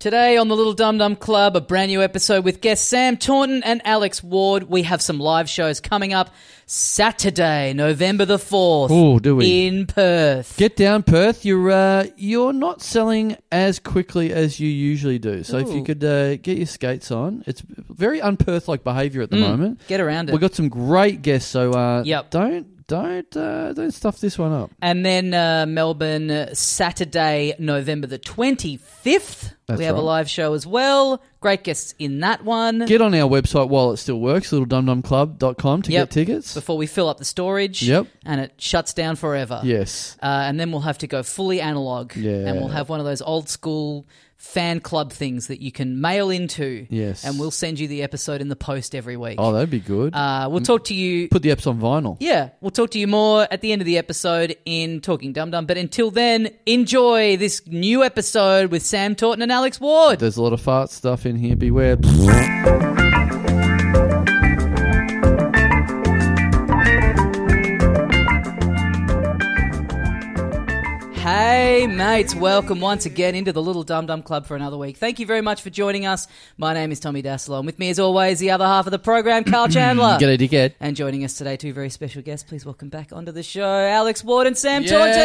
Today on the Little Dum Dum Club, a brand new episode with guests Sam Taunton and Alex Ward. We have some live shows coming up Saturday, November the 4th. Ooh, do we? In Perth. Get down, Perth. You're uh, you're not selling as quickly as you usually do. So if you Ooh. could uh, get your skates on, it's very unperth like behaviour at the moment. Get around it. We've got some great guests, so uh, Mm. Yep. don't don't uh, don't stuff this one up. And then uh, Melbourne, uh, Saturday, November the 25th. That's we have a right. live show as well. Great guests in that one. Get on our website while it still works, littledumdumclub.com to Yep. get tickets. Before we fill up the storage. Yep. And it shuts down forever. Yes. Uh, and then we'll have to go fully analog. Yeah. And we'll have one of those old school fan club things that you can mail into. Yes. And we'll send you the episode in the post every week. Oh, that'd be good. uh, we'll talk to you. Put the apps on vinyl. Yeah, we'll talk to you more at the end of the episode in Talking Dum Dum. But until then, enjoy this new episode with Sam Taunton and Alex Ward. There's a lot of fart stuff in here. Beware. Hey, mates, welcome once again into the Little Dum Dum Club for another week. Thank you very much for joining us. My name is Tommy Dassler, and with me, as always, the other half of the program, Carl Chandler. Mm, Get a dickhead. And joining us today, two very special guests. Please welcome back onto the show, Alex Ward and Sam Yeah. Taunton.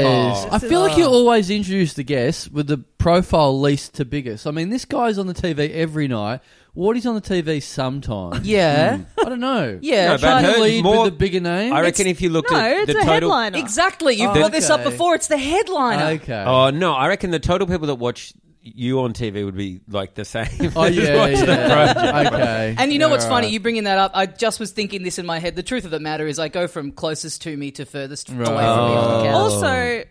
Yes. Hello. I feel like you always introduce the guests with the profile least to biggest. I mean, this guy's on the TV every night. Wardy's on the TV sometimes. Yeah, I don't know. yeah. No, but trying to her- To lead more- with the bigger name. I reckon if you looked No, at it's the a total. headliner. Exactly. You've Oh, brought this up okay. before. It's the headliner. Okay. Oh no, I reckon the total people that watch you on TV would be like the same. Oh, yeah, yeah. okay. And you know what's All funny? right. You bringing that up. I just was thinking this in my head. The truth of the matter is, I go from closest to me to furthest away from me on the couch. Oh. Also,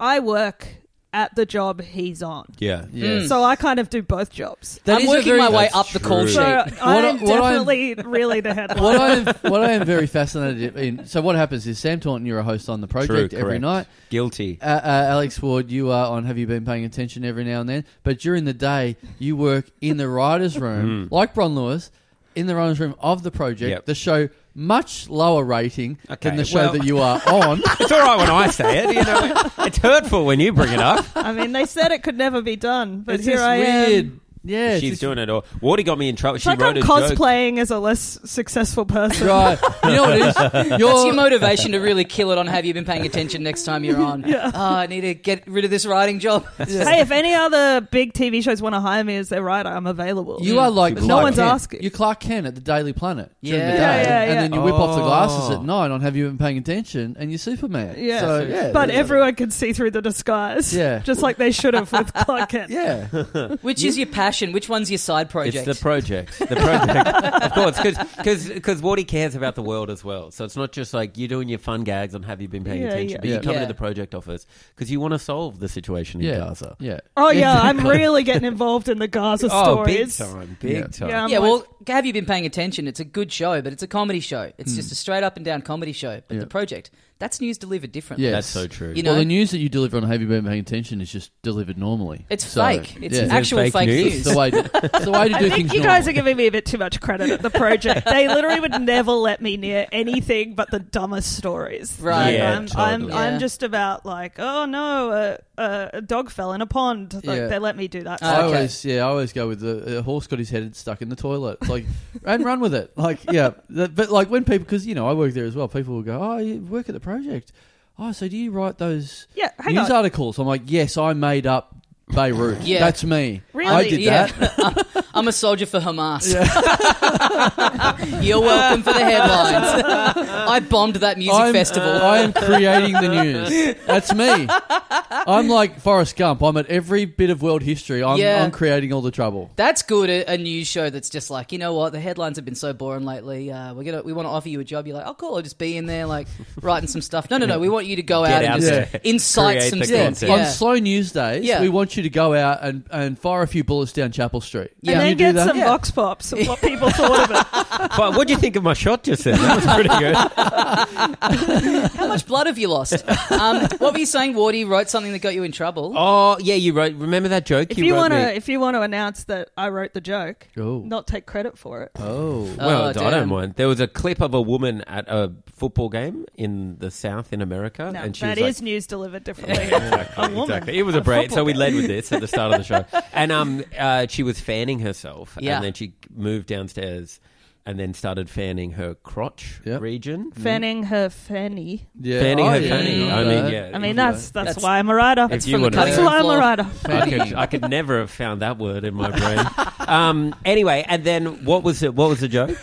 I work at the job he's on. yeah. Mm. Yeah. So I kind of do both jobs. That I'm is a working very- my way That's up the call true. sheet. So I am I- what I'm- definitely really the headline. what I am, what I am very fascinated in. So what happens is Sam Taunton, you're a host on the True. project every correct. night. Guilty. Uh, uh, Alex Ward, you are on. Have you been paying attention every now and then? But during the day, you work in the writers' room, like Bron Lewis, in the writers' room of the project. Hmm. Yep. The show much lower rating Okay, than the show well- that you are on. It's all right when I say it. You know, it's hurtful when you bring it up. I mean, they said it could never be done, but it's here this I weird. am. Yeah, it's She's this- doing it all. Wardy got me in trouble. It's she like wrote I'm a joke. cosplaying as a less successful person. Right, you know what it is. That's You're, your motivation to really kill it on have you been paying attention next time you're on? yeah. Oh, I need to get rid of this writing job. Hey, if any other big TV shows want to hire me as their writer, I'm available. you Mm. are like But no Clark one's Kent. asking. You're Clark Kent at the Daily Planet during Yeah. the day, Yeah, yeah, and yeah. then you whip off the glasses Oh. at night on Have you been paying attention? And you're Superman. Yeah. So, yeah but there's- everyone can see through the disguise. Yeah. Just like they should have with Clark Kent. yeah. Which is your passion? Which one's your side It's project? the project. The project. of course, because Wardy cares about the world as well. So it's not just like you're doing your fun gags on have you been paying Yeah, attention, yeah. but you Yeah. come into Yeah. the project office because you want to solve the situation in yeah. Gaza. Yeah. Oh, yeah. I'm really getting involved in the Gaza Oh, big stories. time. Big Yeah. time. Yeah, I'm yeah, like- well, have you been paying attention? It's a good show, but it's a comedy show. It's just a straight up and down comedy show. But Hmm. Yeah. the project, that's news delivered differently. Yeah. That's so true. You know, Well, the news that you deliver on Have You Been Paying Attention is just delivered normally. it's So, fake. It's yeah. actual Fake fake, news. news. It's the way to, it's the way to do I things think you normally. guys are giving me a bit too much credit at the project. they literally would never let me near anything but the dumbest stories. Right. Yeah, I'm, totally. I'm, Yeah. I'm just about like, oh no, a, a, a dog fell in a pond. Like, Yeah. Uh, They let me do that. Oh, I okay. always, yeah, I always go with the a horse got his head stuck in the toilet, It's like, and run with it, like, yeah. That- But like when people, because you know, I work there as well. People will go, "Oh, you work at the project. Oh, so do you write those Yeah, hang news on. articles?" I'm like, "Yes, I made up Beirut. Yeah. that's me. I Really? did Yeah. that. I'm a soldier for Hamas. You're welcome for the headlines. I bombed that music I'm, festival. I am creating the news. That's me. I'm like Forrest Gump. I'm at every bit of world history. I'm, Yeah. I'm creating all the trouble. That's good. A, a news show that's just like, you know what? The headlines have been so boring lately. Uh, we're gonna we want to offer you a job. You're like, oh, cool. I'll just be in there, like writing some stuff. No, no, no. We want you to go Get out, out and just there. incite Create some the things. content. Yeah. On slow news days, Yeah. we want you to go out and, and fire a few bullets down Chapel Street. Yeah. Can and then you do get that? some Yeah. vox pops of what people thought of it. But what do you think of my shot just then? That was pretty good. How much blood have you lost? Um, what were you saying? Wardy wrote something that got you in trouble. Oh yeah, you wrote. Remember that joke If you, you wrote want me? to, if you want to announce that I wrote the joke, Oh. not take credit for it. Oh. Well, Oh, I damn. don't mind. There was a clip of a woman at a football game in the South in America, No, and she that was like, is news delivered differently. exactly, A woman. exactly. It was a A break, football so we game. led with this at the start of the show. And um, uh, she was fanning herself, Yeah. and then she moved downstairs, and then started fanning her crotch Yep. region, Fanning her fanny. Yeah. fanning Oh, her yeah, fanny. not I bad. mean, yeah. I mean, Yeah. that's that's, That's- why I'm a writer. If That's you from the wanna- cutting That's room why I'm a floor. writer. I could, I could never have found that word in my brain. Um, anyway, and then what was it? What was the joke?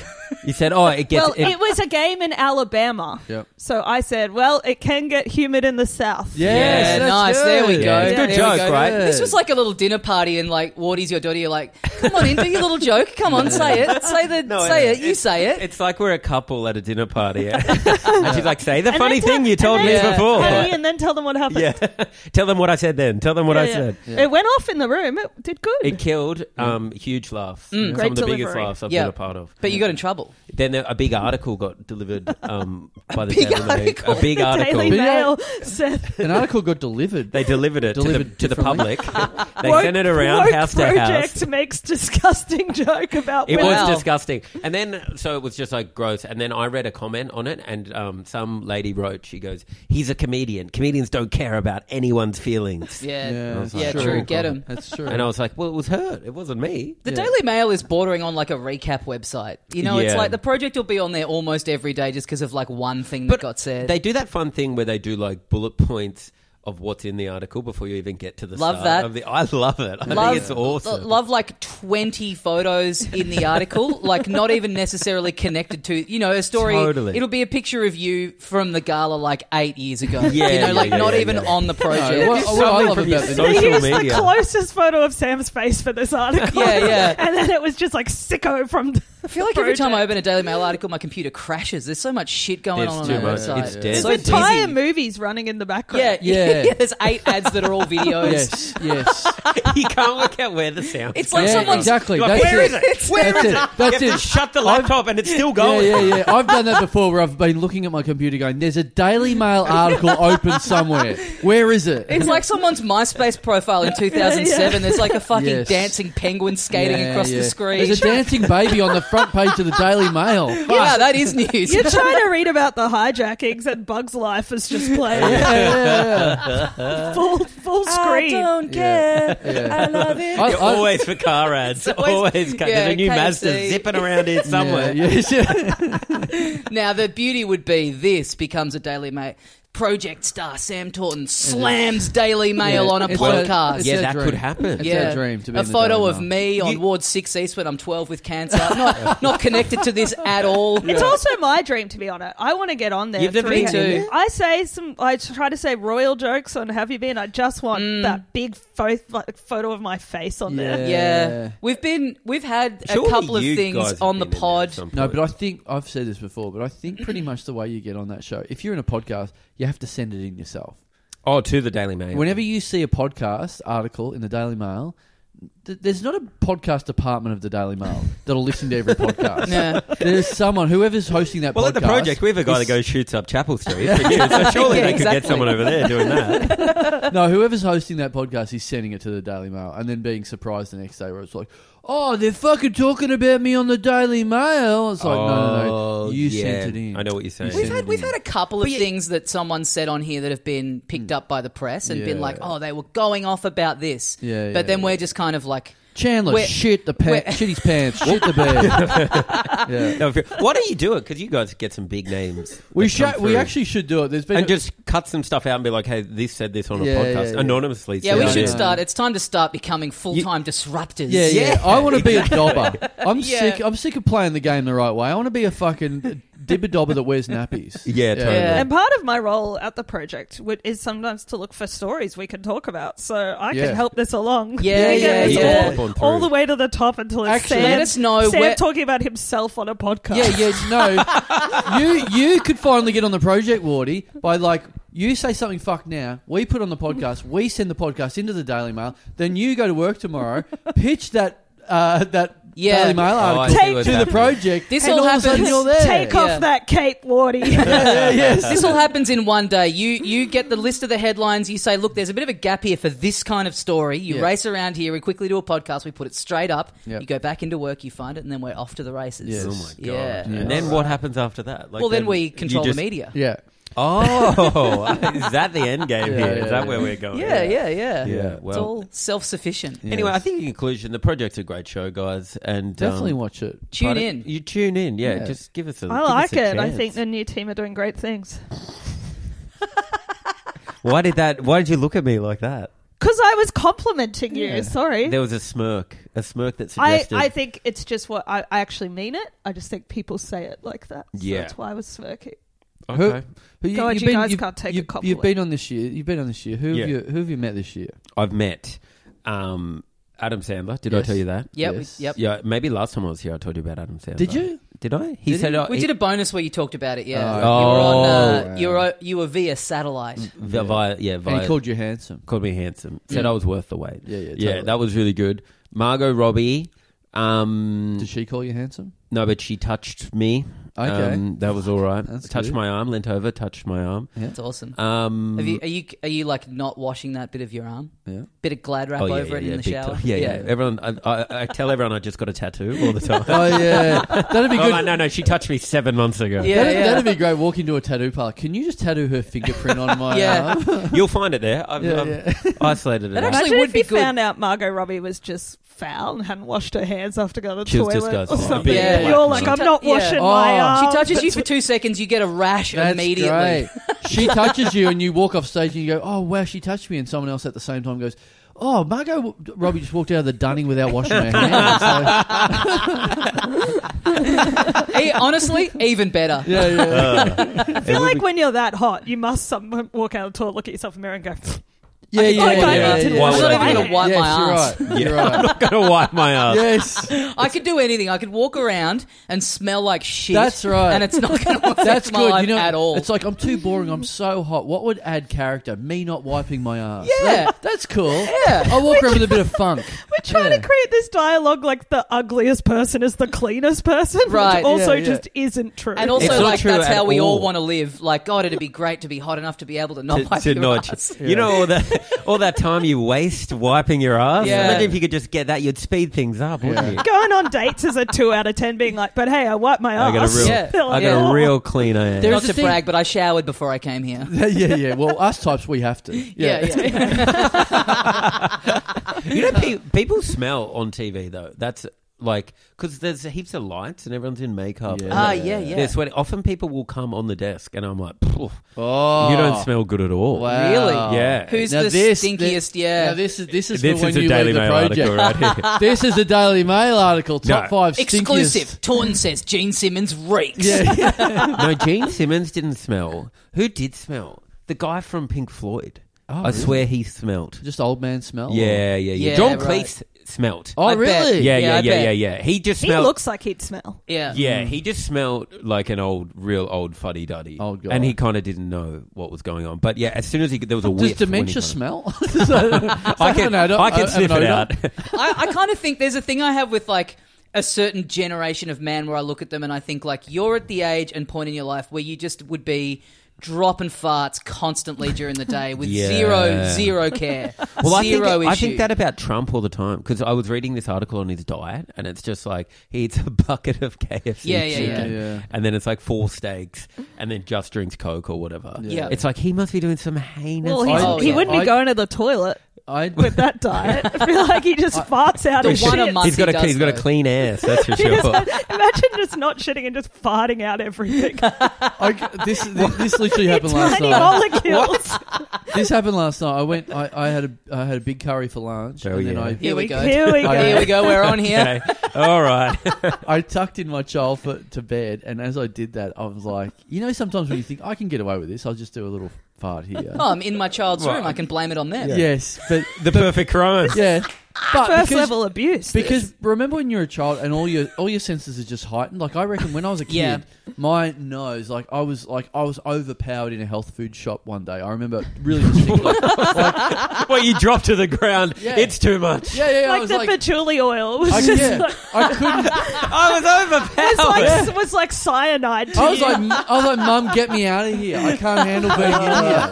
You said, "Oh, it gets." Well, it was a game in Alabama. Yep. So I said, well, it can get humid in the South. Yes, Yeah, that's nice. There we go. It's a good There we joke, go. right? This was like a little dinner party, and like Wardy's your daughter. You're like, come on in, do your little joke. Come on, say it. Say the, No, say it. it- You say it. It's like we're a couple at a dinner party, eh? and she's like, "Say the And funny then tell- thing you told and me then- Yeah. before." Honey, and then tell them what happened. Yeah. Tell them what I said then. Tell them what Yeah, I yeah. said. It went off in the room. It did good. It killed um, huge laughs. Some Mm, Great of the biggest delivery. laughs I've Yeah. been a part of. But you got in trouble. Then there- a big article got delivered um, by the big Daily Mail. article. A big the article. Daily But yeah. Mail said An article got delivered. They delivered it Delivered to, the, to the differently. public. they woke, sent it around woke house to house. project makes disgusting joke about It women. Wow. was disgusting. And then, so it was just like gross. And then I read a comment on it, and um, some lady wrote, she goes, He's a comedian. Comedians don't care about anyone's feelings. Yeah, Yeah, yeah, that's true. true. Get him. That's true. And "Oh, I was like, Well, it was her. It wasn't me. The Yeah. Daily Mail is bordering on like a recap website. You know, it's Yeah. like the project will be on there almost every day just because of like one thing that got said. They do that fun thing where they do like bullet points of what's in the article before you even get to the Love start that. of the. I love it. I love, think it's awesome. lo- love like 20 photos in the article, like not even necessarily connected to, you know, a story. Totally. It'll be a picture of you from the gala like eight years ago. Yeah, you know, yeah, like yeah, not yeah, even yeah. on the project. No, Uh, what- what I Something love from your about the They social used media. the closest photo of Sam's face for this article. Yeah, yeah. and then it was just like sicko from. The I feel like every time I open a Daily Mail article, my computer crashes. There's so much shit going There's on on too that much. website. It's dead. so It's entire busy. movies running in the Yeah, background. yeah, Yeah. yeah. There's eight ads that are all videos. yes, yes. you can't work out where the sound. It's like Yeah, someone's exactly. Like, That's where it. is it? Where That's is it. it? That's you it. have to shut the laptop and it's still Yeah, going. yeah, yeah. I've done that before where I've been looking at my computer going, there's a Daily Mail article open somewhere. Where is it? It's like someone's MySpace profile in 2007. There's like a fucking Yes. dancing penguin skating Yeah, across yeah. the screen. There's a dancing baby on the front page of the Daily Mail. Fuck. yeah, that is news. You're trying to read about the hijackings and Bug's life is just playing Yeah, yeah, full full I screen. don't care. yeah. I love it. I- I- You're always for car ads. always, yeah, there's a new KFC. Mazda zipping around here somewhere. Yeah, yes, yeah. Now the beauty would be this becomes a Daily Mail. Project star Sam Taunton slams Daily Mail Yeah, on a it's podcast. a- it's Yeah, a that dream. could happen. It's yeah, our dream to be a in the photo Daily of Mail. me on Ward Six East when I'm 12 with cancer. Not not connected to this at all. It's also my dream to be on it. I want to get on there. You've never three- been to- Me too. I say some. I try to say royal jokes on Have You Been. I just want that big pho- like, photo of my face on Yeah. there. Mm. Yeah, we've been we've had a Surely couple of you guys things have on the been in there pod. at some No, point. but I think I've said this before, but I think pretty much the way you get on that show, if you're in a podcast, you have to send it in yourself. oh, to the Daily Mail. Whenever you see a podcast article in the Daily Mail, th- there's not a podcast department of the Daily Mail that'll listen to every podcast. Yeah. There's someone, whoever's hosting that well, podcast. at the project, we have a guy that is- goes shoots up Chapel Street. For you, so surely Yeah, they could get exactly. someone over there doing that. No, whoever's hosting that podcast is sending it to the Daily Mail and then being surprised the next day where it's like, oh, they're fucking talking about me on the Daily Mail. It's like, no, no, no. Oh, You yeah. sent it in. I know what you're saying. You We've sent had it we've in. had a couple of things that someone said on here that have been picked up by the press and been Hmm. Yeah. like, oh, they were going off about this. Yeah, but yeah, then yeah. we're just kind of like, Chandler, We're- shit the pants, shit his pants, shit the bed. yeah. No, if you- Why don't you do it? Because you guys get some big names. We that come should, we through. actually should do it. There's been and just cut some stuff out and be like, "Hey, this said this on a Yeah, podcast yeah, yeah. anonymously." yeah, said we it should here." yeah. start. It's time to start becoming full time disruptors. yeah, yeah, Yeah, I want to be a dobber. I'm Yeah. sick. I'm sick of playing the game the right way. I want to be a fucking dibber dobber that wears nappies. Yeah, totally. Yeah. And part of my role at the project would, is sometimes to look for stories we can talk about, so I Yeah. can help this along. Yeah, We get yeah, this yeah. all- Pop on through. All, the way to the top until it's Actually- Sam, Let us know Sam where- talking about himself on a podcast. Yeah, yeah, no. you you could finally get on the project, Wardy, by like You say something fuck now. We put on the podcast. we send the podcast into the Daily Mail. Then you go to work tomorrow. pitch that uh, that Yeah. Daily Mail Oh, I article see what's to the happening. project. This and all of a sudden happens- You're there. Take Yeah. off that cape, Wardy. Yeah, yes. this all happens in one day. You you get the list of the headlines. You say, look, there's a bit of a gap here for this kind of story. You Yeah. race around here. We quickly do a podcast. We put it straight up. Yep. You go back into work. You find it, and then we're off to the races. Yes. Oh my god! Yeah. And then what happens after that? Like well, then, we you control just- the media. Yeah. Oh, is that the end game Yeah, here? yeah, Is that yeah. where we're going? Yeah, yeah, yeah. Yeah, it's well- all self-sufficient. Anyway, Yes. I think in conclusion, the project's a great show, guys, and Definitely um, watch it. Tune part of- in. You tune in, yeah. Yeah. Just give us a. I give us like a it. I chance. think the new team are doing great things. Why did that? Why did you look at me like that? Because I was complimenting you. Yeah. Sorry. There was a smirk, a smirk that I, suggested. I think it's just what I, I actually mean it. I just think people say it like that. So Yeah. That's why I was smirking. okay. Who God, you've you guys you've- can't take a you've, compliment. You've been on this year. You've been on this year. Who Yeah. have you who have you met this year? I've met um, Adam Sandler. Did Yes. I tell you that? Yep, we- Yes. yep. Yeah, maybe last time I was here, I told you about Adam Sandler. Did you? Did I? He Did said he? uh, We he- did a bonus where you talked about it. Yeah, Oh. you were on. Uh, Oh. You were you were via satellite. vi- via, yeah, And he via, called, called you handsome. me handsome. Said I was worth the wait. Yeah, yeah, yeah. totally. That was really good. Margot Robbie. Um, Did she call you handsome? No, but she touched me. Okay. Um, that was all right. That's touched good. my arm, leant over, touched my arm. That's awesome. Um, Have you, are you are you like not washing that bit of your arm? Yeah. Bit of Glad wrap oh, yeah, over yeah, it in yeah, the big shower. time. Yeah, yeah. Everyone, I, I, I tell everyone I just got a tattoo all the time. Oh yeah. That'd be Oh, good. no, no, no, she touched me seven months ago. Yeah. that'd, that'd be great. Walk into a tattoo parlor. Can you just tattoo her fingerprint on my Yeah. arm? You'll find it there. I've, Yeah, I've isolated it. That out. actually Imagine would if be you good. found out Margot Robbie was just foul and hadn't washed her hands after going to the She was toilet disgusting. or A something. bit Yeah. You're black. like, She I'm tou- not yeah. washing Oh. my She arm. touches you for two seconds, you get a rash That's immediately. great. She touches you, and you walk off stage, and you go, "Oh wow, she touched me," and someone else at the same time goes. Oh, Margot W- Robbie just walked out of the dunning without washing her hands. So, E- honestly, even better. yeah, yeah. I feel like when you're that hot, you must some walk out of the toilet, look at yourself in the mirror, and go, yeah, yeah, I yeah, don't yeah, need to yeah. wash I'm would not I even going do that? to wipe yes, my you're ass. right. You're I'm right. not going to wipe my ass. Yes, I could do anything. I could walk around and smell like shit. That's right. And it's not going to affect that's my good. life You know, at all. it's like I'm too boring. I'm so hot. What would add character? Me not wiping my ass. Yeah. That- that's cool. Yeah, I walk around with a bit of funk. We're trying Yeah. to create this dialogue like the ugliest person is the cleanest person, Right, which also yeah, yeah. just isn't true. and also, It's not like, true that's at how we all all. want to live. Like, God, it'd be great to be hot enough to be able to not To, wipe to your nudge. ass. You know all that all that time you waste wiping your ass. Yeah. Imagine if you could just get that, you'd speed things up, wouldn't you? going on dates is a two out of ten, being like, but hey, I wiped my I got a ass. real, Yeah. They're I like, got "Oh." a real clean ass. There's Not a to thing- brag, but I showered before I came here. yeah, yeah. Well, us types, we have to. Yeah, yeah. You know, pe- people smell on TV though. That's like because there's heaps of lights and everyone's in makeup. Yeah. and Ah, yeah, yeah. they're sweating. Often people will come on the desk, and I'm like, "Phew, Oh, you don't smell good at all. Wow. Really? Yeah. Who's Now the this- stinkiest? this- yeah. Now this is this is This for is when a you Daily leave the Mail project. article right here. this is a Daily Mail article. Top No. five stinkiest. Exclusive. Taunton says Gene Simmons reeks. Yeah, yeah. no, Gene Simmons didn't smell. Who did smell? The guy from Pink Floyd. Oh, I really? swear he smelled. Just old man smell. Yeah, yeah, yeah. Yeah, John right. Cleese smelt. Oh, I bet. really? yeah, yeah, I yeah, yeah, yeah, bet. He just He smelled. looks like he'd smell. Yeah. yeah, he just smelled like an old, real old fuddy duddy. Old guy. And he kind of didn't know what was going on. But yeah, as soon as he could, there was a whiff. Does when he dementia kinda- smell? Is that- I is that can, an odor- I can an sniff it odor? out. I, I kind of think there's a thing I have with like a certain generation of man where I look at them and I think like you're at the age and point in your life where you just would be dropping farts constantly during the day with Yeah. zero zero care, Well, zero I think, issue. I think that about Trump all the time because I was reading this article on his diet, and it's just like he eats a bucket of KFC Yeah, yeah, yeah. chicken, Yeah. and then it's like four steaks, and then just drinks Coke or whatever. Yeah. it's like he must be doing some heinous. Well, he's- he's, Oh, he yeah. wouldn't I- be going to the toilet I, with that diet. I feel like he just farts out The of one a shit. month- Oh, he's got a he does, he's got a though. clean ass. That's for sure. Imagine just not shitting and just farting out everything. I- this, this this literally happened last Tiny night. molecules. This happened last night. I went. I, I had a I had a big curry for lunch, Oh, and then yeah. I here we go. Oh, Here we I- Here go. we go. We're on here. Okay. All right. I tucked in my child for, to bed, and as I did that, I was like, you know, sometimes when you think I can get away with this, I'll just do a little fart here. Oh, I'm in my child's Right. room. I can blame it on them. Yes, but The perfect crime. yeah, But First because- level abuse. Because remember when you're a child and all your all your senses are just heightened. Like I reckon when I was a kid, Yeah. my nose, like I was like I was overpowered in a health food shop one day. I remember really distinctly. well, you drop to the ground. Yeah. It's too much. yeah, yeah, yeah. I like was the like, patchouli oil was I, just yeah, like, I couldn't. I was overpowered. was like, was like cyanide. To I was you. like, I was like, Mum, get me out of here. I can't handle being in here.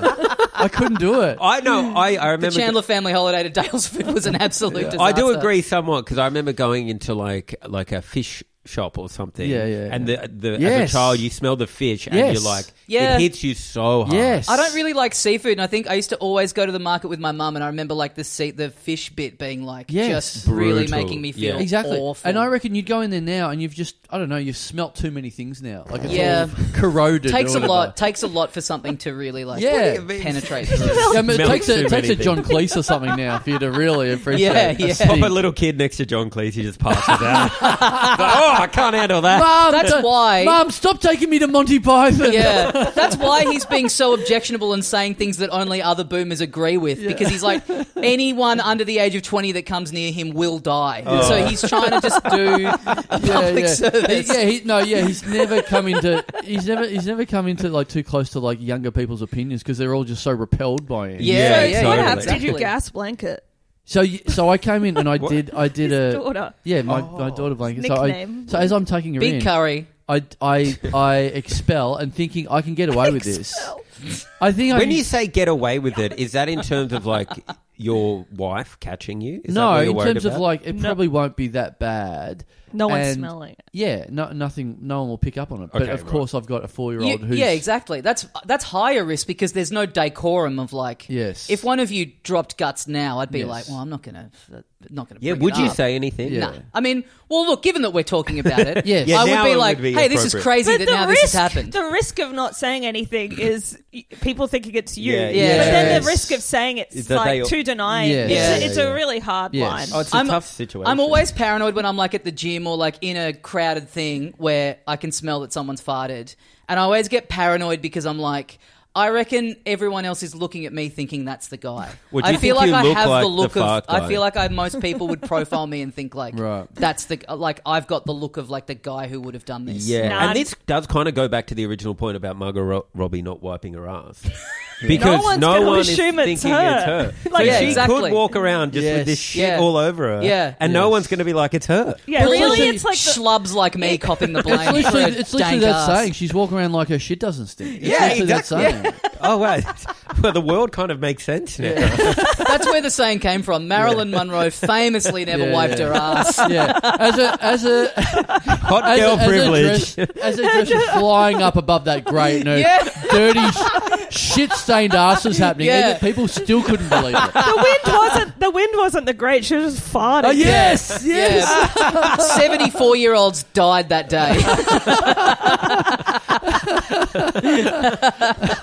I couldn't do it. I know. I, I remember. The Chandler family holiday to Dalesford was an absolute disaster. I do agree somewhat because I remember going into like like a fish shop or something. Yeah, yeah, And the, the as Yes. a child, you smell the fish and Yes. you're like, Yeah. it hits you so hard. Yes, I don't really like seafood, and I think I used to always go to the market with my mum, and I remember like the sea- the fish bit being like Yes. just really Brutal. making me feel Yeah. Exactly. awful. And I reckon you'd go in there now and you've just, I don't know, you've smelt too many things now. Like it's Yeah. all corroded. or takes a whatever. lot takes a lot for something to really like Yeah. What do you mean? penetrate. through. Yeah, I mean, it Smelt takes, a, too it takes a many John Cleese or something now for you to really appreciate Yeah, a yeah. steak. Pop a little kid next to John Cleese, he just passes out. It's like, oh, I can't handle that. Mom, That's don't- why- Mom, stop taking me to Monty Python. Yeah, that's why he's being so objectionable and saying things that only other boomers agree with because he's like anyone under the age of 20 that comes near him will die. Oh. So he's trying to just do public yeah. service. He- yeah, he, no, yeah, he's never come into he's never he's never come into like too close to like younger people's opinions because they're all just so repelled by him. Yeah, so Yeah, yeah, what totally. happened? Did you exactly. gas blanket So y- so I came in and I did I did his a daughter? yeah my, Oh. my daughter blanket. So, I, Nickname. so as I'm taking her in, Big curry. I, I, I expel and thinking I can get away with this. I think I When can- you say get away with it, is that in terms of like your wife catching you? Is that no, what you're in worried terms of about? like it No. probably won't be that bad. No one's And- smelling it. Yeah, no, nothing. No one will pick up on it. but Okay, of right. course, I've got a four-year-old You- who's yeah, exactly. That's that's higher risk because there's no decorum of like. Yes. If one of you dropped guts now, I'd be Yes. like, well, I'm not gonna, uh, not gonna. yeah. bring Would it you up. say anything? Yeah. Nah. I mean, well, look. Given that we're talking about it, Yes. Yeah, I now would it be would like, be "Hey, this is appropriate. crazy But that the now risk, this has happened." the risk of not saying anything is y- people thinking it's you. Yeah, yeah. But then Yes. the risk of saying Is it's that they- like too denying. Yes. It's, Yeah, a, it's yeah. a really hard Yes. line. Oh, it's a I'm- tough situation. I'm always paranoid when I'm like at the gym or like in a crowded thing where I can smell that someone's farted, and I always get paranoid because I'm like. I reckon everyone else is looking at me thinking that's the guy. Well, do I you feel think like I you look have like the the look of. fart I guy? feel like I most people would profile me and think like Right. that's the like I've got the look of like the guy who would have done this. Yeah, Nah, and I'm- this does kind of go back to the original point about Margot Ro- Robbie not wiping her ass. Because No one's no, gonna one is assume thinking it's it's her. her. Like, so Yeah, she exactly. could walk around just Yes. with this shit Yeah. all over her. Yeah. And no Yes. one's going to be like, it's her. yeah, Well, really, literally- it's like the, schlubs like me copping the blame. It's literally, for a it's literally dank that ass. saying. She's walking around like her shit doesn't stink. It's Yeah, literally exactly. That saying. Oh, wait. well, the world kind of makes sense now. That's where the saying came from. Marilyn Monroe famously never Yeah, wiped yeah. her ass. Yeah, as a as a Hot as, girl a, as privilege. a dress, as a dress is flying up above that grate and her Yeah. dirty shit stained ass was happening, Yeah. and yet people still couldn't believe it. the wind wasn't the wind wasn't the great. She was just Oh, Uh, farting. yes, Yeah. 74 year olds died that day.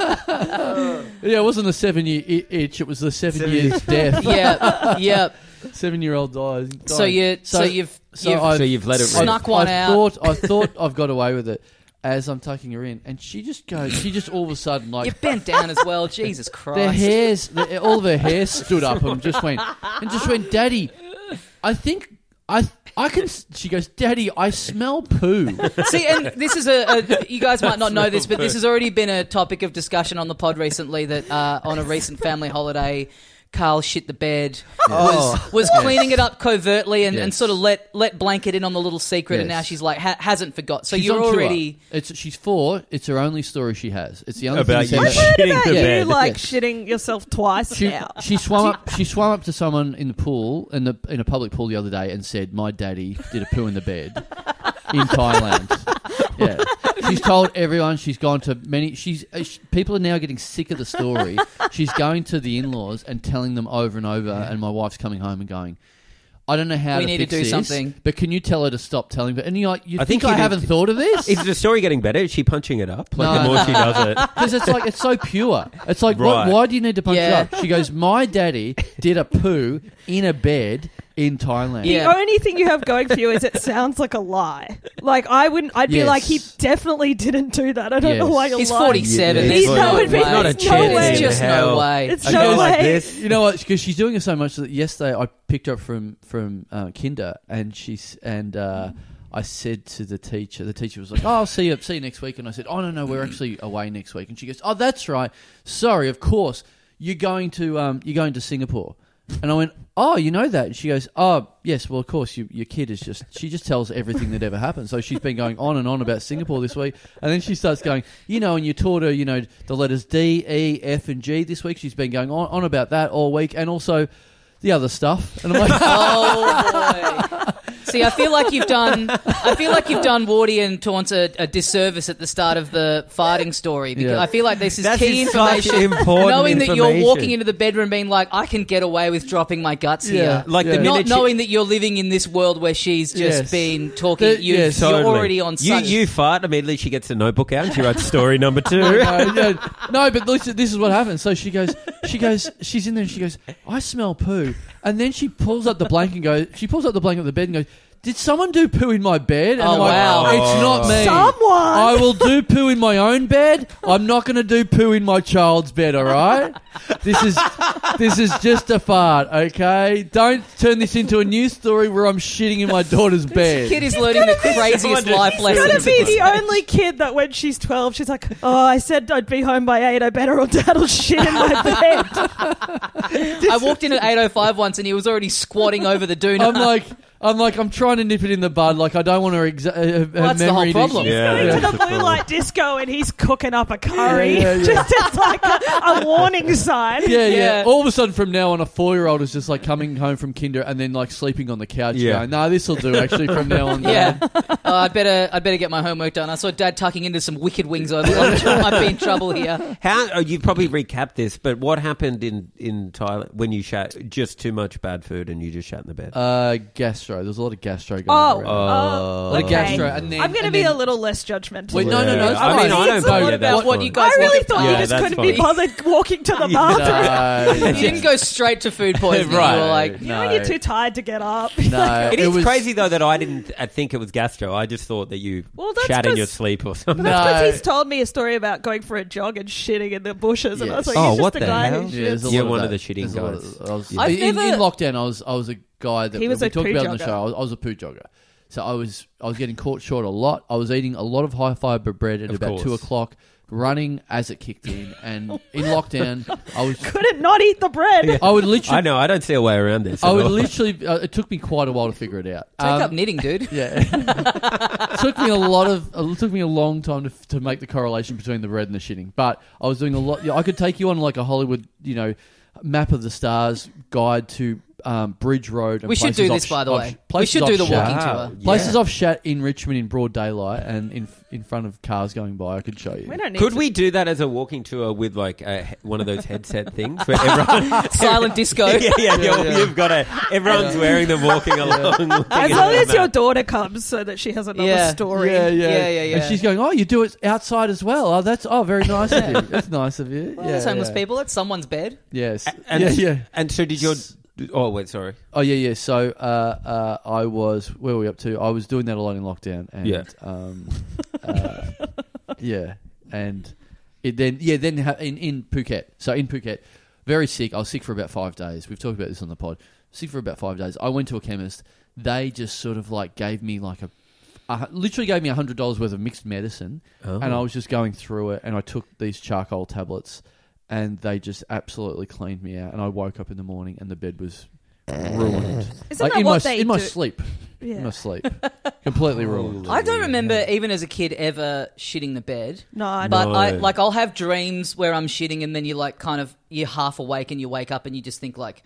Yeah, it wasn't a seven year i- itch; it was the seven, Seven years death. yeah. Yeah. Seven year old dies. So dies. you so, you've so you've I've- so you've let it rip. snuck one I out. Thought, I thought I've got away with it as I'm tucking her in, and she just goes. She just all of a sudden like you bent down as well. Jesus The Christ. hairs, the, all of her hair stood up and just went, and just went, Daddy, I think I, I can. s-" She goes, Daddy, I smell poo. See, and this is a, a you guys might not know this, but this has already been a topic of discussion on the pod recently. That uh, on a recent family holiday, Carl shit the bed Oh. was, was cleaning it up covertly and, and Yes. sort of let let blanket in on the little secret, and Yes. now she's like ha- hasn't forgot. So She's you're on tour. already It's she's four. It's her only story she has. It's the only About thing you she said. shitting What the about you bed. like Yes. shitting yourself twice She, now? she swam up. She swam up to someone in the pool in the in a public pool the other day and said, "My daddy did a poo in the bed in Thailand." Yeah, she's told everyone. She's gone to many. She's uh, sh people are now getting sick of the story. She's going to the in-laws and telling them over and over. And my wife's coming home and going. I don't know how We to need to fix do this, something." but can you tell her to stop telling? But and you're like, you I think, think you I need haven't to- thought of this? Is the story getting better? Is she punching it up? Like, the No, more no. she does it. Because it's like it's so pure. It's like why- Right. why, do you need to punch Yeah. it up? She goes, my daddy did a poo in a bed in Thailand. Yeah. The only thing you have going for you is it sounds like a lie. Like I wouldn't. I'd be Yes. like, he definitely didn't do that. I don't know Yes. why you're He's lying. 47. Yeah, There's he's no not- way. it's not a There's chance in There's just no hell. way. It's A no girl like way. this. You know what? Because she's doing it so much that yesterday I picked her up from from uh, Kinder, and she's and uh, I said to the teacher. The teacher was like, "Oh, I'll see you see you next week," and I said, "Oh no, no, we're actually away next week." And she goes, "Oh, that's right. Sorry, of course. You're going to um, you're going to Singapore." And I went, "Oh, you know that?" And she goes, "Oh, yes. Well, of course. You, your kid is just she just tells everything that ever happened. So she's been going on and on about Singapore this week, and then she starts going, you know, and you taught her, you know, the letters D, E, F, and G this week. She's been going on on about that all week, and also the other stuff. And I'm like, Oh boy. See, I feel like you've done. I feel like you've done Wardy and Taunts a, a disservice at the start of the farting story because Yeah. I feel like this is That key is such information. important knowing that you're information. walking into the bedroom being like, I can get away with dropping my guts Yeah. here. Like Yeah. the Not minute she- knowing that you're living in this world where she's just Yes. been talking, The- you, yes, you're Totally. already on You, such. you fart immediately. She gets the notebook out and she writes story number two. no, no, Uh, no, but listen, this is what happens. So she goes, she goes, she's in there and she goes, I smell poo. And then she pulls up the blanket and goes, she pulls up the blanket of the bed and goes, Did someone do poo in my bed? And Oh, I'm like, wow. It's not me. Someone. I will do poo in my own bed. I'm not going to do poo in my child's bed. All right. This is this is just a fart. Okay. Don't turn this into a news story where I'm shitting in my daughter's bed. Kid is learning the craziest life You're lessons. gonna at be this the age. only kid that when she's 12, she's like, oh, I said I'd be home by 8. I better or dad'll shit in my bed. I walked in at 8.05 once and he was already squatting over the doona. I'm like. I'm like I'm trying to nip it in the bud. Like I don't want her, exa- her, her Well, that's the memory whole to- problem. Yeah. Going that's to the the blue problem. light disco and he's cooking up a curry. Yeah, yeah, yeah. Just as like a, a warning sign. yeah, yeah, Yeah. All of a sudden, from now on, a four-year-old is just like coming home from kinder and then like sleeping on the couch. Yeah. Yeah, no, this will do. Actually, from now on, Yeah, Dad." uh, I better I better get my homework done. I saw Dad tucking into some wicked wings over. I'd be in trouble here. How oh, you probably recapped this, but what happened in in Thailand when you shat just too much bad food and you just shat in the bed? Uh, gastro. There's a lot of gastro going Oh, around. oh, Like okay. gastro, and then I'm going to and be then- a little less judgmental. Wait, no, no, no. Yeah. It's I fine. mean, I It's don't a know lot yeah, about that's what fine. you guys I really look at- thought you Yeah, just that's couldn't be fine. bothered walking to the bathroom. No, You didn't go straight to food poisoning. Right. You were like, You know when you're too tired to get up. no. it is was- crazy though that I didn't I think it was gastro. I just thought that you Well, that's shat in 'cause- your sleep or something. That's No. because he's told me a story about going for a jog and shitting in the bushes, and I was Yes. like, "He's Oh, just what a the guy hell? who Yeah, there's shits." a You're lot one of of that. the shitting There's a lot guys. of- I was- I've in, never- in lockdown, I was I was a guy that He was we a talked poo about on the jogger. show. I was, I was a poo jogger, so I was I was getting caught short a lot. I was eating a lot of high fiber bread at Of about two course. o'clock, running as it kicked in, and Oh in lockdown, I was Couldn't not eat the bread. I would I literally know, I don't see a way around this. I at would all. literally uh, it took me quite a while to figure it out. take Um, up knitting, dude. Yeah, took me a lot of it took me a long time to, to make the correlation between the bread and the shitting. But I was doing a lot. Yeah, I could take you on like a Hollywood, you know, map of the stars guide to um, Bridge Road. And We should places do I've this, sh- by the I've way. sh- We places should I've do the shat- walking Wow. tour. Yeah. Places I've shat in Richmond in broad daylight and in in front of cars going by. I could show you. We don't need Could to- we do that as a walking tour with like a, he- one of those headset things where everyone? Silent disco. yeah, yeah, yeah, Yeah, yeah. You've got a. Everyone's wearing them, walking along. looking As at long the as your map. daughter comes, so that she has another Yeah. story. Yeah, yeah, Yeah, yeah, And yeah. she's going, "Oh, you do it outside as well. Oh, that's oh, very nice of you. That's nice of you." Well, yeah, there's homeless yeah. people. It's someone's bed. Yes. And, yeah, yeah. And so did your. Oh wait, sorry. Oh yeah, yeah. So uh, uh, I was where were we up to? I was doing that a lot in lockdown, and Yeah. um, uh, yeah, and it then yeah then ha- in in Phuket. So in Phuket, very sick. I was sick for about five days. We've talked about this on the pod. Sick for about five days. I went to a chemist. They just sort of like gave me like a, a literally gave me a hundred dollars worth of mixed medicine, Oh. and I was just going through it, and I took these charcoal tablets, and they just absolutely cleaned me out. And I woke up in the morning, and the bed was ruined. Isn't that in what my, they in my do? sleep? Yeah. In my sleep, completely ruined. I don't remember even as a kid ever shitting the bed. No, I But No. I like I'll have dreams where I'm shitting and then you like kind of you're half awake and you wake up and you just think like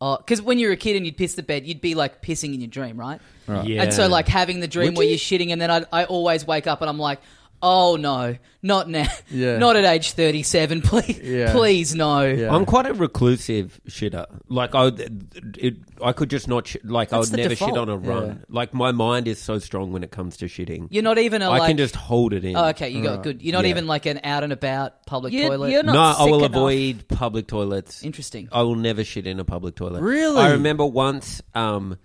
oh because when you were a kid and you'd piss the bed you'd be like pissing in your dream right Right. and so like having the dream Would where you? you're shitting and then I I always wake up and I'm like Oh no, not now. Yeah. Not at age thirty-seven, please. Yeah. Please no. Yeah. I'm quite a reclusive shitter. Like I, it, I could just not sh- like I That's would the never default. shit on a run. Like my mind is so strong when it comes to shitting. You're not even a I like. can just hold it in. oh, okay, you got good. You're not Yeah. even like an out and about public You- toilet. you're not- no, I sick will enough. avoid public toilets. Interesting. I will never shit in a public toilet. Really? I remember once um,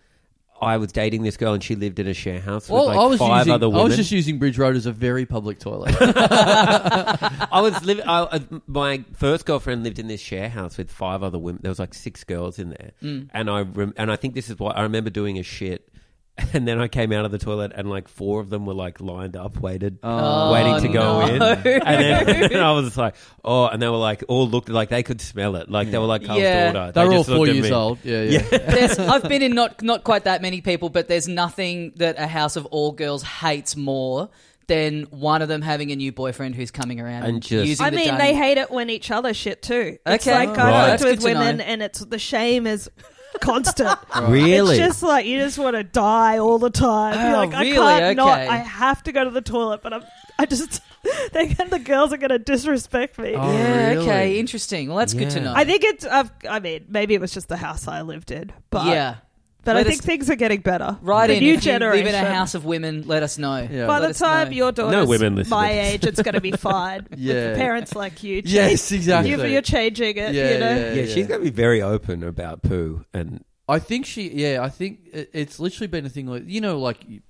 I was dating this girl and she lived in a share house with Well, like I was five using, other women. I was just using Bridge Road as a very public toilet. I was living. I, I- my first girlfriend lived in this share house with five other women. There was like six girls in there, Mm. and I rem- and I think this is why I remember doing a shit. And then I came out of the toilet, and like four of them were like lined up, waited, Oh, Um, waiting to no. go in. And then and I was just like, oh, and they were like all looked like they could smell it, like they were like Carl's Yeah. daughter. they were all just four looked at years me. old. Yeah, yeah. There's- I've been in not not quite that many people, but there's nothing that a house of all girls hates more than one of them having a new boyfriend who's coming around and, And just- using I the mean, dung. they hate it when each other shit too. It's Okay. like Oh, right. I've That's worked with good to know. women, and it's the shame is constant. Really? It's just like you just want to die all the time. You're Oh, like, really? I can't Okay. not. I have to go to the toilet, but I'm. I just. they the girls are going to disrespect me. Oh, yeah, really? okay, interesting. Well, that's good to Yeah. know. I think it's. I've, I mean, maybe it was just the house I lived in, but yeah, But Let I think us- things are getting better. right the in. new if you generation. live in a house of women, let us know. Yeah. By Let the us know. time your daughter's women listen to my this. age, it's going to be fine. Yeah. With parents like you. Yes, exactly. You, you're changing it, Yeah, you know? yeah. Yeah, she's gonna be very open about poo, and I think she, yeah, I think it- it's literally been a thing like, you know, like you-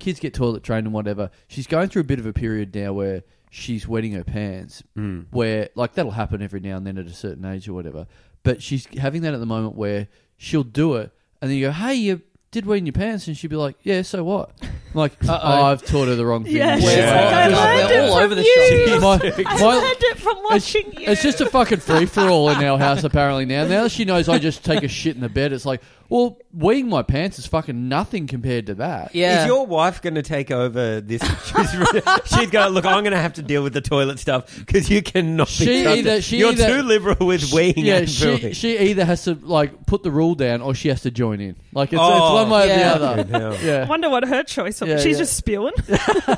kids get toilet trained and whatever. She's going through a bit of a period now where she's wetting her pants, where, like, that'll happen every now and then at a certain age or whatever. But she's having that at the moment where she'll do it, and then you go, hey, you did wet in your pants, and she'd be like, yeah, so what? I'm like, oh, I've taught her the wrong thing. Yeah, Where- she's like, I Wow. learned They're it all from over the you. shop. My- I my- learned it from It's, watching you. it's just a fucking free for all in our house apparently now. Now that she knows I just take a shit in the bed, it's like, well, weeing my pants is fucking nothing compared to that. yeah, is your wife going to take over this? She's, she's going. Look, I'm going to have to deal with the toilet stuff because you cannot. be She trusted. either- she You're either- too liberal with weeing. Yeah, and she, pooing. she either has to like put the rule down or she has to join in. Like it's, it's Oh. one way Yeah. or the other. Fucking hell. I Yeah, wonder what her choice was. Yeah, She's yeah. just spewing.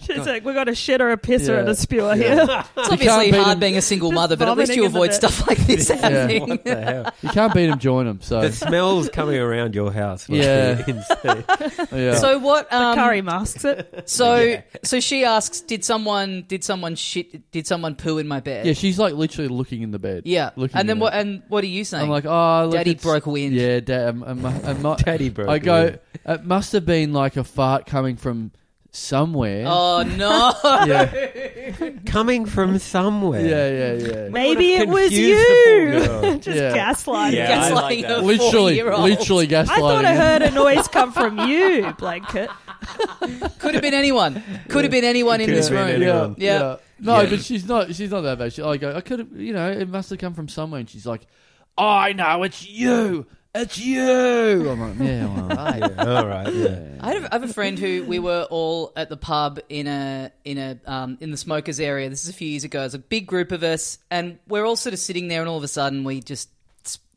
She's like, we got a shit or a piss or Yeah. a spewer here. it's You can't obviously beat hard them. being a single mother, but at least vomiting you in the avoid bit. stuff like this happening. What the hell? you can't beat them, join them. So The smells coming around your house. Must Yeah. Be insane. yeah, So what? Um, Curry masks it. So so she asks, did someone did someone shit did someone poo in my bed? yeah, she's like literally looking in the bed. Yeah. looking. and then in what? the- And what are you saying? I'm like, oh, look, Daddy it's- broke wind. Yeah, dad, um, um, um, um, Daddy broke I go. wind. It must have been like a fart coming from somewhere. Oh no! Yeah, coming from somewhere. yeah, yeah, yeah. Maybe it was Confuse the you. poor girl. Just Yeah. gaslighting. Yeah, us. I like Gaslighting that. a literally, four-year-old. literally gaslighting. I thought I heard a noise come from you, Blanket. Could have been anyone. Could have been anyone in Could this have been room. anyone. Yeah, Um, yeah. No, Yeah. but she's not. She's not that bad. She, I go. I could have. You know, it must have come from somewhere. And she's like, I know. It's you. It's you. I'm like, yeah. Well, right. Yeah, All right. Yeah. I have, I have a friend who we were all at the pub in a in a um, in the smokers area. This is a few years ago. It's a big group of us, and we're all sort of sitting there, and all of a sudden we just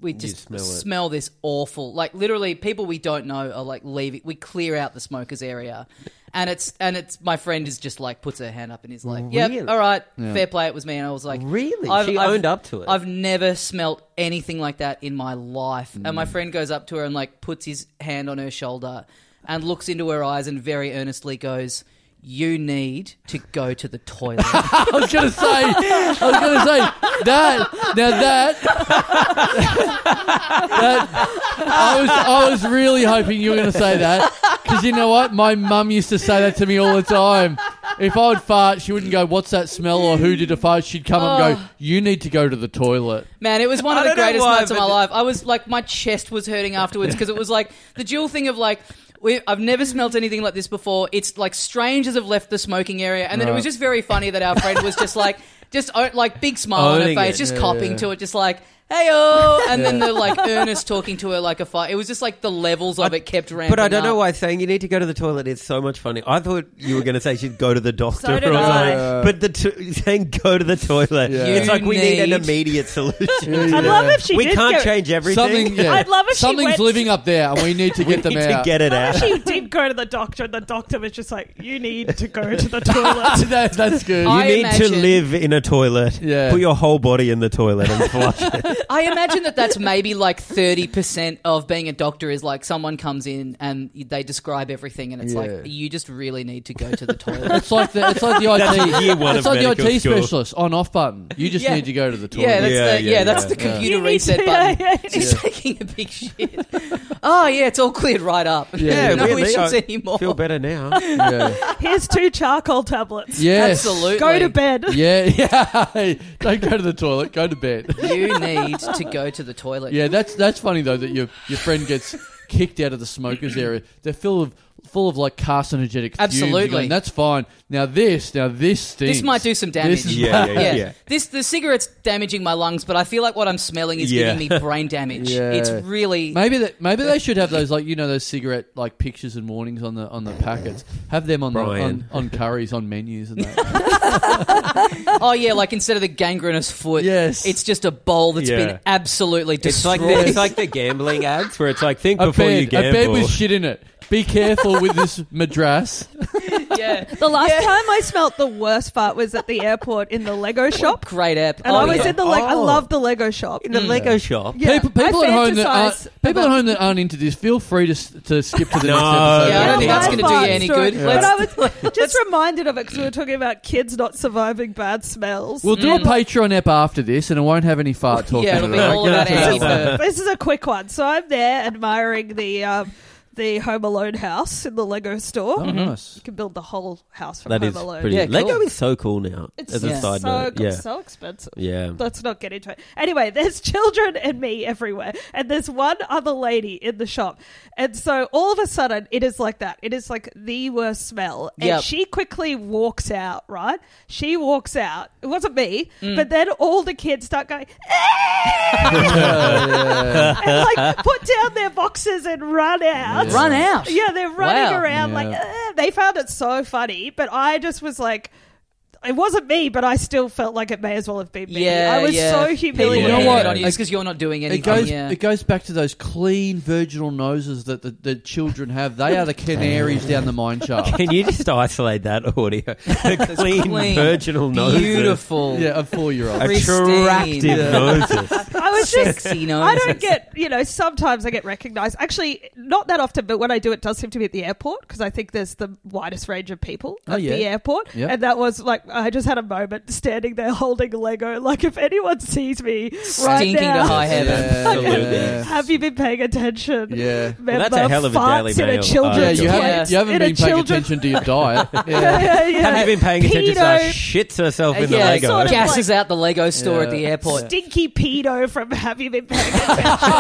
we just smell it. smell, this awful, like literally people we don't know are like leaving. We clear out the smokers area, and it's and it's my friend is just like puts her hand up and is like, yeah, Oh, Really? all right, fair play, it was me, and I was like, Really? She owned up to it. I've never smelt anything like that in my life. And Mm. my friend goes up to her and like puts his hand on her shoulder and looks into her eyes and very earnestly goes, "You need to go to the toilet." I was gonna say. I was gonna say that. Now that. that I was. I was really hoping you were gonna say that because you know what? My mum used to say that to me all the time. If I would fart, she wouldn't go, "What's that smell?" or "Who did a fart?" She'd come up and go, "You need to go to the toilet." Man, it was one I of the don't know greatest why, nights of my but- life. I was like, my chest was hurting afterwards because it was like the dual thing of like, we, I've never smelt anything like this before. It's like strangers have left the smoking area, and then it was Right. just very funny that our friend was just like, just uh, like big smile on her Owning face, it. just Yeah, copying yeah. to it, just like. Hey oh, and then the like earnest talking to her like a fire. It was just like the levels of it kept ramping. But I don't know up. why saying you need to go to the toilet is so much funny. I thought you were going to say she'd go to the doctor So did or I. something. But the t- saying go to the toilet, Yeah. it's like we need, an need- immediate solution. I'd love if she we did can't go- change everything. Something. Yeah. I'd love if she Something's went- living up there, and we need to get we them need to out. get it What out. if she did go to the doctor, and the doctor was just like, "You need to go to the toilet." That- that's good. I- You need to imagine- live in a toilet. Yeah. Put your whole body in the toilet and flush it. I imagine that that's maybe like 30% of being a doctor is like someone comes in and they describe everything and it's Yeah. like, you just really need to go to the toilet. it's like the it's like the IT year one it's of like the medical IT school. specialist on off button. You just Yeah. need to go to the toilet. yeah, that's Yeah, the, yeah, yeah, that's yeah. the Yeah. computer You need reset to- button. yeah, yeah. She's taking a big shit. oh, yeah, it's all cleared right up. Yeah, no really? issues I anymore. Feel better now. Yeah. Here's two charcoal tablets. Yes. Absolutely. Go to bed. Yeah, yeah. Don't go to the toilet. Go to bed. You need to go to the toilet. Yeah, that's that's funny though that your your friend gets kicked out of the smokers area. They're full of full of like carcinogenic. fumes. Absolutely. You're going, that's fine. Now this, now this stinks. This might do some damage. This is Yeah, yeah, yeah. yeah. This the cigarette's damaging my lungs, but I feel like what I'm smelling is Yeah. giving me brain damage. Yeah. It's really Maybe that maybe they should have those like you know those cigarette like pictures and warnings on the on the packets. Have them on the, on, Brian. on curries on menus and that. Oh yeah, like instead of the gangrenous foot, Yes. it's just a bowl that's Yeah. been absolutely It's destroyed. like the, it's like the gambling ads where it's like think a before you bed, a bed gamble. with shit in it. Be careful with this madras. yeah. The last time I smelt the worst fart was at the airport in the Lego shop. Great app. And oh, I was yeah. in the Lego. I Oh. love the Lego shop. in the Lego shop. Yeah, people people I at home that fantasize aren't, people at about- home that aren't into this, feel free to s- to skip to the No. Yeah, next episode. I don't Yeah, think my that's going to do fart you any story. good. Yeah. But Let's- I was just reminded of it because we were talking about kids not surviving bad smells. We'll do a Patreon app after this, and I won't have any fart talking. yeah, it'll be tonight. all about Yeah. anti this is a quick one. So I'm there admiring the um, the Home Alone house in the Lego store. Oh, nice. You can build the whole house from That Home is Alone. pretty. Yeah, cool. Lego is so cool now. It's as yeah. a side so, note, yeah, so expensive. yeah. Let's not get into it. Anyway, there's children and me everywhere. And there's one other lady in the shop. And so all of a sudden, it is like that. It is like the worst smell. And Yep. she quickly walks out, right? She walks out. It wasn't me. Mm. But then all the kids start going, "Eh!" and like put down their boxes and run out. Yeah. Run out. Yeah, they're running Wow. around Yeah. like "Ugh." they found it so funny, but I just was like. It wasn't me, but I still felt like it may as well have been me. Yeah, I was yeah. People so you humiliated. You know know what? on you It- because you're not doing It anything. goes. yeah. It goes back to those clean virginal noses that the, the children have. They are the canaries down the mine shaft. Can you just isolate that audio? The clean, clean, virginal noses, Beautiful. Yeah, a four-year-old. Crisp. attractive pristine. noses. I was just. Sexy I nose. don't get, you know, sometimes I get recognized. Actually, not that often, but when I do, it does seem to be at the airport because I think there's the widest range of people Oh, at yeah. the airport. Yep. And that was like, I just had a moment standing there holding Lego. Like, if anyone sees me right Stinking to now, high heaven. Yeah, Absolutely. yeah. have you been paying attention? Yeah. member that's a hell of a farts Daily in Mail a children's Yeah, you Yeah. haven't, place. you haven't in a been paying children's- attention to your diet. Yeah, Yeah. yeah, yeah. Have you been paying attention Pedo. to she shits herself in Yeah, the it Lego? sort of like- gasses out the Lego store at the Yeah. airport. Stinky pedo from Have You Been Paying Attention?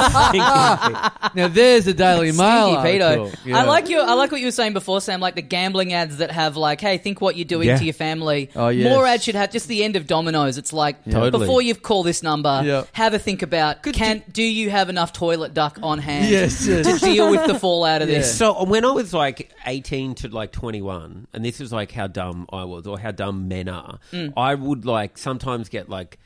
Now there's a Daily Mail. Stinky pedo. article. Yeah. I like your. I like what you were saying before, Sam. Like the gambling ads that have like, "Hey, think what you're doing Yeah. to your family." Oh, yes. More ads should have just the end of dominoes. It's like Totally. before you call this number, Yeah. have a think about can do you have enough toilet duck on hand Yes, yes. to deal with the fallout of Yeah. this? So when I was like 18 to like 21, and this is like how dumb I was or how dumb men are, I would like sometimes get like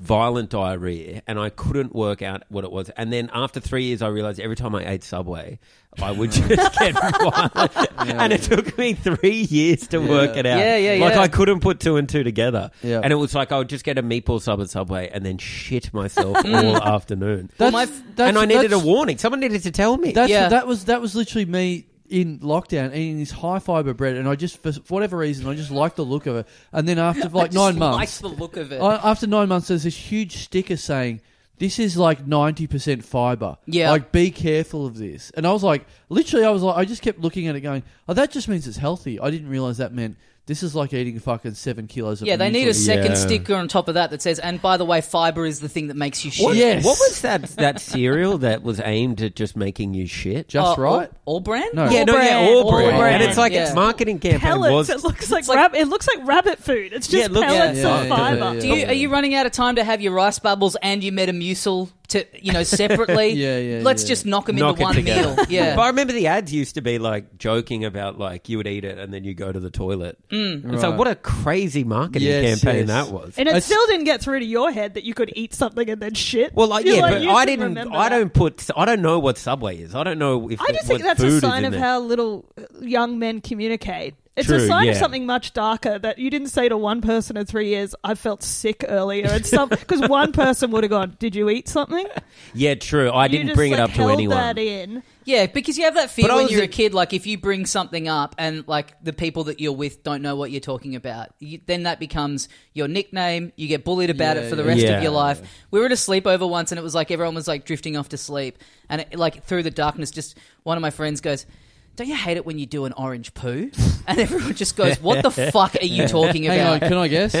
violent diarrhea and I couldn't work out what it was. And then after three years, I realized every time I ate Subway, I would just get violent. And it took me three years to work it out. Yeah, yeah, Like yeah. I couldn't put two and two together. Yeah. And it was like I would just get a meatball sub at Subway and then shit myself all afternoon. That's, my- that's, and I needed a that's- warning. Someone needed to tell me. That's Yeah. that was that was literally me in lockdown eating this high fiber bread, and I just for whatever reason I just liked the look of it. And then after like Just nine like months, the look of it. I, after nine months, there's this huge sticker saying. This is like ninety percent fiber. Yeah. like be careful of this. And I was like, literally, I was like, I just kept looking at it, going, "Oh, that just means it's healthy." I didn't realize that meant this is like eating fucking seven kilos of. yeah, they need a noodles. second Yeah. sticker on top of that that says, "And by the way, fiber is the thing that makes you shit." What, Yes. what was that that cereal that was aimed at just making you shit? Oh, just all- right. All, brand? No. yeah, no, yeah, all All brand. brand, And it's like its yeah. marketing campaign pellets. was It looks like, like- rab- it looks like rabbit food. It's just Yeah, it looks- pellets Yeah, yeah, of yeah, fiber. Do you, are you running out of time to have your rice bubbles and your metamucil to you know separately? Yeah, yeah, Let's yeah. just knock them knock into it one together. meal. Yeah, But I remember the ads used to be like joking about like you would eat it and then you go to the toilet. Mm. It's like Right. what a crazy marketing Yes, yes. campaign that was. And it It's- still didn't get through to your head that you could eat something and then shit. well, like, You're yeah, but you I can didn't. remember I that. don't put. I don't know what Subway is. I don't know if. I just what think that's food a is sign in of there. how little uh, young men communicate. It's a True, sign of yeah. something much darker that you didn't say to one person in three years. I felt sick earlier, and some because one person would have gone, "Did you eat something?" Yeah, true. I You didn't just, bring like, it up to held anyone. That in. Yeah, because you have that fear But I when was you're a in- kid. Like, if you bring something up and like the people that you're with don't know what you're talking about, you, then that becomes your nickname. You get bullied about Yeah, it for the yeah, rest yeah. of your life. We were at a sleepover once, and it was like everyone was like drifting off to sleep, and it, like through the darkness, just one of my friends goes. Don't you hate it when you do an orange poo? And everyone just goes, "What the fuck are you talking Hang on, about?" can I guess?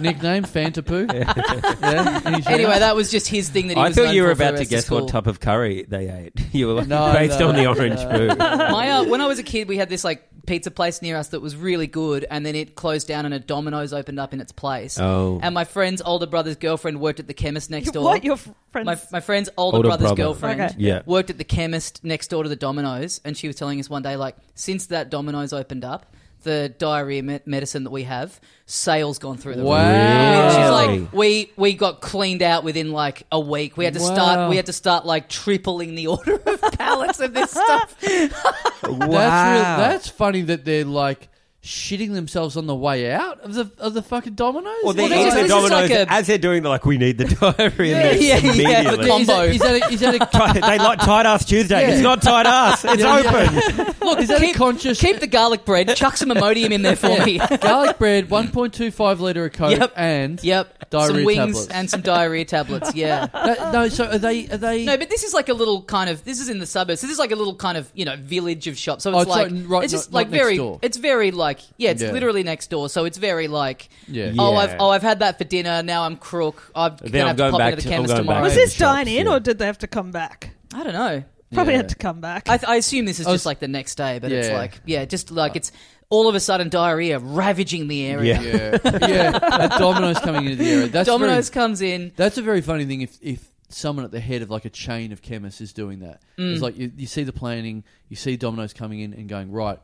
Nickname Fanta Poo. yeah. any chance? Anyway, that was just his thing that he I was thought known you were for for the about to rest of guess school. what type of curry they ate. You were like, No, based no, on the no. orange poo. My, uh, when I was a kid, we had this like pizza place near us that was really good, and then it closed down, and a Domino's opened up in its place. Oh. And my friend's older brother's girlfriend worked at the chemist next door. What your friends? my, my friend's older, Older brother's brother. girlfriend Okay. Yeah. worked at the chemist next door to the Domino's, and she was telling us one day, like, since that Domino's opened up, the diarrhea me- medicine that we have, sales gone through the roof. Wow. She's Really? like, we we got cleaned out within like a week. We had to start. Wow. We had to start like tripling the order of pallets of this stuff. wow. That's real, that's funny that they're like shitting themselves on the way out of the of the fucking Dominoes. well, they Well, this eat the is- this is like dominoes a- as they're doing. They're like, we need the diarrhea. Yeah, medicine yeah, yeah. immediately." But is that, is that a, is that a, Tight- they like tight ass Tuesday. Yeah. It's not tight ass. It's Yeah, yeah. open. Look, is that keep, a conscious keep the garlic bread. Chuck some Imodium in there for me. garlic bread, one point two five liter of coke, Yep. and Yep, some Diarrhea wings tablets. and some diarrhea tablets. Yeah. That- no. So are they? Are they? No, but this is like a little kind of. This is in the suburbs. So this is like a little kind of you know village of shops. So it's, Oh, it's like like right- it's just not- like not next very. door. It's very like yeah. It's Yeah. literally next door. So it's very like yeah. Yeah. oh I've oh I've had that for dinner. Now I'm crook. I'm gonna I'm have to going pop back into the to- I'm chemist going back tomorrow. was to- this dine Shops, in, yeah. or did they have to come back? I don't know. Probably Yeah. had to come back. I, th- I assume this is I just was- like the next day, but it's Yeah. like yeah, just like it's all of a sudden diarrhea ravaging the area. Yeah. Yeah, yeah. A Domino's coming into the area. That's very- Domino's comes in. That's a very funny thing if if someone at the head of like a chain of chemists is doing that. Mm. It's like you, you see the planning, you see Domino's coming in and going right,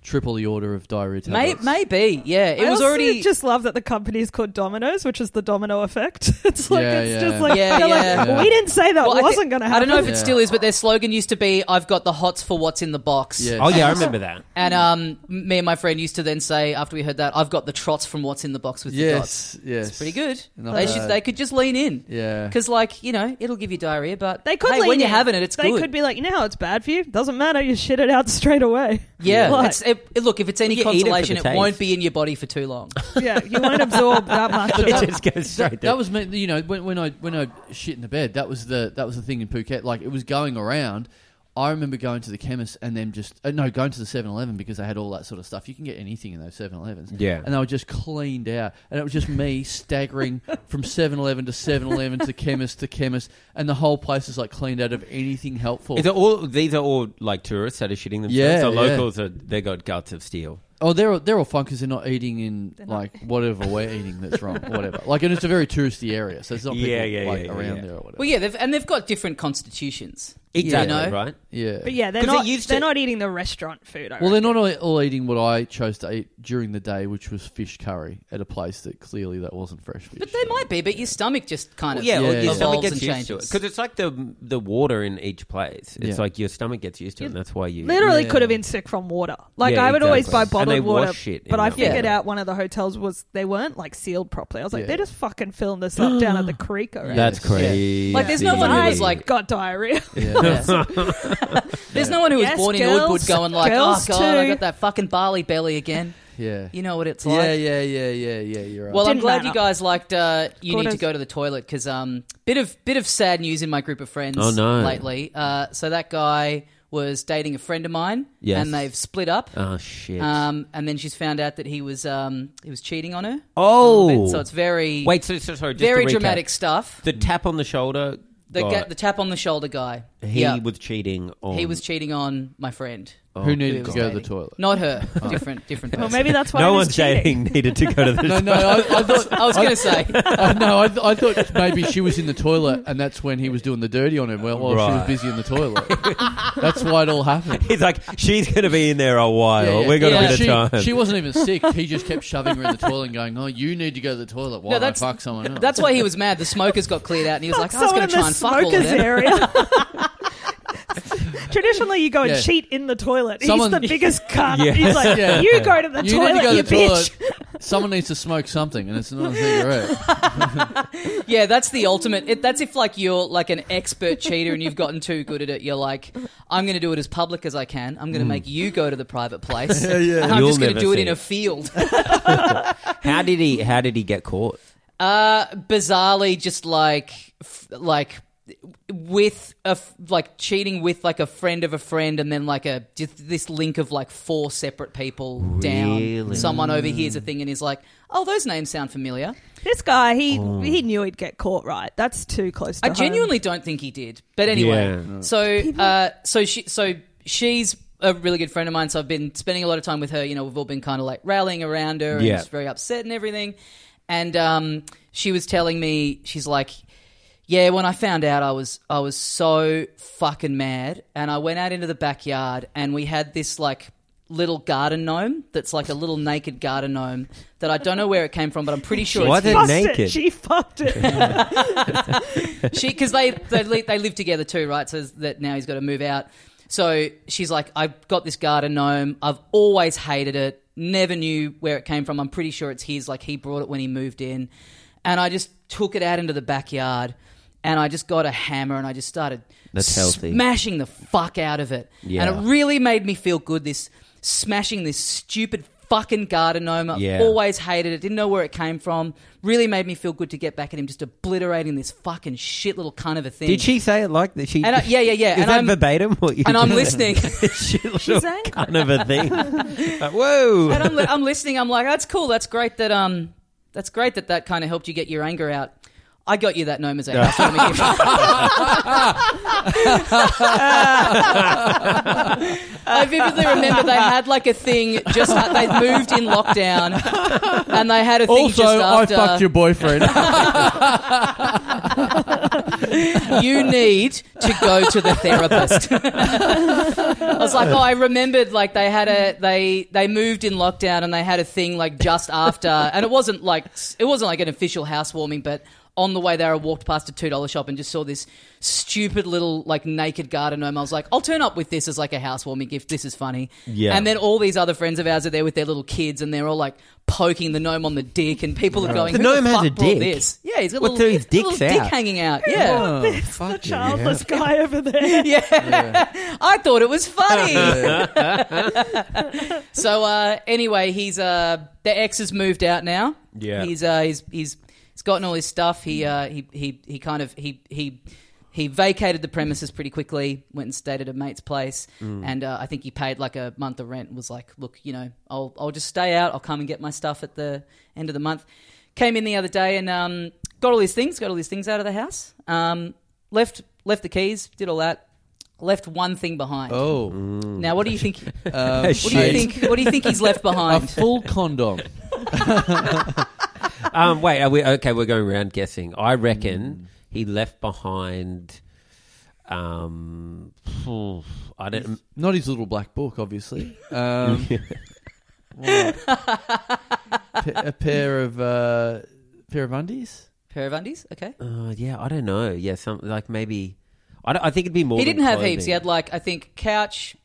triple the order of diarrhea May- tablets. maybe yeah. It I was also already just love that the company is called Domino's, which is the domino effect. It's like Yeah, it's yeah. just like, Yeah, they're like, yeah. we didn't say that Well, I thi- wasn't going to happen. I don't know if it Yeah. still is, but their slogan used to be "I've got the hots for what's in the box." Yeah. Oh yeah, I remember that. And um, me and my friend used to then say after we heard that, "I've got the trots from what's in the box with the dots." yes, yes, It's pretty good. Not they bad. should. They could just lean in Yeah, because, like, you know, it'll give you diarrhea, but They could hey, lean when you're in. having it, it's they good. could be like, you know, how it's bad for you. Doesn't matter. You shit it out straight away. yeah. Like, It's, it, it- look, if it's any Well, you eat it for consolation, it, the won't taste. be in your body for too long. yeah, you won't absorb that much. Of It it. just goes straight that, there. that was me. You know, when, when I when I shit in the bed, that was the that was the thing in Phuket. Like it was going around. I remember going to the chemist and them just uh, no going to the 7-Eleven because they had all that sort of stuff. You can get anything in those 7-Elevens. Yeah. and they were just cleaned out, and it was just me staggering from 7-Eleven to 7-Eleven to chemist to chemist, and the whole place is like cleaned out of anything helpful. Is it all these are all like tourists that are shitting themselves? Yeah, the yeah. locals are they got guts of steel. Oh, they're all- they're all fine because they're not eating in not- like whatever we're eating that's wrong, or whatever. Like, and it's a very touristy area, so it's not people Yeah, yeah, like, yeah, yeah, around yeah. there or whatever. well, yeah, they've, and they've got different constitutions. Exactly You know? right. yeah, But yeah, they're 'Cause they not. They used are to- not eating the restaurant food. I Well, they're reckon. not all, all eating what I chose to eat during the day, which was fish curry at a place that clearly that wasn't fresh fish. But they so- might be, but your stomach just kind of yeah, well, or yeah, your yeah. stomach evolves and gets used to it changes. because it's like the the water in each place. Yeah. It's like your stomach gets used to it, and that's why you Literally Yeah. could have been sick from water. Like Yeah, I would always exactly. buy And they bottled wash water, shit in but I that figured water. out one of the hotels was they weren't like sealed properly. I was like, Yeah. they're just fucking filling this up down at the creek. Already. That's Yeah. crazy. Like, there's no one who was like- got diarrhea. Yeah. There's no one who was Yes, born in girls- Woodwood going like, "Oh girls God, I too." got that fucking barley belly again." yeah. You know what it's like. Yeah, yeah, yeah, yeah, yeah. You're right. Well, I'm Didn't glad matter. you guys liked. Uh, you need to Gordo's- go to the toilet because um, bit of bit of sad news in my group of friends. Oh, no. Lately, uh, so that guy was dating a friend of mine, Yes. and they've split up. oh shit. Um, and then she's found out that he was um, he was cheating on her. oh, so it's very wait. So, so sorry. Just very to recap. dramatic stuff. The tap on the shoulder. The, guy- ga- the tap on the shoulder guy. he Yeah. was cheating on. he was cheating on my friend. Who who needed to was go to the dating. toilet? Not her. Different different person. Well, maybe that's why no he was one's dating needed to go to the. No, no, I, I thought. I was going to say. I, no, I, th- I thought maybe she was in the toilet, and that's when he was doing the dirty on her. Well, while she was Right. busy in the toilet, that's why it all happened. He's like, she's going to be in there a while. Yeah, yeah. We've got Yeah. a bit she, of time. she wasn't even sick. He just kept shoving her in the toilet and going, "Oh, you need to go to the toilet while I that's- fuck someone else." That's why he was mad. The smokers got cleared out, and he was like, "I was Someone going to try in the and fuck all of smokers them." area. Traditionally, you go and Yeah. cheat in the toilet. Someone- He's the biggest cunt. Yeah. He's like, Yeah. you go to the You toilet, need to go to you the bitch. toilet. Someone needs to smoke something, and it's not a cigarette. Yeah, that's the ultimate. It, that's if like you're like an expert cheater and you've gotten too good at it. You're like, I'm going to do it as public as I can. I'm going to make you go to the private place. yeah. And I'm You'll just going to never do it see in it. a field. How did he? How did he get caught? Uh, bizarrely, just like f- like with a f- like cheating with like a friend of a friend, and then like a just this link of like four separate people down. Really? Someone overhears a thing and is like, "Oh, those names sound familiar." This guy, he Oh. he knew he'd get caught. Right, that's too close. To I home. genuinely don't think he did, but anyway. Yeah. So, uh, so she, so she's a really good friend of mine. So I've been spending a lot of time with her. You know, we've all been kind of like rallying around her, and Yeah. she's very upset and everything. And um, she was telling me, she's like, "Yeah, when I found out, I was, I was so fucking mad, and I went out into the backyard, and we had this like." Little garden gnome that's like a little naked garden gnome that I don't know where it came from, but I'm pretty sure Why it's did- his. Fucked It. naked. She fucked it. she because they they li- they live together too, right? So that now he's got to move out. So she's like, I've got this garden gnome. I've always hated it. Never knew where it came from. I'm pretty sure it's his. Like he brought it when he moved in, and I just took it out into the backyard, and I just got a hammer and I just started That's healthy. smashing the fuck out of it. Yeah. And it really made me feel good. This smashing this stupid fucking garden gnome. I've Yeah. always hated it. Didn't know where it came from. Really made me feel good to get back at him, just obliterating this fucking shit little cunt of a thing. Did she say it like that? She And I- yeah, yeah, yeah. Is And that I'm- verbatim? What you and I'm just listening. said? she She's She's angry. kind of a thing. Like, whoa! and I'm, li- I'm listening. I'm like, that's cool. That's great. That um, that's great that that kind of helped you get your anger out. I got you that gnome as a housewarming gift. I vividly remember they had like a thing just they moved in lockdown and they had a thing Also, just I after fucked your boyfriend. you need to go to the therapist. I was like, oh, I remembered like they had a they they moved in lockdown and they had a thing like just after, and it wasn't like it wasn't like an official housewarming, but. On the way there, I walked past a two dollar shop and just saw this stupid little like naked garden gnome. I was like, "I'll turn up with this as like a housewarming gift. This is funny." Yeah. And then all these other friends of ours are there with their little kids, and they're all like poking the gnome on the dick, and people are going, The "Who the gnome has fuck a brought dick. This? Yeah, he's got a Well, little, so his little dick's dick out. hanging out. Yeah. Oh, fuck the childless guy over there. Yeah. I thought it was funny. so uh, anyway, he's uh, the ex has moved out now. Yeah. He's uh, he's he's he's gotten all his stuff. He uh, he he he kind of he he he vacated the premises pretty quickly. Went and stayed at a mate's place, and uh, I think he paid like a month of rent. and Was like, look, you know, I'll I'll just stay out. I'll come and get my stuff at the end of the month. Came in the other day and um, got all his things. Got all his things out of the house. Um, left left the keys. Did all that. Left one thing behind. Oh, Now, what do you think? What um, do you think? What do you think he's left A behind? full condom. Um, wait, are we okay? We're going around guessing. I reckon he left behind. Um, phew, I don't. Not his little black book, obviously. Um, what? Pa- a pair of uh, pair of undies. Pair of undies. Okay. Uh, yeah, I don't know. Yeah, some like maybe. I, don't- I think it'd be more. He than didn't have clothing. heaps. He had like I think couch,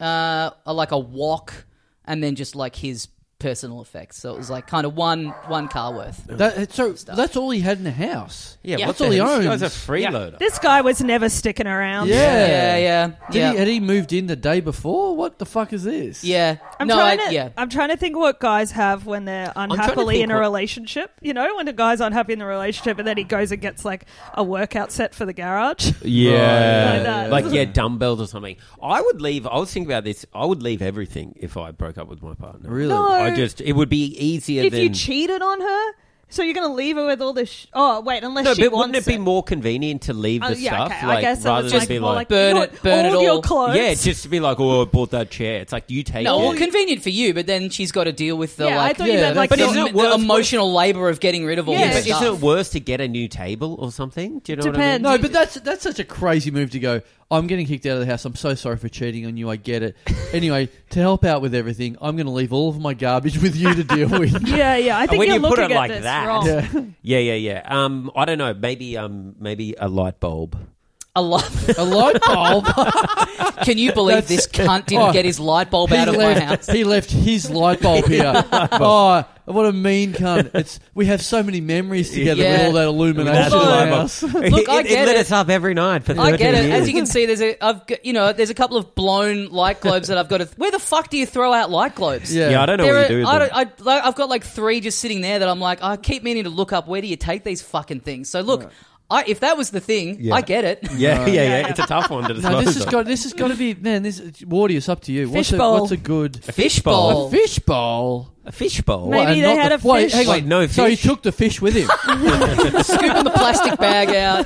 uh, like a walk, and then just like his personal effects. So it was like kind of one one car worth. That, so that's all he had in the house. Yeah, Yeah. what that's the all he hell? owns. This guy's a freeloader. This guy was never sticking around. Yeah. Yeah, yeah, Did yeah. he, had he moved in the day before? What the fuck is this? yeah. I'm no, trying I, to, yeah. I'm trying to think what guys have when they're to unhappily think in a what- relationship. You know, when a guy's unhappy in the relationship and then he goes and gets like a workout set for the garage. Yeah. Like that. like yeah, dumbbells or something. I would leave. I was thinking about this. I would leave everything if I broke up with my partner. Really? No. I just it would be easier if than. you cheated on her, so you're going to leave her with all this. Sh- oh wait, unless no, she but wants wouldn't it be more convenient to leave Oh, the yeah, stuff? okay. Like I guess it rather was than like, be more like, like burn you it- know, burn all it your all. clothes. yeah, just to be like, oh, I bought that chair. It's like you take No, it. well, convenient for you, but then she's got to deal with the Yeah, I like. thought you yeah, meant like. but that's- the- But isn't isn't it it the worth- emotional labor of getting rid of all Yeah, Yeah, this but stuff? isn't it worse to get a new table or something? Do you know Depends. what No, but that's that's such a crazy move to go. I'm getting kicked out of the house. I'm so sorry for cheating on you. I get it. Anyway, to help out with everything, I'm going to leave all of my garbage with you to deal with. yeah, yeah. I think when you're you put it looking at like this that- wrong. Yeah. I mean? Yeah, yeah, yeah. Um, I don't know. Maybe, um, maybe a light bulb. a light. A light bulb. Can you believe this cunt didn't Oh. get his light bulb out of he my left, house? He left his light bulb here. oh, what a mean cunt! It's we have so many memories together with Yeah. all that illumination. Although- in our house. Look, I get it it. lit us up every night for 13 I get it. years. As you can see, there's a I've got, you know there's a couple of blown light globes that I've got. To, where the fuck do you throw out light globes? Yeah. yeah. I don't know There what are, you do with I them. don't, I, like, I've got like three just sitting there that I'm like, I keep meaning to look up. Where do you take these fucking things? So look, I, if that was the thing, Yeah. I get it. yeah, yeah, yeah. It's a tough one to No, dispose this has of. got this has got to be man. This Wardy, it's up to you. What's a, Fishbowl. what's a good Fishbowl. a fish bowl? a fishbowl. Maybe and they not had the- a Wait, fish. hang on. Wait, no So he fish. took the fish with him. Scooping the plastic bag out.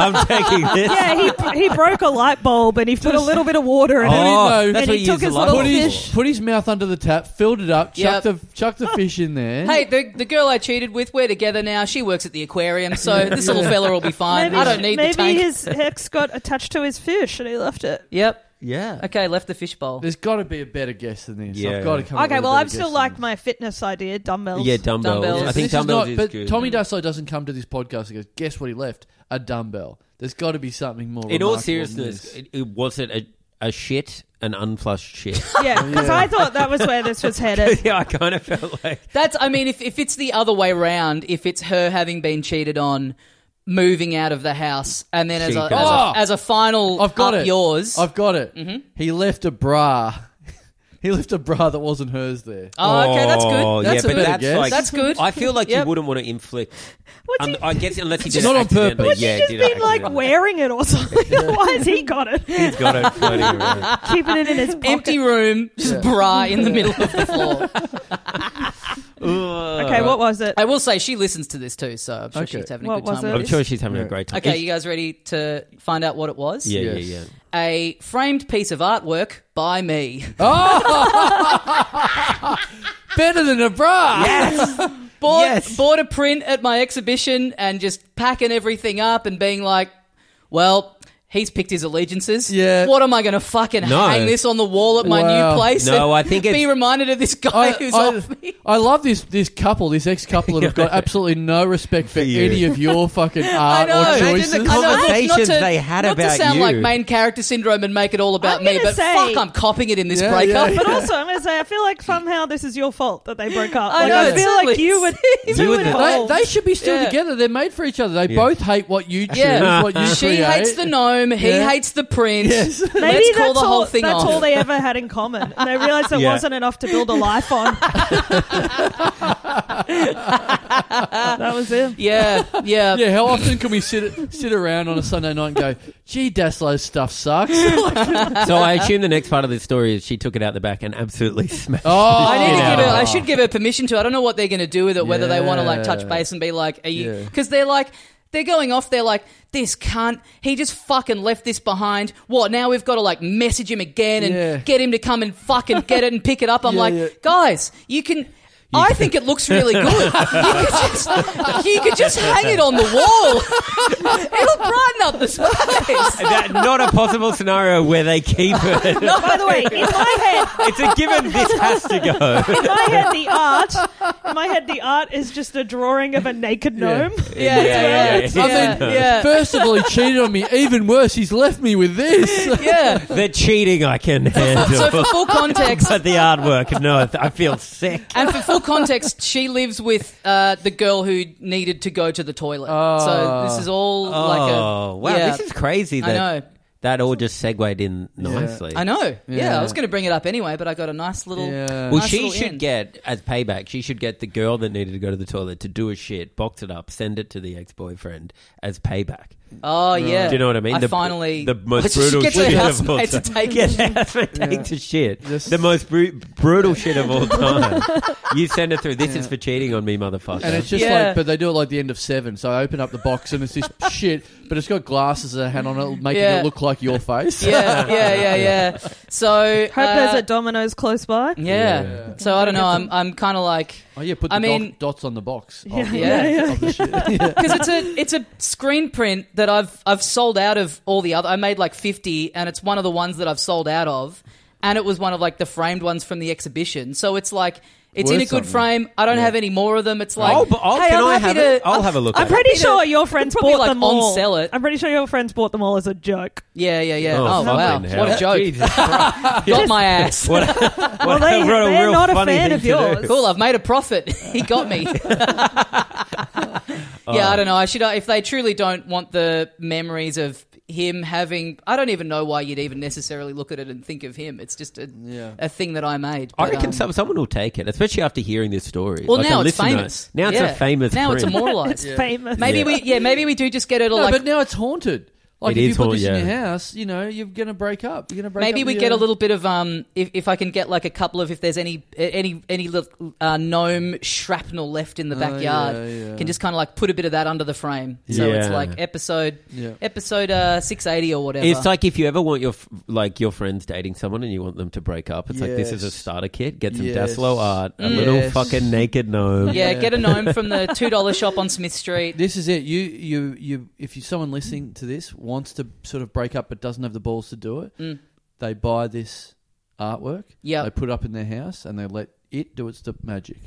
I'm taking this. yeah, he, he broke a light bulb and he put a little bit of water in it. Oh, know. And that's he what you took use the his light little bulb put his for. put his mouth under the tap, filled it up, Yep. chucked the chucked the fish in there. hey, the, the girl I cheated with, we're together now. She works at the aquarium, so this little fella will be fine. Maybe, I don't need maybe the tank. his hex got attached to his fish and he left it. Yep. Yeah. Okay, left the fishbowl. there's got to be a better guess than this. Yeah. I've got to come. up Okay, with a well, better I'm still guess like than my fitness idea, dumbbells. Yeah, dumbbells. Dumbbells. I this. think This is dumbbells not- is, but good. Tommy Daso doesn't come to this podcast and goes, "Guess what he left? A dumbbell." There's got to be something more. in all remarkable than seriousness, this. it, it, was it a, a shit, an unflushed shit? Yeah, because I thought that was where this was headed. yeah, I kind of felt like That's, I mean, if, if it's the other way round, if it's her having been cheated on, moving out of the house, and then as She a, goes- as, Oh! a, as a final I've got up it. yours. I've got it. Mm-hmm. He left a bra. he left a bra that wasn't hers there. oh, okay, that's Oh, good. That's yeah, a but good that's guess. like- that's good. I feel like Yep. you wouldn't want to inflict. What's un- he, Um, I guess unless he It's did not it on accidentally. purpose. what's Yeah, he just did it been like accidentally. wearing it or something? Why has he got it? He's got it floating around. Keeping it in his pocket. Empty room, just Yeah. bra in the middle of the floor. Okay, what was it? I will say she listens to this too, so I'm sure Okay. she's having a What good was time. with it? I'm this. sure she's having Yeah. a great time. Okay, you guys ready to find out what it was? Yeah, Yes. yeah, yeah. A framed piece of artwork by me. Oh. Better than a bra. bought, Yes. bought a print at my exhibition and just packing everything up and being like, well, he's picked his allegiances. Yeah. What am I going to fucking No. hang this on the wall at my Wow. new place? No, and I think Be it's- reminded of this guy who's off me. I love this this couple, this ex couple that have got absolutely no respect for you. any of your fucking I Uh, art know. or Imagine the choices. I know, look, not conversations to- they had not about to sound you. like main character syndrome and make it all about I'm me, gonna but say- fuck, I'm copying it in this Yeah, breakup. yeah, But also, I'm gonna say I feel like somehow this is your fault that they broke up. I Like, know, I it's feel like totally- you would, You you would would- They, hold. they should be still Yeah. together. They're made for each other. They both hate what you choose, Yeah. what you she create. hates the gnome, he Yeah. hates the print. Yes. Maybe Let's call the that's whole all, thing That's off. all they ever had in common. And they realized there Yeah. wasn't enough to build a life on. that was it. yeah, yeah. Yeah, how often can we sit sit around on a Sunday night and go, "Gee, Daslo's stuff sucks." So I assume the next part of the story is she took it out the back and absolutely smashed. Oh, I need to Yeah. give her. I should give her permission to. I don't know what they're going to do with it. Whether they want to like Yeah. touch base and be like, "Are you?" Yeah. Because they're like, they're going off. They're like, "This cunt. He just fucking left this behind. What? Now we've got to like message him again and Yeah. get him to come and fucking get it and pick it up." I'm Yeah, like, yeah. guys, you can. I think it looks really good. You could, just, you could just hang it on the wall. It'll brighten up the space. That, not a possible scenario where they keep it. No, by the way, in my head, It's a given. This has to go. in my head, the art, in my head, the art is just a drawing of a naked Yeah. gnome. Yeah, yeah, yeah. yeah, I yeah, mean, first of all, he cheated on me. Even worse, he's left me with this. yeah. The cheating I can So for handle, full context, but the artwork, no, I feel sick. And for full context, she lives with uh, the girl who needed to go to the toilet. Oh. so this is all Oh like a wow, yeah. this is crazy. I That know. that all just segued in nicely. I know. Yeah, Yeah. I was going to bring it up anyway, but I got a nice little. Yeah. Well, nice she little should in. get as payback. She should get the girl that needed to go to the toilet to do a shit, box it up, send it to the ex-boyfriend as payback. Oh yeah. Do you know what I mean? I the, finally the I most just brutal get shit the of all time. housemate to take Get it. the housemate to take the shit. This- The most bru- brutal shit of all time. you send it through. This is for cheating on me, motherfucker. And it's just Yeah. like, but they do it like the end of seven. So I open up the box and it's this shit, but it's got glasses and a hand on it, making Yeah. it look like your face. Yeah, yeah, yeah, yeah. So Hope uh, there's a Domino's close by. yeah. Yeah. So I don't know. I'm I'm kind of like Oh yeah, put the I mean- dot, dots on the box. of Yeah. the- Yeah, yeah. of the shit. Yeah. because it's a it's a screen print that I've I've sold out of all the other. I made like fifty, and it's one of the ones that I've sold out of, and it was one of like the framed ones from the exhibition. So it's like It's Worth in a good something. frame. I don't have any more of them. It's like, oh, but I'll, hey, can I'm I happy have to. it? I'll have a look. I'm at it. pretty Peter- sure your friends probably, bought like, them all. on-sell it. I'm pretty sure your friends bought them all as a joke. yeah, yeah, yeah. Oh, Oh, fucking wow, hell. what a joke! Jesus Christ. Got my ass. Well, they, what a they're real not a funny fan thing of to do. yours. cool. I've made a profit. he got me. yeah, Oh. I don't know. I should. If they truly don't want the memories of him having, I don't even know why you'd even necessarily look at it and think of him. It's just a Yeah. a thing that I made. I But, reckon um, some, someone will take it, especially after hearing this story. Well, Like, a now it's listener- famous. Now it's Yeah. a famous. Now it's print. immortalized. It's famous. Maybe Yeah. we, yeah, maybe we do just get it. a No, like, but now it's haunted. Like It if is you put haunted, this in your yeah. house, you know you're gonna break up. You're gonna break. maybe up we your- get a little bit of um. If, if I can get like a couple of, if there's any any any little uh, gnome shrapnel left in the Oh, backyard, yeah, yeah. can just kind of like put a bit of that under the frame. So it's Yeah. like episode Yeah. episode uh, six eighty or whatever. It's like if you ever want your f- like your friends dating someone and you want them to break up, it's like this is a Yes. starter kit. Get some Yes. Daslo art, a Mm. little Yes. fucking naked gnome. yeah, Yeah. get a gnome from the two dollar shop on Smith Street. This is it. You, you, you. If you, someone listening to this wants to sort of break up but doesn't have the balls to do it, Mm. they buy this artwork. Yep. They put it up in their house and they let it do its the magic.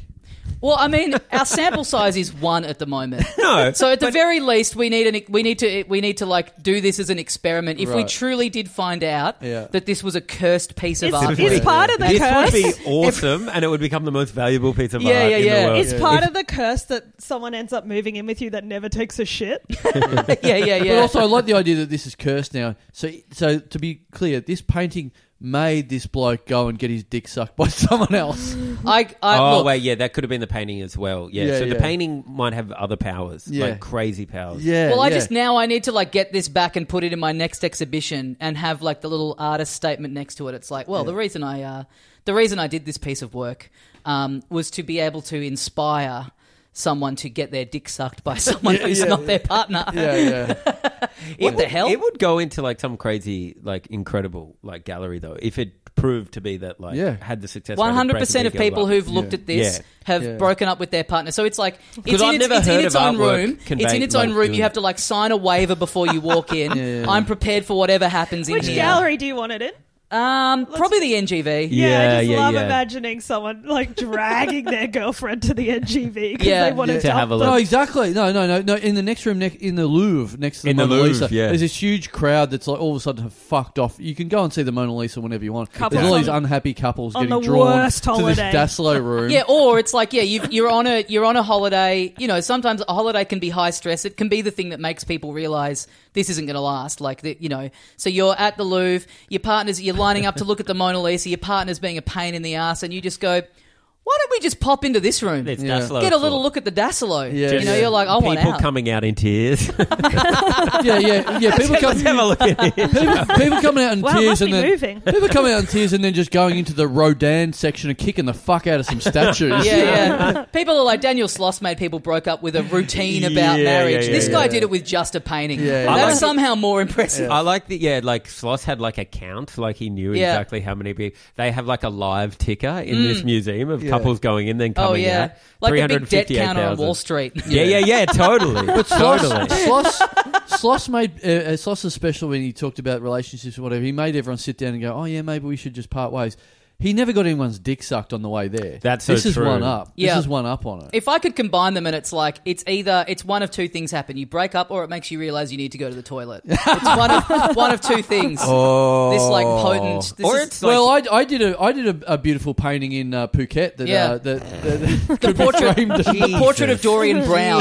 Well, I mean, our sample size is one at the moment. No, So at the very least, we need an we need to we need to like do this as an experiment. If we Right. truly did find out Yeah. that this was a cursed piece of It's- artwork, it's part of the this would curse. be awesome, and it would become the most valuable piece of Yeah, art yeah, in yeah. the world. It's part of the curse that someone ends up moving in with you that never takes a shit. yeah, yeah, yeah. But also, I like the idea that this is cursed now. So, so to be clear, this painting made this bloke go and get his dick sucked by someone else. I, I oh look, wait, yeah, that could have been the painting as well. Yeah, Yeah, so the yeah. painting might have other powers, Yeah. like crazy powers. Yeah. Well, I yeah. just now I need to like get this back and put it in my next exhibition and have like the little artist statement next to it. It's like, well, the reason I uh, the reason I did this piece of work um, was to be able to inspire someone to get their dick sucked by someone Yeah, who's yeah. not their partner. Yeah, yeah. What the hell? It would go into like some crazy, like incredible, like gallery though, if it proved to be that like Yeah. had the success. rate One hundred percent of breaking big people girls up. who've looked Yeah. at this Yeah. have Yeah. broken up with their partner. So it's like it's Because in I've its, never it's in heard its of own artwork room. It's in conveying, its own like, room. You doing have that. to like sign a waiver before you walk in. yeah, yeah. I'm prepared for whatever happens in Which here. gallery do you want it in? Um, probably the NGV. Yeah, I just yeah, love yeah. imagining someone like dragging their girlfriend to the NGV because Yeah. they want Yeah. to To dump have a them. look. No, exactly. No, no, no, no. In the next room, next in the Louvre, next to the In the Mona Louvre, Lisa, yeah. there's this huge crowd that's like all of a sudden have fucked off. You can go and see the Mona Lisa whenever you want. Couples there's all these on- unhappy couples on getting the drawn worst to holiday. this Daslo room. Yeah, or it's like yeah, you've, you're on a you're on a holiday. You know, sometimes a holiday can be high stress. It can be the thing that makes people realize this isn't going to last. Like the, you know, so you're at the Louvre, your partners, you're lining up to look at the Mona Lisa, your partner's being a pain in the ass, and you just go, why don't we just pop into this room, It's Yeah. Daslo get a little for look at the Dassilo? Yeah, you know, yeah. you're like, I want people out. coming out in tears. yeah, yeah, yeah. People Let's come. have a look at it. People, people coming out in Wow, it tears must be and then moving. people coming out in tears and then just going into the Rodin section and kicking the fuck out of some statues. yeah, yeah. People are like Daniel Sloss made people broke up with a routine about Yeah, marriage. yeah, this yeah, guy yeah. did it with just a painting. Yeah, That's yeah. I like- somehow more impressive. I like that. Yeah, like Sloss had like a count, like he knew Yeah. Mm. exactly how many people. They have like a live ticker in this museum of Yeah. couples going in, then Oh coming yeah, out. like the big debt counter on 358,000. Wall Street. Yeah, yeah, yeah, totally, Sloss, totally. Sloss, Sloss made uh, uh, Sloss is special when he talked about relationships or whatever. He made everyone sit down and go, "Oh yeah, maybe we should just part ways." He never got anyone's dick sucked on the way there. That's so this is true. one up. Yeah. This is one up on it. If I could combine them, and it's like it's either it's one of two things happen: you break up, or it makes you realize you need to go to the toilet. It's one of one of two things. Oh, This like potent. This or is- it's like, well, I, I did a I did a, a beautiful painting in uh, Phuket that Yeah. uh, that, that, that the portrait, framed as- the portrait of Dorian Brown.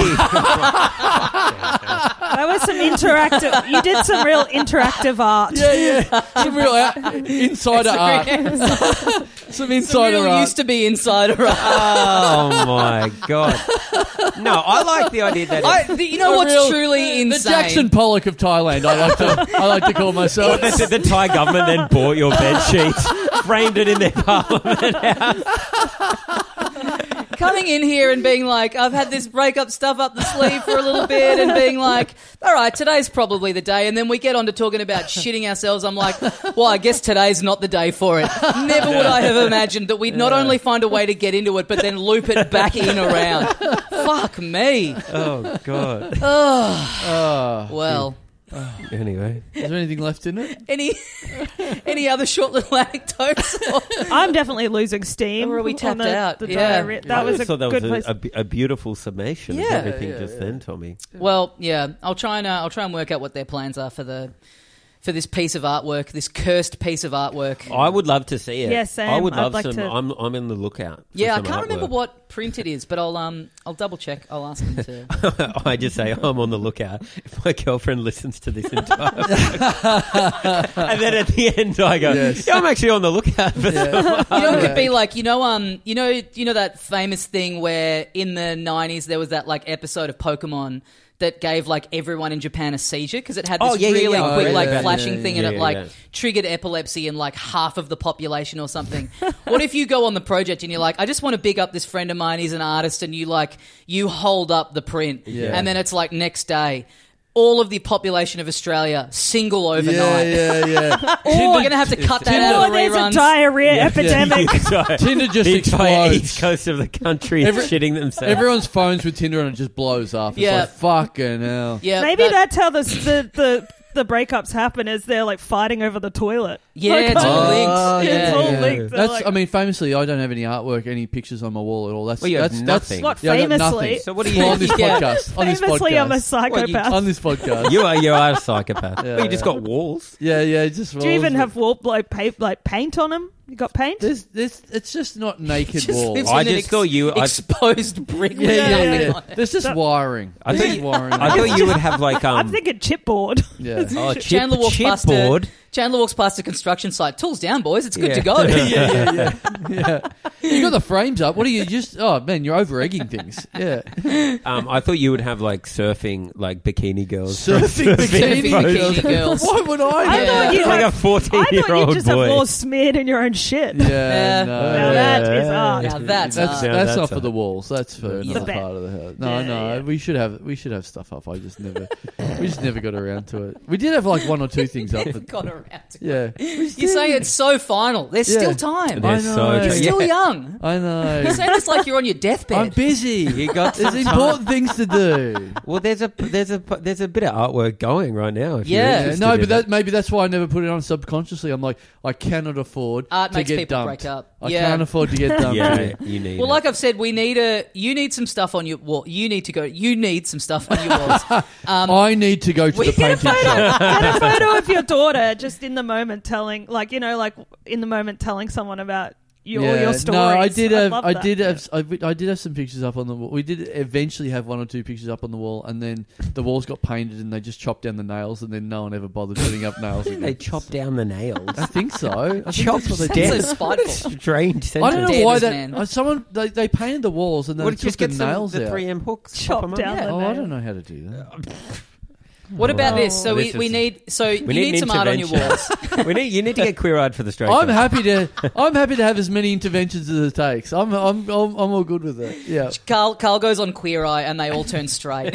That was some interactive. You did some real interactive art. yeah yeah some real out, insider art some insider Real art used to be insider art. oh my god. No, I like the idea that. I, it's- the, you know The what's real- truly the insane? Jackson Pollock of Thailand I like to I like to call myself That's it, the Thai government then bought your bed sheets, framed it in their parliament. coming in here and being like, I've had this breakup stuff up the sleeve for a little bit, and being like, all right, today's probably the day. And then we get on to talking about shitting ourselves. I'm like, well, I guess today's not the day for it. Never would I have imagined that we'd not only find a way to get into it, but then loop it back in around. Fuck me. Oh god. Oh, Well, Anyway, Is there anything left in it? Any any other short little anecdotes? I'm definitely losing steam. Or are we on tapped the- out? the Yeah. diarrhea. Yeah, That I was a just thought that good was place. a, a, a beautiful summation Yeah, of everything yeah, just yeah. then, Tommy. well, yeah, I'll try and uh, I'll try and work out what their plans are for the for this piece of artwork, this cursed piece of artwork. I would love to see it. Yeah, same. I would I'd love like some. to- I'm I'm in the lookout. for yeah, I some can't remember artwork. what print it is, but I'll um I'll double check. I'll ask them to. I just say I'm on the lookout if my girlfriend listens to this entire. and then at the end, I go, Yes. "Yeah, I'm actually on the lookout for Yeah. You know, it could be like you know, um, you know, you know that famous thing where in the '90s there was that like episode of Pokemon that gave like everyone in Japan a seizure because it had this Oh, yeah, yeah, really yeah, I quick read like about it. flashing Yeah, yeah, thing, yeah, and it yeah, like yeah. triggered epilepsy in like half of the population or something. what if you go on the project and you're like, I just want to big up this friend of mine. He's an artist, and you like you hold up the print, Yeah. and then it's like next day. All of the population of Australia single overnight. yeah, yeah. Or we're gonna have to cut that out Oh, of the there's reruns. a diarrhea epidemic. Sorry. Tinder just the entire explodes. east coast of the country is Every- shitting themselves. Everyone's phones with Tinder and it just blows up. It's Yeah. like fucking hell. yeah, Maybe that- that's how the the. the the breakups happen is they're like fighting over the toilet. Yeah, Like, it's all oh, linked. Ah, yeah, It's all yeah. linked. They're That's. like- I mean, famously, I don't have any artwork, any pictures on my wall at all. That's Well, you have that's nothing. What That's, yeah, I got famously, nothing. So what do Well, on you? this Yeah. podcast. On this famously, podcast. I'm a Well, you- psychopath. on this podcast. you are you are a psychopath. Yeah, Well, you just yeah. got walls. yeah, yeah. it Just Do you even rolls. have wall like paint like paint on them? You got paint? There's, there's, it's just not naked Just walls. lives I in an just thought you- I- exposed brick. Yeah, with yeah, nothing yeah. on it. There's just That- wiring. I There's thought you- wiring. I thought you would have like um. I'm thinking chipboard. yeah. oh, chip, Chandler walks past chipboard. Chandler walks past a construction site. Tools down, boys. It's good Yeah. to go. yeah, yeah, yeah. yeah. You got the frames up. What are you just? Oh man, you're over egging things. Yeah, Um, I thought you would have like surfing, like bikini girls. surfing bikini, bikini girls. girls. Why would I I? Yeah. thought you like a have, I thought you fourteen-year-old boy. just have more smeared in your own shit. Yeah, Yeah. no. Now that is art. Now that's That's, art. Yeah, that's, that's not for art. the walls. That's for Yeah. another The bed. part of the house. No, Yeah, no, yeah. we should have we should have stuff up. I just never we just never got around to it. We did have like one or two things up. But, Got around to yeah, You say it's so final. There's Yeah. still time. I They're so know. You're Yeah. still young. I know. You say this like you're on your I'm deathbed. busy. You got There's some important things to do. Well, there's a there's a there's a bit of artwork going right now. If Yeah. you're Yeah, interested Uh, no, in but it. that maybe that's why I never put it on subconsciously. I'm like, I cannot afford Art to makes get people dumped. break up. I Yeah. can't afford to get dumped. yeah, mate. you need. Well, it. like I've said, we need a. You need some stuff on your wall. You need to go. You need some stuff on your walls. I need to go to we the get a painting shop. Get a photo of your daughter just in the moment telling, like you know, like in the moment telling someone about your Yeah, your stories. No, I did I'd have. love I that. did have. I, w- I did have some pictures up on the wall. We did eventually have one or two pictures up on the wall, and then the walls got painted, and they just chopped down the nails, and then no one ever bothered putting up nails. again. they chop down the nails. I think so. I think Chop that's what they That's so did. spiteful. Strange I sentence. don't Dead know why as that. man. uh, Someone they, they painted the walls and then Well, they took just the get some- nails the out. three M hooks. Chop chop 'em up. down. oh, the I nail. don't know how to do that. What about this? So we, This we is- need. So you need need an some art on your intervention. walls. we need, you need to get queer eyed for the straight. I'm guy. happy to. I'm happy to have as many interventions as it takes. I'm. I'm. I'm, I'm all good with it. Yeah. Carl, Carl goes on Queer Eye and they all turn straight.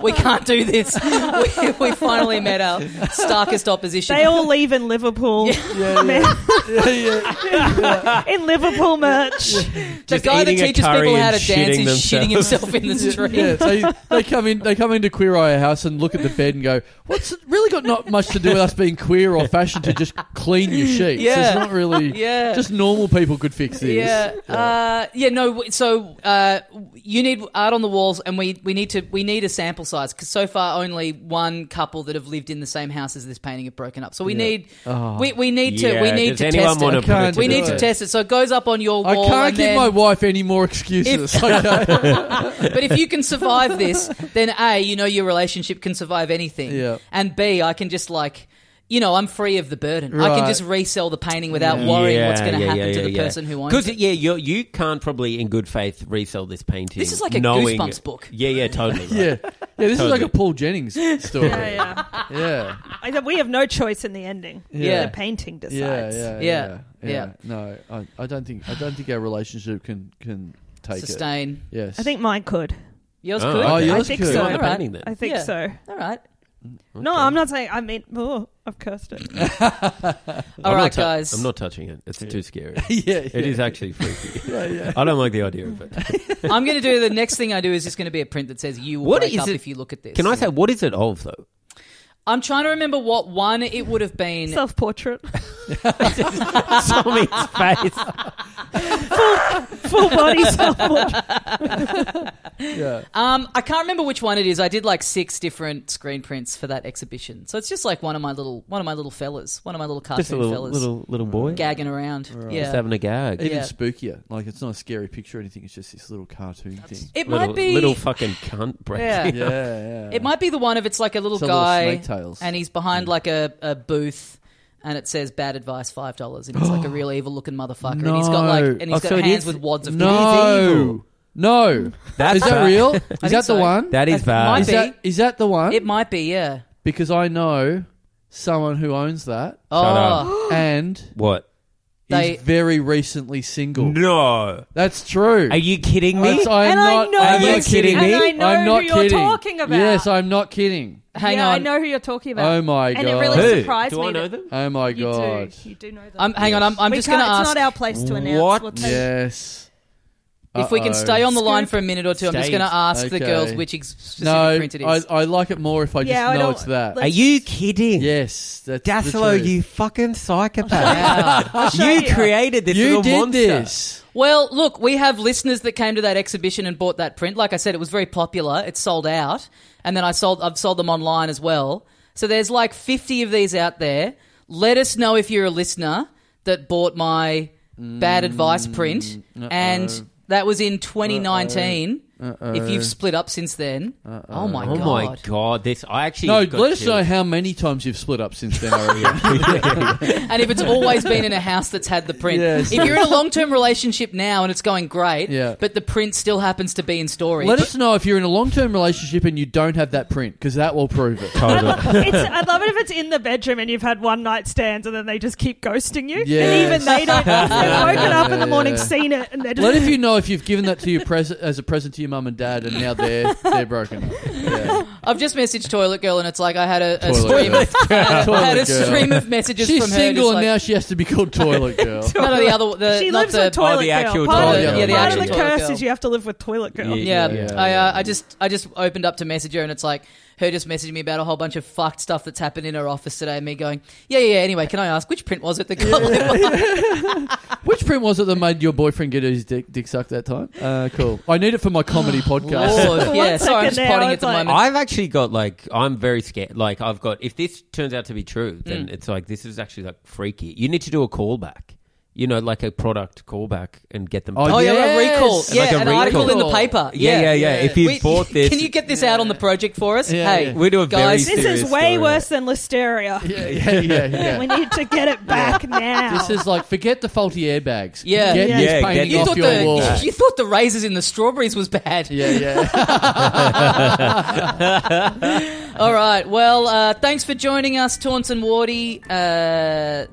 we can't do this. We, we finally met our starkest opposition. They all leave in Liverpool. Yeah. Yeah. yeah, yeah. in Liverpool merch. the Just guy that eating a teaches curry people how to and dance shitting is shitting himself in the street. Yeah, They, they come in. They come into Queer Eye House and look at the bed and go, "What's it really got? Not much to do with us being queer or fashion to just clean your sheets. Yeah. It's not really. Yeah. Just normal people could fix this. Yeah, uh, yeah, no. w- So uh, you need art on the walls, and we, we need to we need a sample size because so far only one couple that have lived in the same house as this painting have broken up. So we Yeah. need Oh. we, we need to Yeah, we need does to anyone test wanna it. I can't put We it need do to it. test it. So it goes up on your I wall. can't and give then- my wife any more excuses. okay. But if you can survive this, then A, you know your relationship can survive anything. Yeah. And B, I can just like, you know, I'm free of the burden. I can Right. just resell the painting without worrying what's going to yeah, happen yeah, to the yeah. person who owns 'Cause, it. yeah, you you can't probably in good faith resell this painting. This is like a knowing- Goosebumps book. Yeah, yeah, totally. right. Yeah. Yeah. This is Totally. like a Paul Jennings story. Yeah, yeah. yeah. I said, we have no choice in the ending. Yeah. The painting yeah, decides. yeah, Yeah, yeah, yeah. yeah, No, I, I don't think I don't think our relationship can can take it. Sustain. Yes, I think mine could. Yours Oh, could? Oh, okay. yours I think could. so. On the Alright. painting then. I think Yeah. so. All right. No, I'm not saying. I mean, oh, I've cursed it. All I'm right, not tou- guys. I'm not touching it. It's too scary. yeah, It is actually freaky. Yeah, yeah. I don't like the idea of it. I'm going to do the next thing I do is just going to be a print that says you will What break is up it- if you look at this. Can I say what is it of though? I'm trying to remember what one it would have been. Self portrait. Tommy's face. Full body self portrait. Yeah. Um, I can't remember which one it is. I did like six different screen prints for that exhibition, so it's just like one of my little one of my little fellas, one of my little cartoon Just a little Oh, fellas, little little boy. gagging around. Just Yeah, having a gag. Even Yeah. spookier. Like it's not a scary picture or anything. It's just this little cartoon thing. it little, might be little fucking cunt break. Yeah. Yeah, yeah. It might be the one if it's like a little It's a little guy snake tails. and he's behind like a, a booth and it says bad advice five dollars and he's like a real evil looking motherfucker and he's got like No. and he's Oh, got so it hands is- with wads of no, no. That's is that bad. real? Is that the so. one? That is That bad. might is be. that is that the one? It might be, yeah. because I know someone who owns that Oh, and What? They- is very recently single. No. That's true. Are you kidding me? That's- I'm And I not, know I'm you- not kidding. and I know am not who you're kidding. talking about. Yes, I'm not kidding. hang yeah, on. I know who you're talking about. Oh my And it God. really Who? surprised Do me. I know that- them? Oh my You god. do. You do know them. I'm hang on. I'm, I'm We just can't- going to ask It's not our place to announce. What? We'll take- Yes. if we can Uh-oh. stay on the line Scoop. for a minute or two. I'm just Stay. going to ask the Okay. girls which ex- specific No, print it is. I, I like it more if I just Yeah, I know don't- it's that. like- Are you kidding? yes, that's the Dasilo, truth. you fucking psychopath. Wow. you you. created this you little did monster. this. well, look, we have listeners that came to that exhibition and bought that print. Like I said, it was very popular. It sold out, and then I sold. I've sold them online as well. So there's like 50 of these out there. Let us know if you're a listener that bought my bad advice print, Mm, uh-oh. and that was in 2019. Uh-oh. If you've split up since then, oh my Oh god! my god! This I actually No, got let us know chills. how many times you've split up since then. I reckon. And if it's always been in a house that's had the print, Yes. if you're in a long-term relationship now and it's going great, Yeah. but the print still happens to be in storage, let us know if you're in a long-term relationship and you don't have that print because that will prove it. it's, I love it if it's in the bedroom and you've had one night stands and then they just keep ghosting you. Yes. And even they don't. Yeah. They've woken up in the morning, Yeah. seen it, and they're just. Let if you know if you've given that to your pres- as a present to your mum and dad, and now they're they're broken. up. Yeah. I've just messaged Toilet Girl, and it's like I had a, a Toilet stream. Girl. Of, I had a Toilet Girl. stream of messages She's from her. single, just and like, now she has to be called Toilet Girl. no, no, the other, the, she not lives the, with toilet Oh, the girl. actual part toilet of, girl. yeah, the, part of the actual toilet curse girl. is you have to live with toilet girl. Yeah. Yeah, Yeah. I, uh, I just, I just opened up to message her, and it's like her just messaging me about a whole bunch of fucked stuff that's happened in her office today, and me going, yeah, yeah. yeah, Anyway, can I ask which print was it? The Which print was it that made your boyfriend get his dick, dick sucked that time? Uh, cool. I need it for my comedy podcast. Lord, One yeah. Sorry, I'm second just now, plotting at it's the like- moment. I've actually got like I'm very scared. Like I've got if this turns out to be true, then it's like this is actually like freaky. You need to do a callback. You know, like a product callback and get them. Oh, Oh yeah. yeah, Yes. a recall. Like Yeah, a an article recall. in the paper. Yeah, yeah, yeah. If you We- bought this- can you get this out on the project for us? Yeah, hey, yeah. We do a very guys. This is Serious way story. worse than listeria. yeah, yeah, yeah. We yeah. need to get it back now. This is like forget the faulty airbags. Yeah. get Yeah, this get painting you off thought your the wall. you thought the raisins in the strawberries was bad. yeah, yeah. All right. Well, uh, thanks for joining us, Taunton Wardy, uh,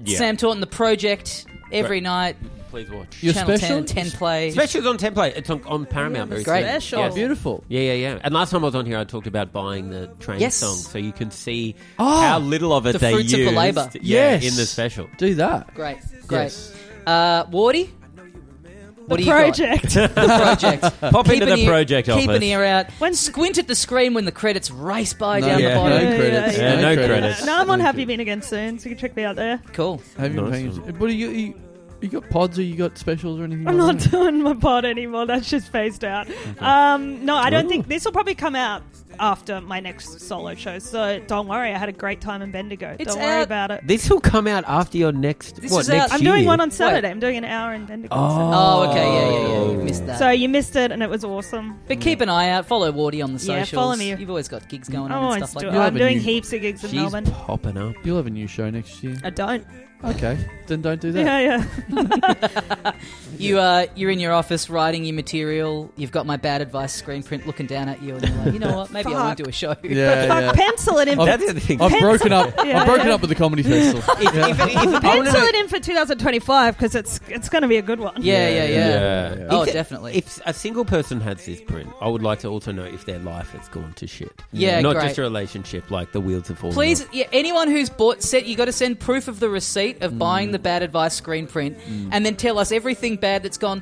Yeah. Sam Taunton, the project every Great. night. Please watch. Your Channel special? 10, 10 play. Specials on template. It's on, on Paramount. very Great. soon. Special. Yes. Beautiful. Yeah, yeah, yeah. And last time I was on here, I talked about buying the train Yes. song, so you can see Oh, how little of it the they fruits of the used. labour. Yeah, Yes. in the special. Do that. Great, great. Yes. Uh, Wardy, what do you got? Project. the project. Pop into an the project Uh, Keep office. an ear out. When- Squint at the screen when the credits race by No, down yeah. the bottom. no credits. Yeah, yeah, no credits. no, I'm on No Have You credits. Been Again soon, so you can check me out there. Cool. Have you been Nice paying? one. attention? What do you, you? You got pods or you got specials or anything? I'm like not that? doing my pod anymore. That's just phased out. Um, no, I don't think this will probably come out after my next solo show. So don't worry. I had a great time in Bendigo. It's don't worry out. about it. This will come out after your next. This what is out- next I'm year? doing one on Saturday. I'm doing an hour in Bendigo. so- Oh, okay, yeah, yeah, yeah. You missed that. Oh. So you missed it, and it was awesome. but keep an eye out. Follow Wardy on the Yeah, socials. follow me. You've always got gigs going on I'm and always stuff like Oh, do- You that. have I'm a doing new- heaps of gigs in She's Melbourne. popping up. You'll have a new show next year. I don't. Okay, then don't do that. Yeah, yeah. You uh, you're in your office writing your material. You've got my bad advice screen print looking down at you, and you're like, you know what? Maybe I won't do a show. Yeah, Fuck, yeah. Oh, pencil it in. I've- That's the thing. I've broken up. Yeah, I've broken yeah. up with the comedy festival. Yeah. pencil it in for 2025 because it's it's going to be a good one. Yeah, yeah, yeah. Yeah. Oh, If it- definitely. If a single person has this print, I would like to also know if their life has gone to shit. Yeah, not great. just a relationship, like the wheels have fallen. Please, off. yeah, anyone who's bought set, you got to send proof of the receipt receipt of buying Mm. the bad advice screen print, and then tell us everything bad that's gone,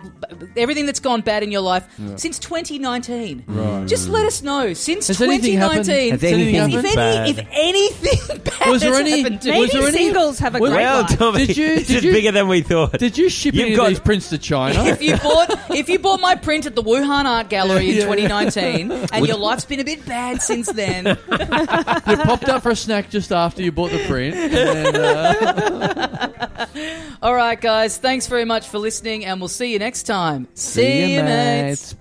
everything that's gone bad in your life since 2019. Mm. Right. Just let us know since Has anything happened? 2019. Has anything if, any, bad? if anything bad Was there has any- happened, was Maybe there any- singles have a Well, great Well, life. Tommy, Did you- this did is you- bigger than we thought. Did you ship You've any got- of these prints to China? if you bought if you bought my print at the Wuhan Art Gallery Yeah, yeah. in 2019, and your life's been a bit bad since then, you popped up for a snack just after you bought the print. And then, uh, All right, guys. Thanks very much for listening, and we'll see you next time. See, you, mates.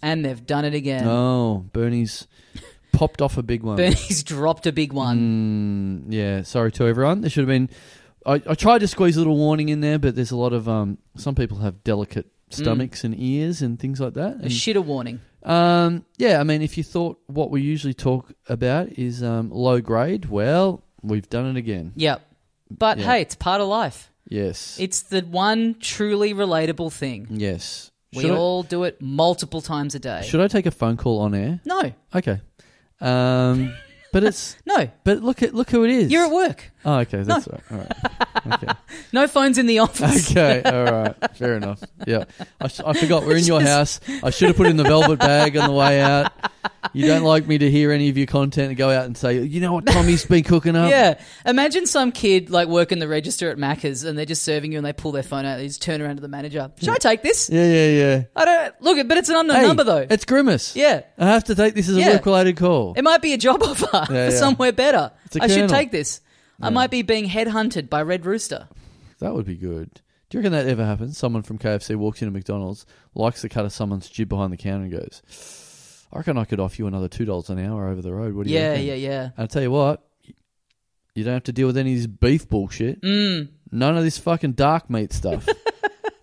And they've done it again. Oh, Bernie's popped off a big one. Bernie's dropped a big one. Mm, yeah, sorry to everyone. There should have been. I, I tried to squeeze a little warning in there, but there's a lot of um. Some people have delicate Mm. stomachs and ears and things like that. A And, shitter warning. um, yeah, I mean, if you thought what we usually talk about is um low grade, well, we've done it again. Yep. But Yeah. hey, it's part of life. Yes. It's the one truly relatable thing. yes. We Mm. should, all do it multiple times a I, day. should I take a phone call on air? No, Okay. Um, but it's no. but look at look who it is. You're at work. Oh, okay, that's all right. All right. Okay. No phones in the office. Okay, all right, fair enough. Yeah, I, sh- I forgot we're in your house. I should have put in the velvet bag on the way out. You don't like me to hear any of your content and go out and say, you know what, Tommy's been cooking up. Yeah. Imagine some kid like working the register at Macca's and they're just serving you and they pull their phone out. They just turn around to the manager. Should I take this? yeah, yeah, yeah. I don't look. But it's an unknown Hey, number though. It's grimace. Yeah. I have to take this as a Yeah. work-related call. It might be a job offer for yeah. somewhere better. It's a I should kernel. take this. I might be being headhunted by Red Rooster. That would be good. Do you reckon that ever happens? Someone from KFC walks into McDonald's, likes the cut of someone's jib behind the counter, and goes, "I reckon I could offer you another two dollars an hour over the road." What do you Yeah, reckon? yeah, yeah. And I tell you what, you don't have to deal with any of this beef bullshit. Mm. None of this fucking dark meat stuff.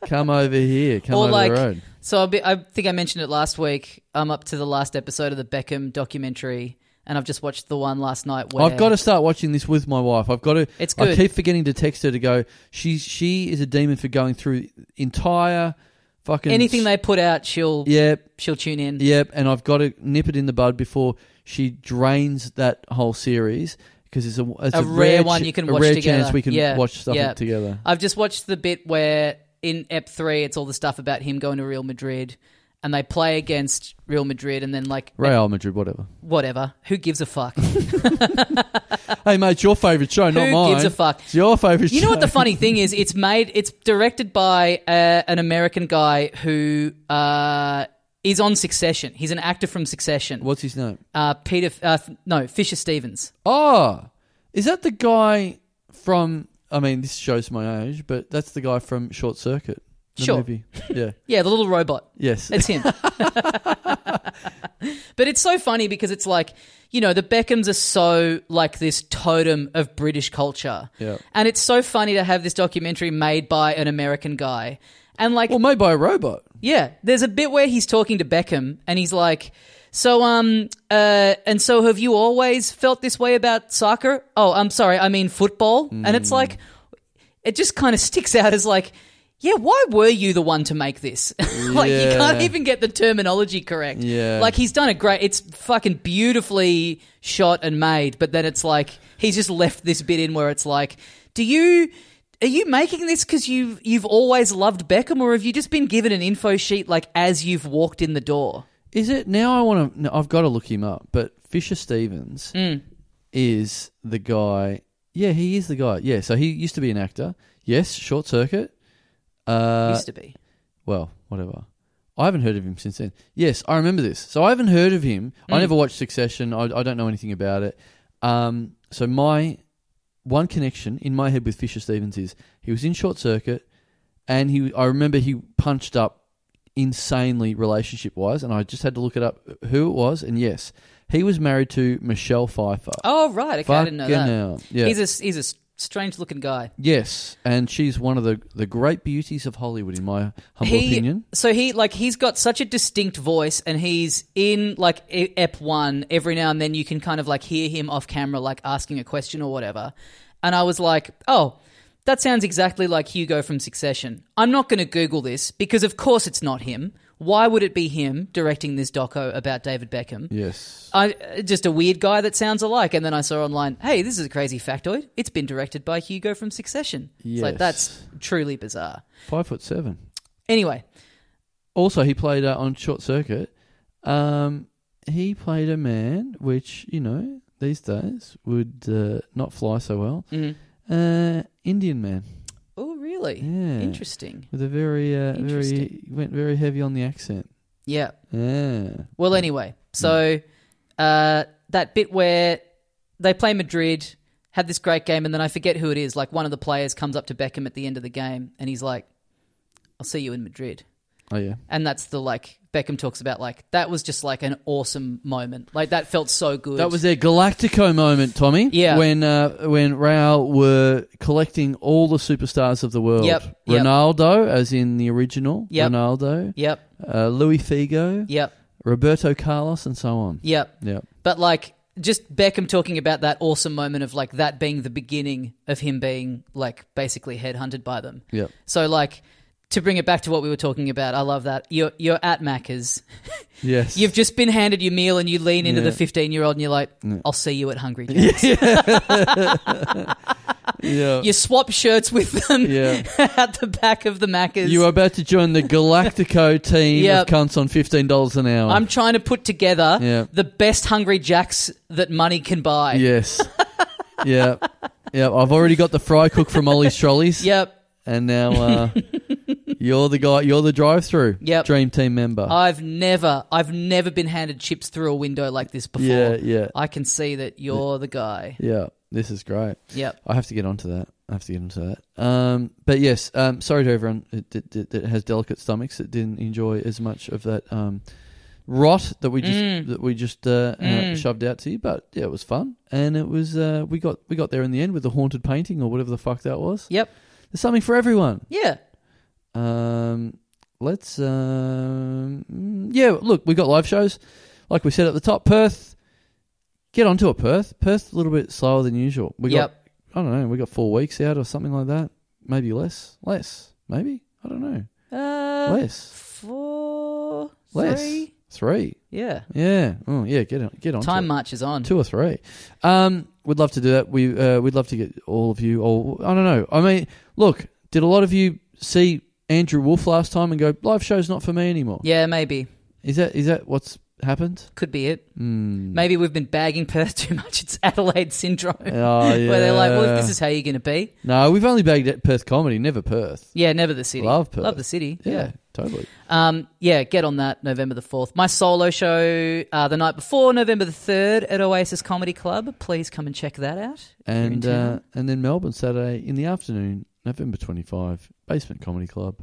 Come over here. Come Or over like- the road. So I'll be, I think I mentioned it last week. I'm up to the last episode of the Beckham documentary, and I've just watched the one last night. Where I've got to start watching this with my wife. I've got to. It's I good. keep forgetting to text her to go. She's she is a demon for going through entire fucking anything they put out. She'll Yep, she'll tune in. yep. And I've got to nip it in the bud before she drains that whole series because it's a it's A a, rare one ch- you can a watch rare together. chance we can Yeah, watch stuff yeah. together. I've just watched the bit where in Ep three, it's all the stuff about him going to Real Madrid, and they play against Real Madrid, and then like Real Madrid, whatever. whatever. Who gives a fuck? Hey mate, it's your favorite show, not Who mine. gives a fuck? It's your favorite. You know what the show. funny thing is? It's made. It's directed by uh, an American guy who uh, is on Succession. He's an actor from Succession. What's his name? Uh, Peter. Uh, th- no, Fisher Stevens. Oh, is that the guy from? I mean, this shows my age, but that's the guy from Short Circuit. The Sure. Movie. Yeah. Yeah, the little robot. Yes. It's him. but it's so funny because it's like, you know, the Beckhams are so like this totem of British culture. Yeah. And it's so funny to have this documentary made by an American guy. And like well, made by a robot. Yeah, there's a bit where he's talking to Beckham and he's like, "So um uh and so have you always felt this way about soccer? Oh, I'm sorry, I mean football." And Hmm. it's like it just kind of sticks out as like yeah, why were you the one to make this? like you Yeah. can't even get the terminology correct. Yeah. Like he's done a great it's fucking beautifully shot and made, but then it's like he's just left this bit in where it's like, do you are you making this because you've you've always loved Beckham, or have you just been given an info sheet like as you've walked in the door? Is it now? I want to. No, I've got to look him up. But Fisher Stevens is the guy. Yeah, he is the guy. Yeah. So he used to be an actor. Yes. Short Circuit. Uh, Used to be. well, whatever. I haven't heard of him since then. Yes, I remember this. So I haven't heard of him. Hmm. I never watched Succession. I, I don't know anything about it. Um, so my one connection in my head with Fisher Stevens is he was in Short Circuit, and he. I remember he punched up insanely relationship wise, and I just had to look it up uh, who it was. And yes, he was married to Michelle Pfeiffer. Oh right, okay, I didn't know that. Fucking hell. Yeah. He's a he's a strange looking guy. yes, and she's one of the the great beauties of Hollywood, in my humble he, opinion. So he like he's got such a distinct voice, and he's in like E- Ep One every now and then. You can kind of like hear him off camera, like asking a question or whatever. And I was like, oh. That sounds exactly like Hugo from Succession. I'm not going to Google this because, of course, it's not him. why would it be him directing this doco about David Beckham? Yes. I uh, just a weird guy that sounds alike, and then I saw online, hey, this is a crazy factoid. It's been directed by Hugo from Succession. It's like Yes. that's truly bizarre. Five foot seven. Anyway, Also, he played uh, on Short Circuit. Um, he played a man, which you know these days would uh, not fly so well. mhm. Uh, Indian man. oh really? Yeah. Interesting. With a very, uh, very Interesting. went very heavy on the accent. Yeah. Yeah. Well, anyway, so uh, that bit where they play Madrid, have this great game, and then I forget who it is. Like one of the players comes up to Beckham at the end of the game, and he's like, "I'll see you in Madrid." Oh yeah. And that's the like Beckham talks about like that was just like an awesome moment. Like that felt so good. That was their Galactico moment, Tommy. Yeah. When uh, when Real were collecting all the superstars of the world. Yep, yep. Ronaldo, as in the original. Yep. Ronaldo. Yep. Uh, Louis Figo. Yep. Roberto Carlos, and so on. Yep. Yep. But like just Beckham talking about that awesome moment of like that being the beginning of him being like basically headhunted by them. Yep. So like to bring it back to what we were talking about, I love that. You're you're at Macca's. Yes. You've just been handed your meal and you lean into Yeah. the 15-year-old and you're like, Yeah. "I'll see you at Hungry Jack's." yeah. You swap shirts with them Yeah. at the back of the Macca's. You are about to join the Galactico team Yep. of cunts on fifteen dollars an hour. I'm trying to put together Yeah. the best Hungry Jacks that money can buy. yes. yeah. Yeah. I've already got the fry cook from Ollie's Trolleys. Yep. And now uh, you're the guy. You're the drive-through. Yep. Dream team member. I've never, I've never been handed chips through a window like this before. yeah. Yeah. I can see that you're the guy. Yeah. This is great. Yep. I have to get onto that. I have to get onto that. Um, but yes, um, sorry to everyone that, that, that- that has delicate stomachs that didn't enjoy as much of that um, rot that we just Mm. that we just uh, uh, Mm. shoved out to you. But yeah, it was fun, and it was uh, we got we got there in the end with the haunted painting or whatever the fuck that was. Yep. There's something for everyone. Yeah. Um, let's um, mm, yeah. Look, we got live shows, like we said at the top. Perth, get onto it. Perth, Perth, a little bit slower than usual. We got yep. I don't know, we got four weeks out or something like that. Maybe less. Less. Maybe. I don't know. uh, Less. Four. Less. Three. Three. Yeah. Yeah. Oh, yeah, get on get on. to Time it. marches on. Two or three. Um we'd love to do that. We uh, we'd love to get all of you all I don't know. I mean, look, did a lot of you see Andrew Wolf last time and go, live show's not for me anymore. Yeah, maybe. Is that is that what's happened? Could be it. Hmm. Maybe we've been bagging Perth too much. It's Adelaide syndrome. Oh, yeah. Where they're like, well, if this is how you're going to be. No, we've only bagged at Perth comedy, never Perth. Yeah, never the city. Love Perth. Love the city. Yeah, yeah. totally. Um, yeah, get on that November the 4th. My solo show uh, the night before, November the 3rd at Oasis Comedy Club. Please come and check that out. if you're in and town. uh, and then Melbourne Saturday in the afternoon, November twenty five, Basement Comedy Club.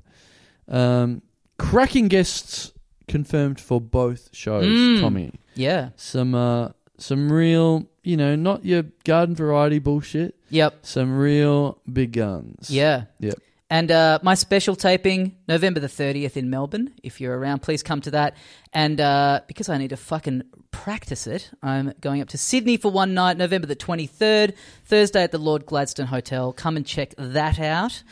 Um, cracking guests confirmed for both shows, Mm. Tommy. yeah. Some uh, some real, you know, not your garden variety bullshit. Yep. Some real big guns. Yeah. Yep. And uh, my special taping, November the 30th in Melbourne. If you're around, please come to that. And uh, because I need to fucking practice it, I'm going up to Sydney for one night, November the 23rd, Thursday at the Lord Gladstone Hotel. Come and check that out.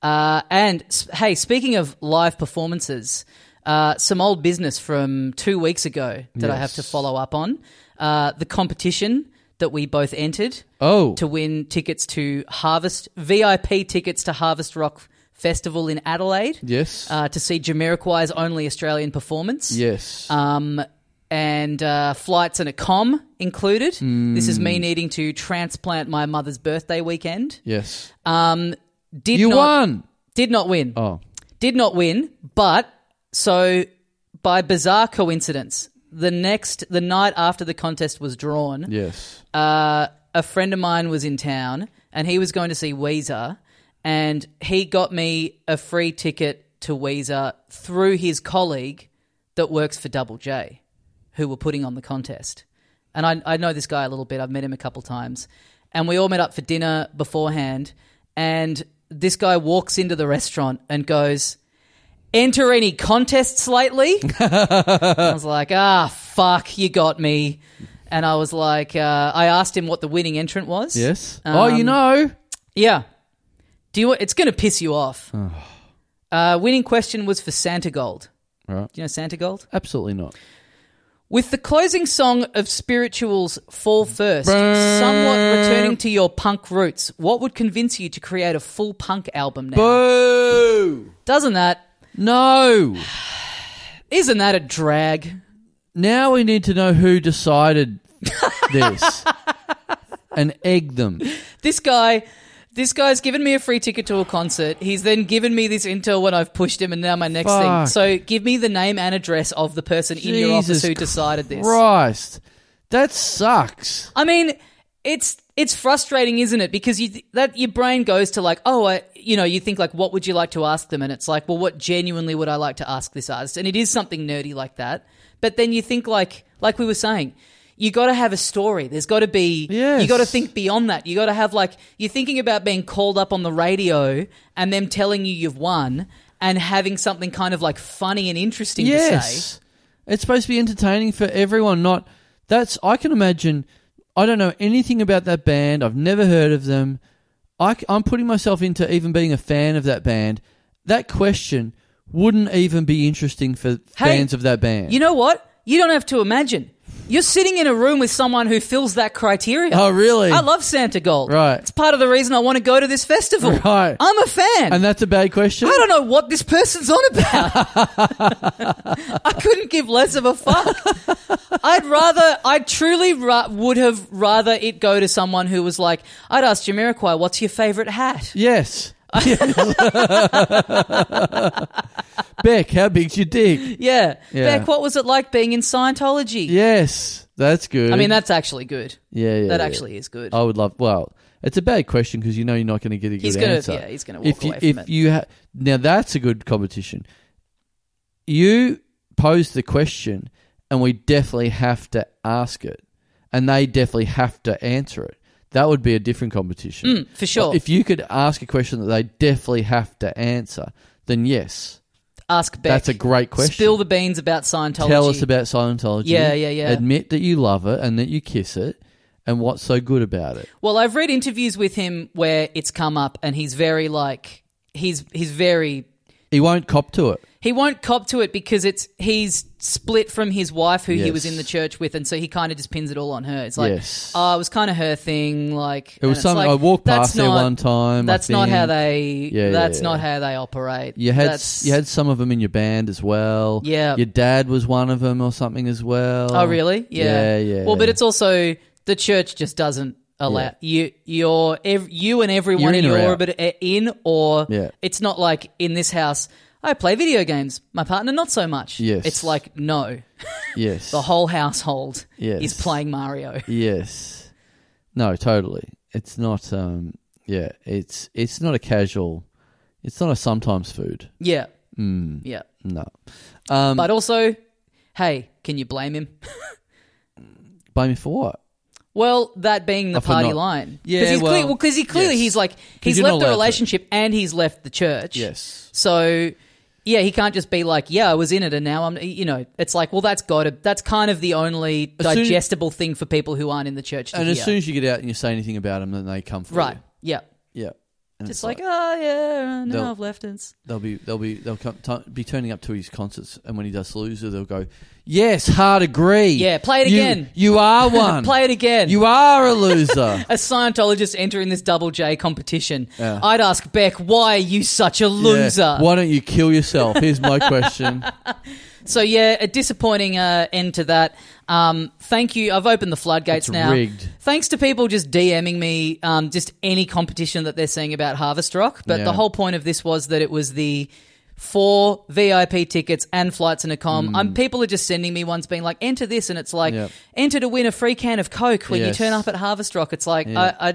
Uh, and s- hey, speaking of live performances, uh, some old business from two weeks ago that I have to Yes. follow up on. Uh, the competition that we both entered Oh, to win tickets to Harvest VIP tickets to Harvest Rock Festival in Adelaide yes, uh, to see Jamiroquai's only Australian performance. yes. Um, and uh, flights and a com included. This is Mm. me needing to transplant my mother's birthday weekend. yes. Um, did You not, won. Did not win. Oh, Did not win. But so by bizarre coincidence, the next the night after the contest was drawn, yes. uh, a friend of mine was in town and he was going to see Weezer, and he got me a free ticket to Weezer through his colleague that works for Double J, who were putting on the contest. And I, I know this guy a little bit, I've met him a couple times. And we all met up for dinner beforehand, and this guy walks into the restaurant and goes, Enter any contests lately? I was like, ah, fuck, you got me. And I was like, uh, I asked him what the winning entrant was. Yes. oh, you Um, know. Yeah. Oh. Do you? It's going to piss you off. uh, winning question was for Santa Gold. Right. Do you know Santa Gold? Absolutely not. With the closing song of Spirituals Fall First, somewhat returning to your punk roots, what would convince you to create a full punk album now? Boo! Doesn't that No. isn't that a drag? Now we need to know who decided this and egg them. This guy this guy's given me a free ticket to a concert. He's then given me this intel when I've pushed him and now my next thing. Fuck. So give me the name and address of the person in your office Jesus who decided this. Christ. That sucks. I mean, it's it's frustrating, isn't it? Because you th- that your brain goes to like, oh, I, you know, you think like, what would you like to ask them? And it's like, well, what genuinely would I like to ask this artist? And it is something nerdy like that. But then you think like, like we were saying. You got to have a story. There's got to be. Yes. You got to think beyond that. You got to have like you're thinking about being called up on the radio and them telling you you've won and having something kind of like funny and interesting to say. Yes. It's supposed to be entertaining for everyone, not that's I can imagine I don't know anything about that band. I've never heard of them. I, am putting myself into even being a fan of that band. That question wouldn't even be interesting for Hey, fans of that band. You know what? You don't have to imagine. You're sitting in a room with someone who fills that criteria. Oh, really? I love Santa Gold. Right. It's part of the reason I want to go to this festival. Right. I'm a fan. and that's a bad question. I don't know what this person's on about. I couldn't give less of a fuck. I'd rather, I truly ra- would have rather it go to someone who was like, I'd ask Jamiroquai, what's your favorite hat? Yes. Beck, how big's your dick? Yeah. Yeah. Beck, what was it like being in Scientology? Yes, that's good. I mean, that's actually good. yeah, yeah, that yeah. Oh, actually is good. I would love. Well, it's a bad question because you know you're not going to get a good He's gonna- answer. yeah, he's gonna walk if you, away from if it. you ha- now that's a good competition. You pose the question, and we definitely have to ask it, and they definitely have to answer it. That would be a different competition Mm, for sure. If you could ask a question that they definitely have to answer, then yes, Ask Beck. that's a great question. Spill the beans about Scientology. Tell us about Scientology. Yeah, yeah, yeah. Admit that you love it and that you kiss it, and what's so good about it. Well, I've read interviews with him where it's come up, and he's very like he's he's very He won't cop to it. he won't cop to it because it's he's split from his wife who he Yes. was in the church with, and so he kind of just pins it all on her. It's like Yes. oh, it was kind of her thing. Like It and was it's something like, I walked that's past there not- one time. I That's not how think. they. Yeah, yeah, that's yeah. not how they operate. You had That's- you had some of them in your band as well. Yeah. your dad was one of them or something as well. Oh, really? Yeah. yeah, yeah. Well, but it's also the church just doesn't allow you. You're ev- you and everyone You're in in or your out. orbit are in, or Yeah. it's not like in this house. I play video games. My partner, not so much. Yes. It's like no, yes, the whole household Yes. is playing Mario. yes, no, totally. It's not. Um, yeah, it's it's not a casual. It's not a sometimes food. yeah. Yeah. No, Hmm. um, But also, hey, can you blame him? blame me for what? Well, that being the Oh, for party not- line, Yeah, he's well, clear, well, 'cause he clearly yes. he's like 'Cause he's you're not left the allowed to. relationship and he's left the church. So yeah, he can't just be like, yeah, I was in it, and now I'm. You know, it's like, well, that's got to. That's kind of the only As soon- digestible thing for people who aren't in the church. To and as hear. soon as you get out and you say anything about them, then they come for right, you. yeah, Yeah, And just it's like, oh yeah, now They'll- I've left it. They'll be they'll be they'll come, tu- be turning up to his concerts, and when he does loser, they'll go, "Yes, hard agree. Yeah, play it You- again. You are one. Play it again. You are a loser. a Scientologist entering this double J competition. Yeah. I'd ask Beck, why are you such a loser? Yeah. Why don't you kill yourself? Here's my question. So yeah, a disappointing uh, end to that. Um, thank you. I've opened the floodgates It's now. rigged. Thanks to people just DMing me um, just any competition that they're seeing about Harvest Rock. But Yeah. the whole point of this was that it was the four VIP tickets and flights and a Hmm. com. Um, people are just sending me ones being like, enter this, and it's like, Yep. enter to win a free can of Coke when Yes. you turn up at Harvest Rock. It's like, Yeah. Hmm. I, I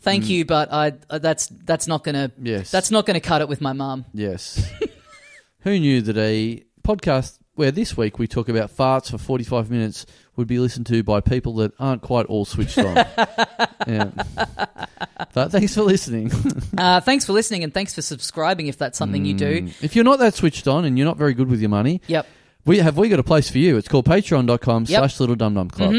thank you, but I uh, that's that's not gonna Yes. that's not gonna cut it with my mum. Yes. Who knew that a podcast where this week we talk about farts for 45 minutes would be listened to by people that aren't quite all switched on? yeah. But thanks for listening. Uh, thanks for listening and thanks for subscribing if that's something you do. if you're not that switched on and you're not very good with your money, Yep. We have we got a place for you. It's called patreon.com Yep. slash little dum dum club.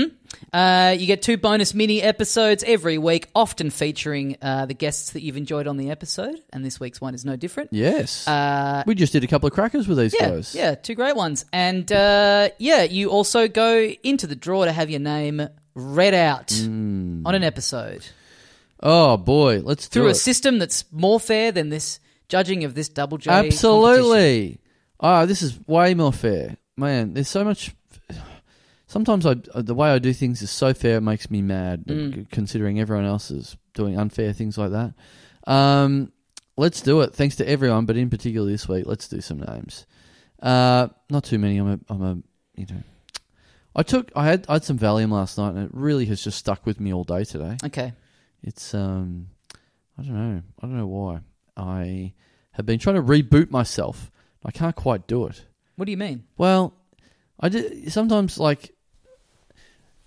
Uh, you get two bonus mini episodes every week, often featuring uh, the guests that you've enjoyed on the episode. And this week's one is no different. Yes. Uh, we just did a couple of crackers with these yeah, guys. yeah, two great ones. And uh, yeah, you also go into the draw to have your name read out on an episode Oh boy, let's do through Mm. it. a system that's more fair than this judging of this double J. competition. Absolutely. Oh, this is way more fair, man. There's so much. Sometimes I uh, the way I do things is so fair it makes me mad, Mm. c- considering everyone else is doing unfair things like that. Um, let's do it. Thanks to everyone, but in particular this week, let's do some names. Uh, not too many. I'm a, I'm a, you know, I took I had I had some Valium last night, and it really has just stuck with me all day today. Okay. It's um, I don't know. I don't know why. I have been trying to reboot myself. I can't quite do it. What do you mean? Well, I do sometimes like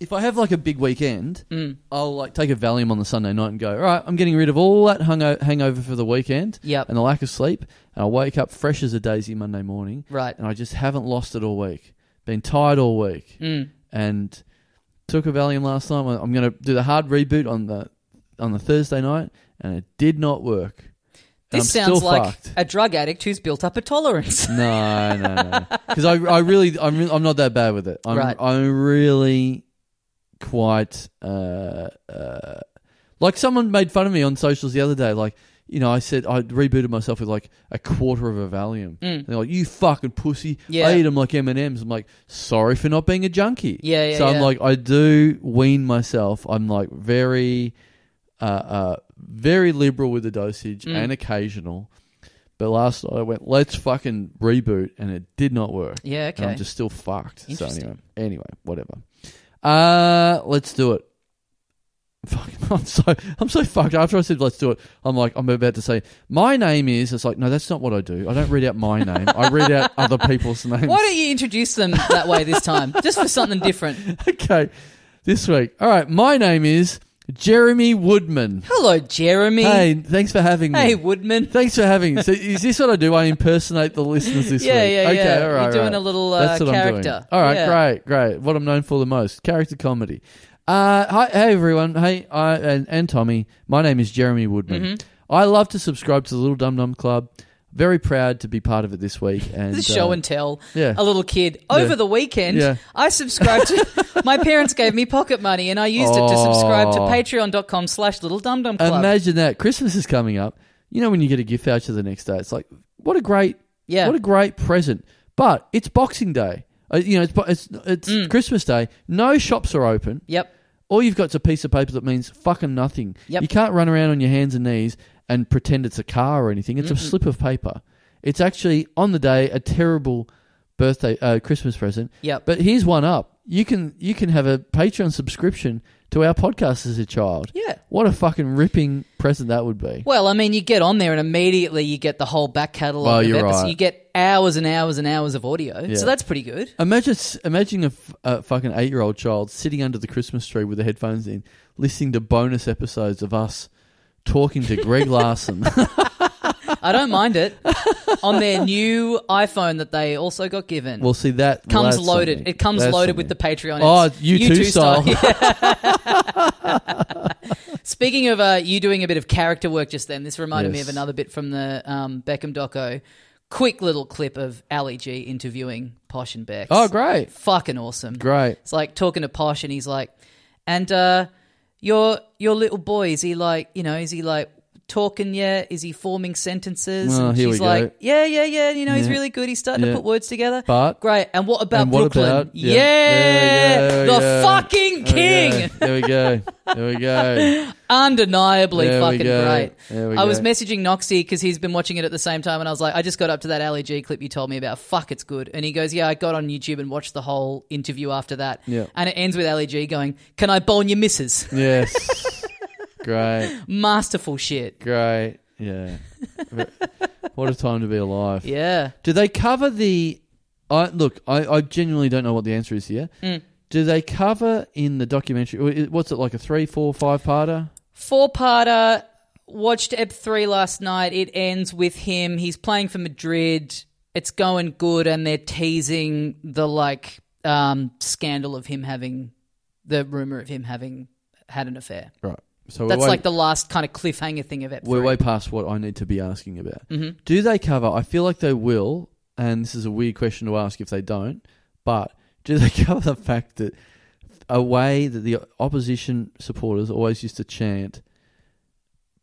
if I have like a big weekend, Mm. I'll like take a Valium on the Sunday night and go, all right, I'm getting rid of all that hungo- hangover for the weekend Yep. and the lack of sleep, and I wake up fresh as a daisy Monday morning, Right. and I just haven't lost it all week. Been tired all week Mm. and took a Valium last night. I'm going to do the hard reboot on the on the Thursday night, and it did not work. And This I'm sounds still like fucked. a drug addict who's built up a tolerance. no, no, no, because I, I really, I'm, re- I'm not that bad with it. I'm, Right. I'm really quite uh, uh, like someone made fun of me on socials the other day. Like, you know, I said I rebooted myself with like a quarter of a Valium. Mm. And they're like, "You fucking pussy! Yeah. I eat them like M and M's." I'm like, "Sorry for not being a junkie." Yeah, yeah, So I'm yeah. like, I do wean myself. I'm like very, uh, uh very liberal with the dosage Mm. and occasional. But last night I went, "Let's fucking reboot," and it did not work. Yeah, And okay. I'm just still fucked. So Interesting. anyway, anyway, whatever. Uh, let's do it. Fuck, I'm so I'm so fucked. After I said let's do it, I'm like I'm about to say my name is. It's like no, that's not what I do. I don't read out my name. I read out other people's names. Why don't you introduce them that way this time? Just for something different. okay, this week. All right, my name is Jeremy Woodman. Hello, Jeremy. Hey, thanks for having me. Hey, Woodman. Thanks for having me. So is this what I do? I impersonate the listeners this Yeah, week. yeah, okay, yeah. All You're right, doing right. a little, uh, That's what I'm doing. character. All right, Yeah. great, great. What I'm known for the most, character comedy. Uh, hi, hey everyone. Hey, I and, and Tommy. My name is Jeremy Woodman. Mm-hmm. I love to subscribe to the Little Dum Dum Club. Very proud to be part of it this week. And This is show uh, and tell. yeah. A little kid. Over the weekend, Yeah. I subscribed to my parents gave me pocket money and I used it to subscribe to Oh. patreon.com slash little dum dum club. Imagine that. Christmas is coming up. You know when you get a gift voucher the next day, it's like what a great Yeah. what a great present. But it's Boxing Day. Uh, you know, it's bo- it's, it's Mm. Christmas Day. No shops are open. yep. All you've got's a piece of paper that means fucking nothing. Yep. You can't run around on your hands and knees and pretend it's a car or anything. It's a slip of paper. It's actually on the day a terrible birthday uh, Christmas present. Yep. But here's one up. You can you can have a Patreon subscription to our podcast as a child. Yeah. What a fucking ripping present that would be. Well, I mean, you get on there and immediately you get the whole back catalogue. Well, of you're episodes. right. You get hours and hours and hours of audio. Yeah. So that's pretty good. Imagine imagine a, f- a fucking eight year old child sitting under the Christmas tree with the headphones in, listening to bonus episodes of us talking to Greg Larson. I don't mind it. on their new iPhone that they also got given. Well, see that comes that's loaded. something. It comes That's loaded with the something. Patreon. Oh, It's you too, U2 style. Yeah. Speaking of uh, you doing a bit of character work just then, this reminded me Yes. of another bit from the um, Beckham doco. Quick little clip of Ali G interviewing Posh and Beck. Oh, great, Fucking awesome. great. It's like talking to Posh, and he's like, "And uh, your your little boy is he like you know is he like talking yet? Is he forming sentences?" Oh, and here she's we like, go. "Yeah, yeah, yeah. You know, he's Yeah. really good. He's starting Yeah. to put words together." But- great. And what about And what Brooklyn? about- yeah. yeah. Yeah, yeah, the yeah. fucking king. There we go. There we go. Undeniably There we fucking go. great. There we I was go. messaging Noxie because he's been watching it at the same time, and I was like, I just got up to that Ali G clip you told me about. Fuck, it's good. And he goes, Yeah, I got on YouTube and watched the whole interview after that. Yeah. And it ends with Ali G going, Can I bone your missus? Yes. great. Masterful shit. Great. Yeah. what a time to be alive. Yeah. Do they cover the? I look. I, I genuinely don't know what the answer is here. Mm. Do they cover in the documentary? or i- What's it like a three, four, five parter? Four parter. Watched Ep 3 last night. It ends with him. He's playing for Madrid. It's going good, and they're teasing the like um, scandal of him having the rumor of him having had an affair. Right. So That's we're way, like the last kind of cliffhanger thing of it. we're way past what I need to be asking about. hmm Do they cover? I feel like they will, and this is a weird question to ask if they don't. But do they cover the fact that a way that the opposition supporters always used to chant,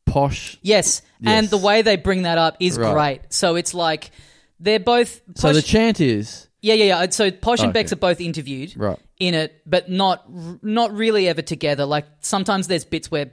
"Posh"? Yes. and Yes. the way they bring that up is Right. great. So it's like they're both. Posh, So the chant is yeah, yeah, yeah. So Posh and Okay. Bex are both interviewed right. in it, but not r- not really ever together. Like sometimes there's bits where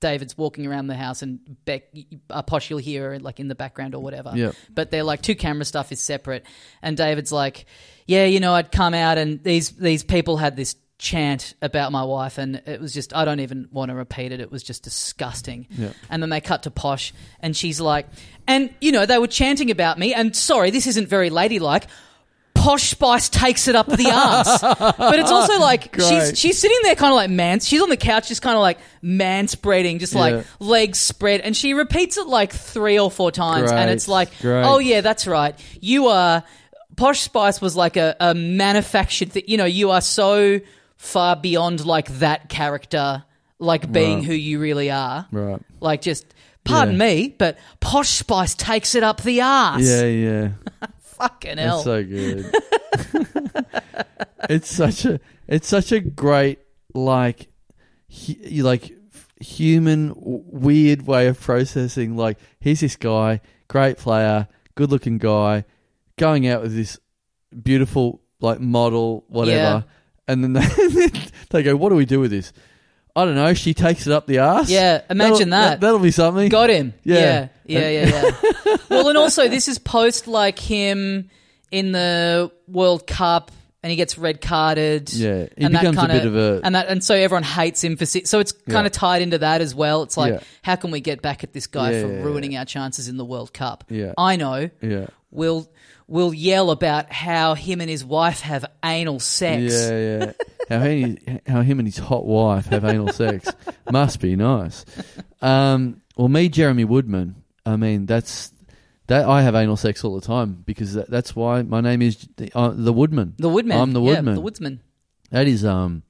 David's walking around the house and Beck, uh, Posh, you'll hear her like in the background or whatever. Yep. But they're like two camera stuff is separate, and David's like, yeah, you know, I'd come out and these these people had this chant about my wife and it was just I don't even want to repeat it it was just disgusting Yep. and then they cut to posh and she's like and you know they were chanting about me and sorry this isn't very ladylike posh spice takes it up the arse. but it's also like Great. she's she's sitting there kind of like man. She's on the couch, just kind of like man spreading, just like Yeah. legs spread, and she repeats it like three or four times, and Great. it's like, Great. oh yeah, that's right. You are posh spice was like a, a manufactured thing. You know, you are so far beyond like that character, like being Right. who you really are. Right. Like just. Pardon Yeah. me, but Posh Spice takes it up the arse. Yeah, yeah. Fucking hell. It's so good. it's such a it's such a great like hu- you like f- human w- weird way of processing like here's this guy, great player, good looking guy, going out with this beautiful like model whatever and then they, they go what do we do with this? I don't know, she takes it up the ass. yeah, imagine that. That'll be something. Got him. Yeah. Yeah. Yeah, yeah, yeah. well, and also this is post like him in the World Cup and he gets red carded. yeah, he and that becomes kinda- a bit of a And that and so everyone hates him for si- so it's kind Yeah. of tied into that as well. It's like Yeah. how can we get back at this guy Yeah, for yeah, yeah. ruining our chances in the World Cup? Yeah. I know. yeah. We'll we'll yell about how him and his wife have anal sex. Yeah, yeah. how he, how him and his hot wife have anal sex must be nice. Um, well, me, Jeremy Woodman. I mean, that's that. I have anal sex all the time because that, that's why my name is the, uh, the Woodman. The woodman. I'm the Yeah, woodman. the woodsman. That is, um,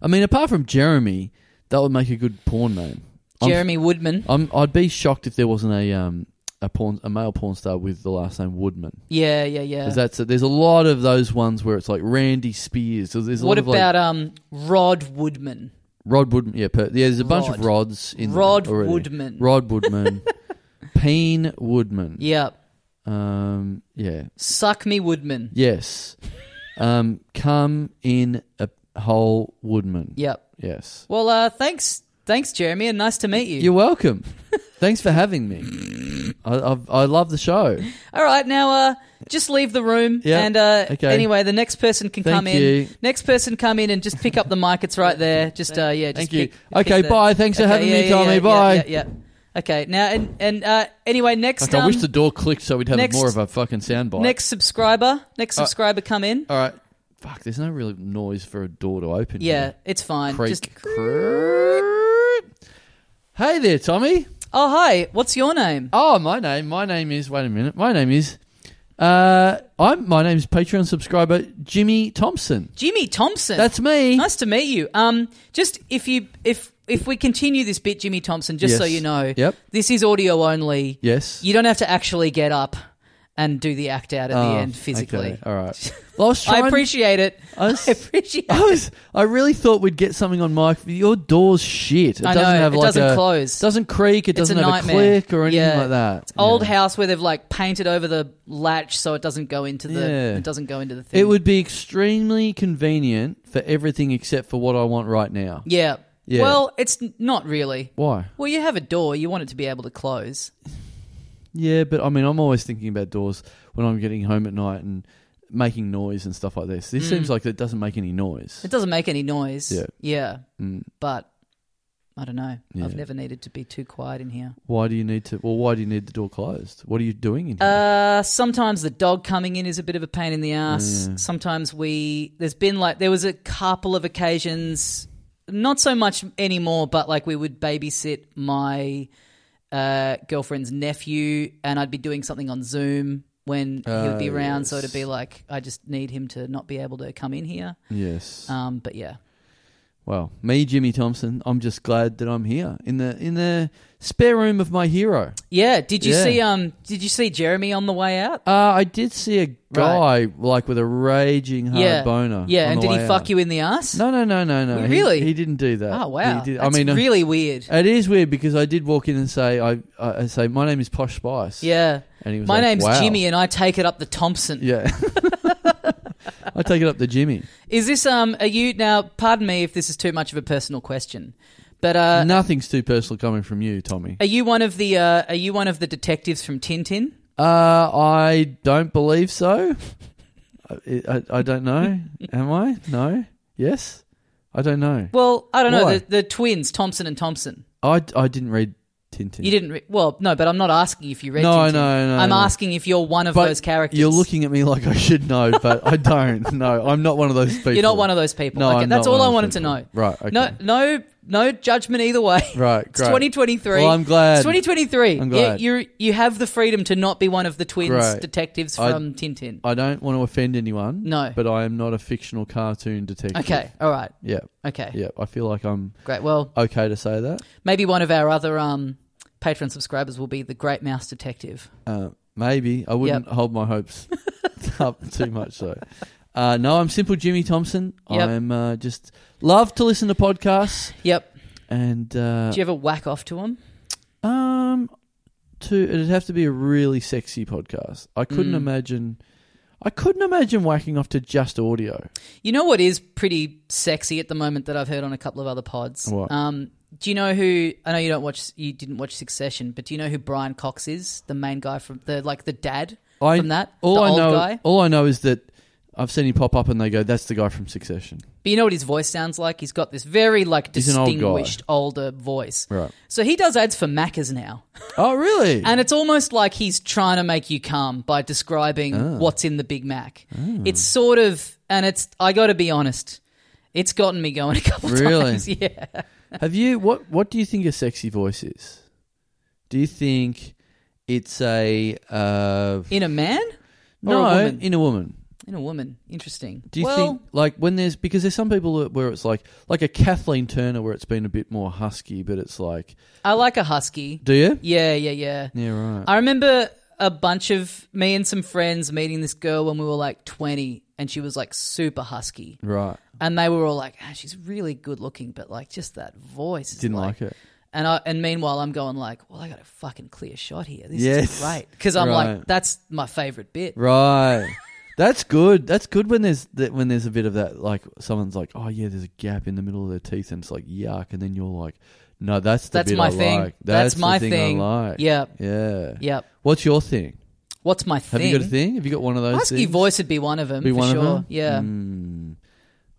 I mean, apart from Jeremy, that would make a good porn name. I'm- Jeremy Woodman. I'm, I'd be shocked if there wasn't a um a porn a male porn star with the last name Woodman. Yeah, yeah, yeah. 'Cause that's there's a lot of those ones where it's like Randy Spears. So there's a What lot of like- about um Rod Woodman? Rod Woodman. Yeah, per, yeah there's a bunch of Rod. rods in there Rod already. Woodman. Rod Woodman. Peen Woodman. Yeah. Um, yeah. Suck me Woodman. Yes. Um, come in a hole Woodman. Yep. Yes. Well, uh, thanks, thanks, Jeremy, and nice to meet you. You're welcome. Thanks for having me. I, I've, I love the show. All right, now uh, just leave the room, Yeah, and uh, okay. anyway, the next person can Thank come you. in. Next person come in and just pick up the mic. It's right there. Just uh, yeah. Just Thank you. pick- Okay, pick the- bye. Thanks for Okay, having yeah, me, yeah, Tommy. yeah, bye. Yeah, yeah, yeah. Okay, now and and uh, anyway, next Like, I wish um, the door clicked so we'd have next- more of a fucking soundbite. next subscriber, next Uh, subscriber come in. All right. Fuck, there's no real noise for a door to open. Yeah, here. it's fine. Creak. Just creak. Hey there, Tommy. oh hi, what's your name? Oh, my name. My name is. Wait a minute. My name is. Uh, I'm. My name's Patreon subscriber Jimmy Thompson. Jimmy Thompson. That's me. Nice to meet you. Um, just if you if if we continue this bit, Jimmy Thompson, just Yes. so you know, Yep. this is audio only. Yes. You don't have to actually get up and do the act out at Oh, the end physically. okay, All right. Well, I was trying. I appreciate it. I was- I appreciate. I was. I really thought we'd get something on mic. Your door's shit. It I know, doesn't have it like doesn't a, close. Doesn't creak. It It's a doesn't have a nightmare. click or anything Yeah. like that. It's old Yeah. house where they've like painted over the latch so it doesn't go into the Yeah. it doesn't go into the thing. It would be extremely convenient for everything except for what I want right now. yeah. Yeah. Well, it's n- not really. Why? Well, you have a door. You want it to be able to close. Yeah, but I mean, I'm always thinking about doors when I'm getting home at night and making noise and stuff like this. This Mm. seems like it doesn't make any noise. It doesn't make any noise. Yeah. Yeah. Mm. But I don't know. Yeah. I've never needed to be too quiet in here. Why do you need to? Well, why do you need the door closed? What are you doing in here? Uh, sometimes the dog coming in is a bit of a pain in the ass. Sometimes we there's been like there was a couple of occasions, not so much anymore, but like we would babysit my uh, girlfriend's nephew, and I'd be doing something on Zoom when he would be Oh, around. So yes. it'd be like I just need him to not be able to come in here. yes. Um, but yeah, Well, me, Jimmy Thompson, I'm just glad that I'm here in the in the spare room of my hero. Yeah. Did you Yeah. see? Um. Did you see Jeremy on the way out? Uh, I did see a guy like with a raging hard yeah. boner. Yeah. on And the did he way fuck out. you in the ass? No, no, no, no, no. He- Really? He, didn't do that. Oh wow. He did- That's I mean, uh, really weird. it is weird because I did walk in and say, I, I I say, my name is Posh Spice. Yeah. and he was My like, name's "Wow." Jimmy, and I take it up the Thompson. Yeah, I take it up to Jimmy. Is this um? Are you now? Pardon me if this is too much of a personal question, but uh, Nothing's too personal coming from you, Tommy. are you one of the uh, are you one of the detectives from Tintin? Uh, I don't believe so. I, I, I don't know. Am I? No. Yes. I don't know. Well, I don't know Why? the, the twins Thompson and Thompson. I, I didn't read Tintin. You didn't re- well, no, but I'm not asking if you read. No, Tintin. no, no, I'm no. asking if you're one of But those characters. You're looking at me like I should know, but I don't. No, I'm not one of those people. You're not one of those people. No, okay, I'm that's not all one I of those wanted to people. know. Right. Okay. No, no, no judgment either way. Right. It's great. 2023. Well, I'm glad. It's 2023. I'm Yeah, glad. you you have the freedom to not be one of the twins Great. detectives I- from Tintin. I don't want to offend anyone. No. But I am not a fictional cartoon detective. Okay, all right, Yeah. okay, Yeah. I feel like I'm great. Well, okay to say that. Maybe one of our other um, Patreon subscribers will be the Great Mouse Detective. Uh, maybe I wouldn't hold my hopes up too much though. Uh, no, I'm simple Jimmy Thompson. Yep. I'm uh, just love to listen to podcasts Yep. and uh, Do you ever whack off to him? um, to it'd have to be a really sexy podcast. I couldn't Mm. imagine. I couldn't imagine whacking off to just audio. You know what is pretty sexy at the moment that I've heard on a couple of other pods. What? Um, do you know who? I know you don't watch. You didn't watch Succession, but do you know who Brian Cox is? The main guy from the like the dad I from that. all the I old know guy. all I know is that I've seen him pop up and they go, "That's the guy from Succession." But you know what his voice sounds like? He's got this very like He's an old guy. distinguished older voice. Right? So he does ads for Macca's now. Oh, really? And it's almost like he's trying to make you calm by describing Ah. what's in the Big Mac. It's sort of, and it's, I got to be honest, it's gotten me going a couple Really? times. Yeah. Have you what what do you think a sexy voice is? Do you think it's a uh In a man? Or no a woman? in a woman? In a woman. Interesting. Do you well, think like when there's because there's some people that- where it's like like a Kathleen Turner where it's been a bit more husky, but it's like I like a husky. do you? Yeah, yeah, yeah. Yeah, right. I remember a bunch of me and some friends meeting this girl when we were like 20 and she was like super husky right. and they were all like ah, she's really good looking but like just that voice is Didn't like, it. And I and meanwhile I'm going like, well, I got a fucking clear shot here. This is Yes. great because I'm like, Right. that's my favorite bit. Right. That's good. That's good when there's that when there's a bit of that like someone's like, "Oh yeah, there's a gap in the middle of their teeth and it's like yuck." And then you're like, "No, that's the That's bit my I thing. like. That's the my thing, thing. I like." Yeah, Yeah. yeah. What's your thing? What's my Have thing? you got a thing? Have you got one of those? Husky things? voice would be one of them Be for one sure. of them. Yeah, Mm.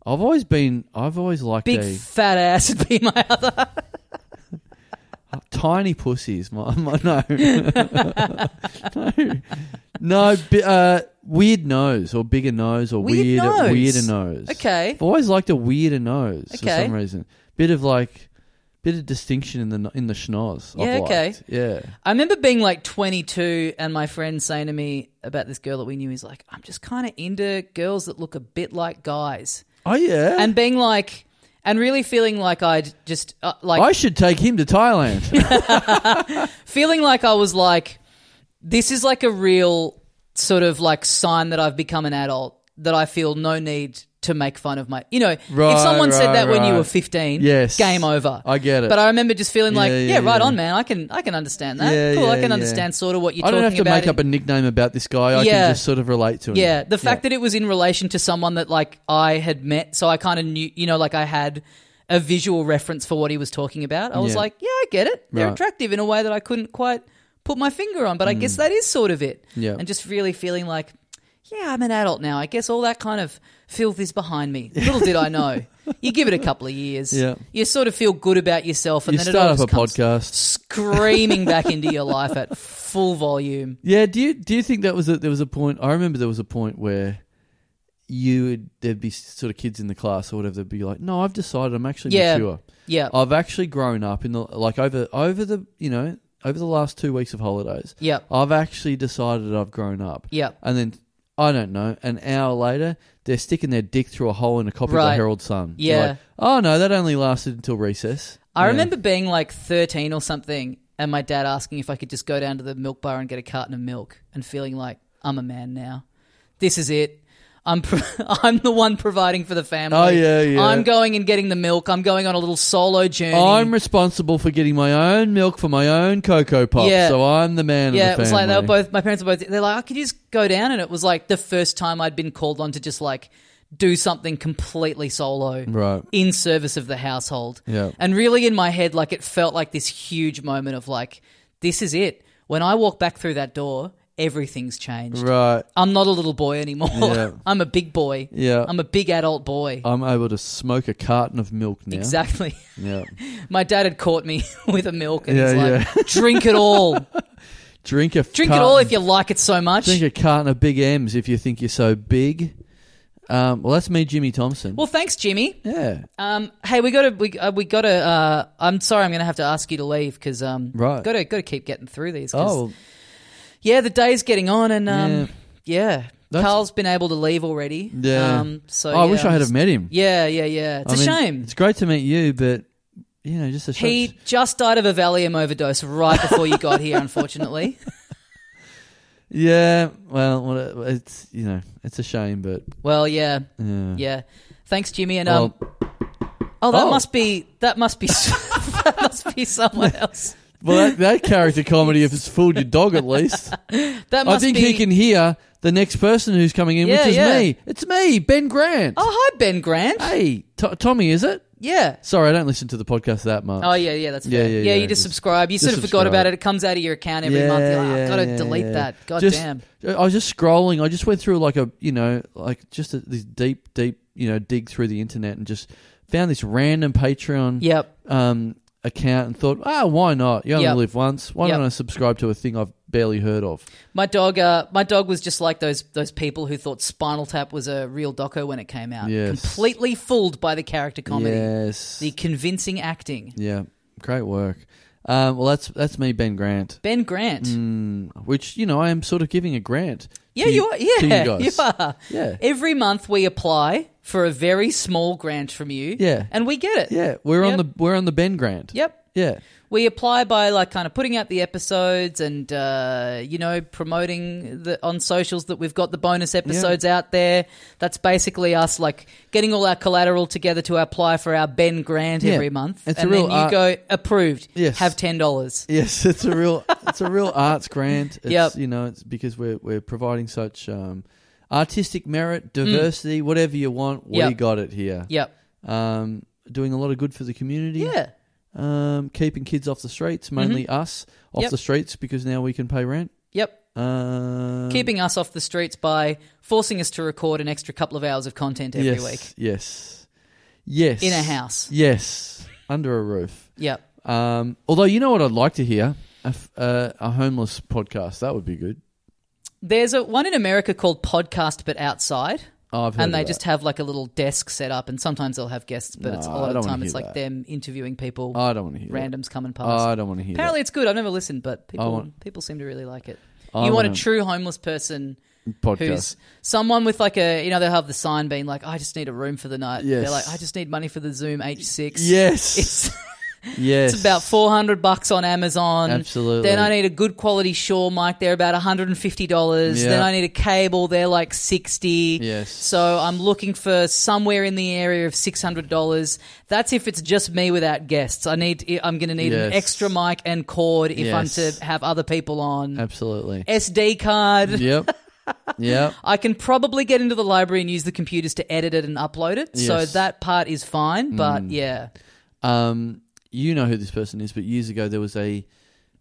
I've always been. I've always liked big a fat ass would be my other. tiny pussies. My, my, no, no, no. Bi- uh, weird nose or bigger nose or Weird weirder nose. weirder nose. Okay, I've always liked a weirder nose for Okay. some reason. Bit of like, bit of distinction in the no- in the schnoz. Yeah, I've okay. liked. Yeah. I remember being like 22 and my friend saying to me about this girl that we knew. He's like, I'm just kind of into girls that look a bit like guys, Oh yeah. and being like, and really feeling like I'd just uh, like I should take him to Thailand. feeling like I was like, this is like a real sort of like sign that I've become an adult that I feel no need to make fun of my, you know, if Right, someone said right, that when you right. were 15, Yes. game over. I get it. but I remember just feeling like, yeah, Yeah, yeah, right yeah. on, man. I can, I can understand that. Yeah, cool. I yeah, can yeah. understand sort of what you're I talking don't about. have to make in- up a nickname about this guy. I Yeah. can just sort of relate to him. yeah, the fact that it was in relation to someone that like I had met, so I kind of knew, you know, like I had a visual reference for what he was talking about. I was Yeah. like, yeah, I get it. They're Right. attractive in a way that I couldn't quite put my finger on, but I Mm. guess that is sort of it. Yeah. And just really feeling like, yeah, I'm an adult now. I guess all that kind of filth is behind me. Little did I know. You give it a couple of years. Yeah. You sort of feel good about yourself and you then start it all up a just comes podcast. screaming back into your life at full volume. Yeah, do you do you think that was a, there was a point? I remember there was a point where you would there'd be sort of kids in the class or whatever. They'd be like, "No, I've decided I'm actually Yeah. mature. Yeah. I've actually grown up in the like over over the you know over the last two weeks of holidays. Yep. I've actually decided I've grown up. Yep. And then I don't know, an hour later, they're sticking their dick through a hole in a copy of Right. the Herald Sun. You're Yeah. like, oh, no, that only lasted until recess. I Yeah. remember being like 13 or something and my dad asking if I could just go down to the milk bar and get a carton of milk and feeling like I'm a man now. This is it. I'm pro- I'm the one providing for the family. Oh, yeah, yeah. Oh, I'm going and getting the milk. I'm going on a little solo journey. I'm responsible for getting my own milk for my own Cocoa Pop, Yeah. so I'm the man yeah, of it the was like family. they were both. My parents were both. They're like, I could just go down, and it was like the first time I'd been called on to just like do something completely solo, Right. in service of the household. Yeah. And really, in my head, like it felt like this huge moment of like, this is it. When I walk back through that door, everything's changed. Right. I'm not a little boy anymore. Yeah. I'm a big boy. Yeah. Oh, I'm, I'm a big adult boy. able to smoke a carton of milk now. Exactly. Yeah. My dad had caught me with a milk and Yeah, he's like, drink it all. Drink a Drink carton, it all if you like it so much. Drink a carton of Big M's if you think you're so big. Um, well, that's me, Jimmy Thompson. Well, thanks, Jimmy. yeah. Um, hey, we gotta, we, uh, we gotta. Uh, I'm sorry, I'm gonna have to ask you to leave because um, Right. gotta, gotta keep getting through these. 'cause- Oh, yeah, the day's getting on, and Yeah. um, yeah, That's- Carl's been able to leave already. Yeah. Um, so oh I yeah, wish I'm I had just- have met him. Yeah, yeah, yeah. It's I a mean, shame. It's great to meet you, but you know, just a shame. He just died of a Valium overdose right before you got here, unfortunately. yeah, well, what- it's you know, it's a shame, but Well, yeah, yeah. yeah. Thanks, Jimmy, and Well, um. Oh, that Oh. must be that must be that must be someone else. well, that, that character comedy, if it's fooled your dog, at least That I must think be. he can hear the next person who's coming in, Yeah, which is yeah. me. It's me, Ben Grant. Oh, hi, Ben Grant. Hey, to Tommy, is it? Yeah. Sorry, I don't listen to the podcast that much. Oh yeah, yeah, that's Yeah, fair. yeah, Yeah, yeah, you just just- subscribe. You just sort of forgot about subscribe. it. It comes out of your account every Yeah, month. You're like, "Oh, yeah, I've got to yeah, delete yeah. that. God Just- damn. I was just scrolling. I just went through like a you know like just a, this deep, deep you know dig through the internet and just found this random Patreon. Yep. um, account and thought, ah, why not? You only Yep. live once. Why Yep. don't I subscribe to a thing I've barely heard of? My dog, uh, my dog was just like those those people who thought Spinal Tap was a real doco when it came out. Yes. Completely fooled by the character comedy, Yes. the convincing acting. yeah. Great work. Um, well, that's that's me, Ben Grant. Ben Grant. Mm, which you know, I am sort of giving a grant. yeah, to you, are. to Yeah, you you, guys. are. Yeah. Every month we apply for a very small grant from you. Yeah. And we get it. Yeah, we're Yep. on the we're on the Ben Grant. Yep. Yeah. We apply by like kind of putting out the episodes and uh, you know promoting the on socials that we've got the bonus episodes out there. That's basically us like getting all our collateral together to apply for our Ben Grant Yeah. every month, It's a and real then you art- go approved. Yes. have ten dollars. Yes, it's a real it's a real arts grant. It's Yep. you know, it's because we're we're providing such um, artistic merit, diversity, whatever you want, we Mm. Yep. got it here. Yep. Um, doing a lot of good for the community. Yeah. Mm-hmm. um, keeping kids off the streets, mainly us off Yep. the streets because now we can pay rent. Yep. Um, Keeping us off the streets by forcing us to record an extra couple of hours of content every yes, week Yes, yes, in a house. Yes, under a roof. Yep. Um, although you know what I'd like to hear a, f- uh, a homeless podcast. That would be good. There's a one in America called Podcast But Outside. Oh, I've heard and they of just that. have like a little desk set up, and sometimes they'll have guests, but it's a No, I lot don't of the time wanna it's hear like that. them interviewing people, I don't want to hear. Random. randoms coming That. past. I don't want to hear. Apparently, it's good. I've never listened, but people want- people seem to really like it. that. I you want a want true homeless person podcast. who's someone with like a you know they'll have the sign being like, I just need a room for the night. Yes. They're like, I just need money for the Zoom H six. Yes, It's, yes. it's about four hundred bucks on Amazon. Absolutely. Then I need a good quality Shaw mic. They're about one hundred and fifty dollars. Yeah. Then I need a cable. They're like sixty. Yes. So I'm looking for somewhere in the area of six hundred dollars. That's if it's just me without guests. I need. I'm going to need Yes. an extra mic and cord if I'm Yes. to have other people on. Absolutely. SD card. yep. Yep. I can probably get into the library and use the computers to edit it and upload it. So Yes. Mm. that part is fine. But yeah, Um, you know who this person is, but years ago there was a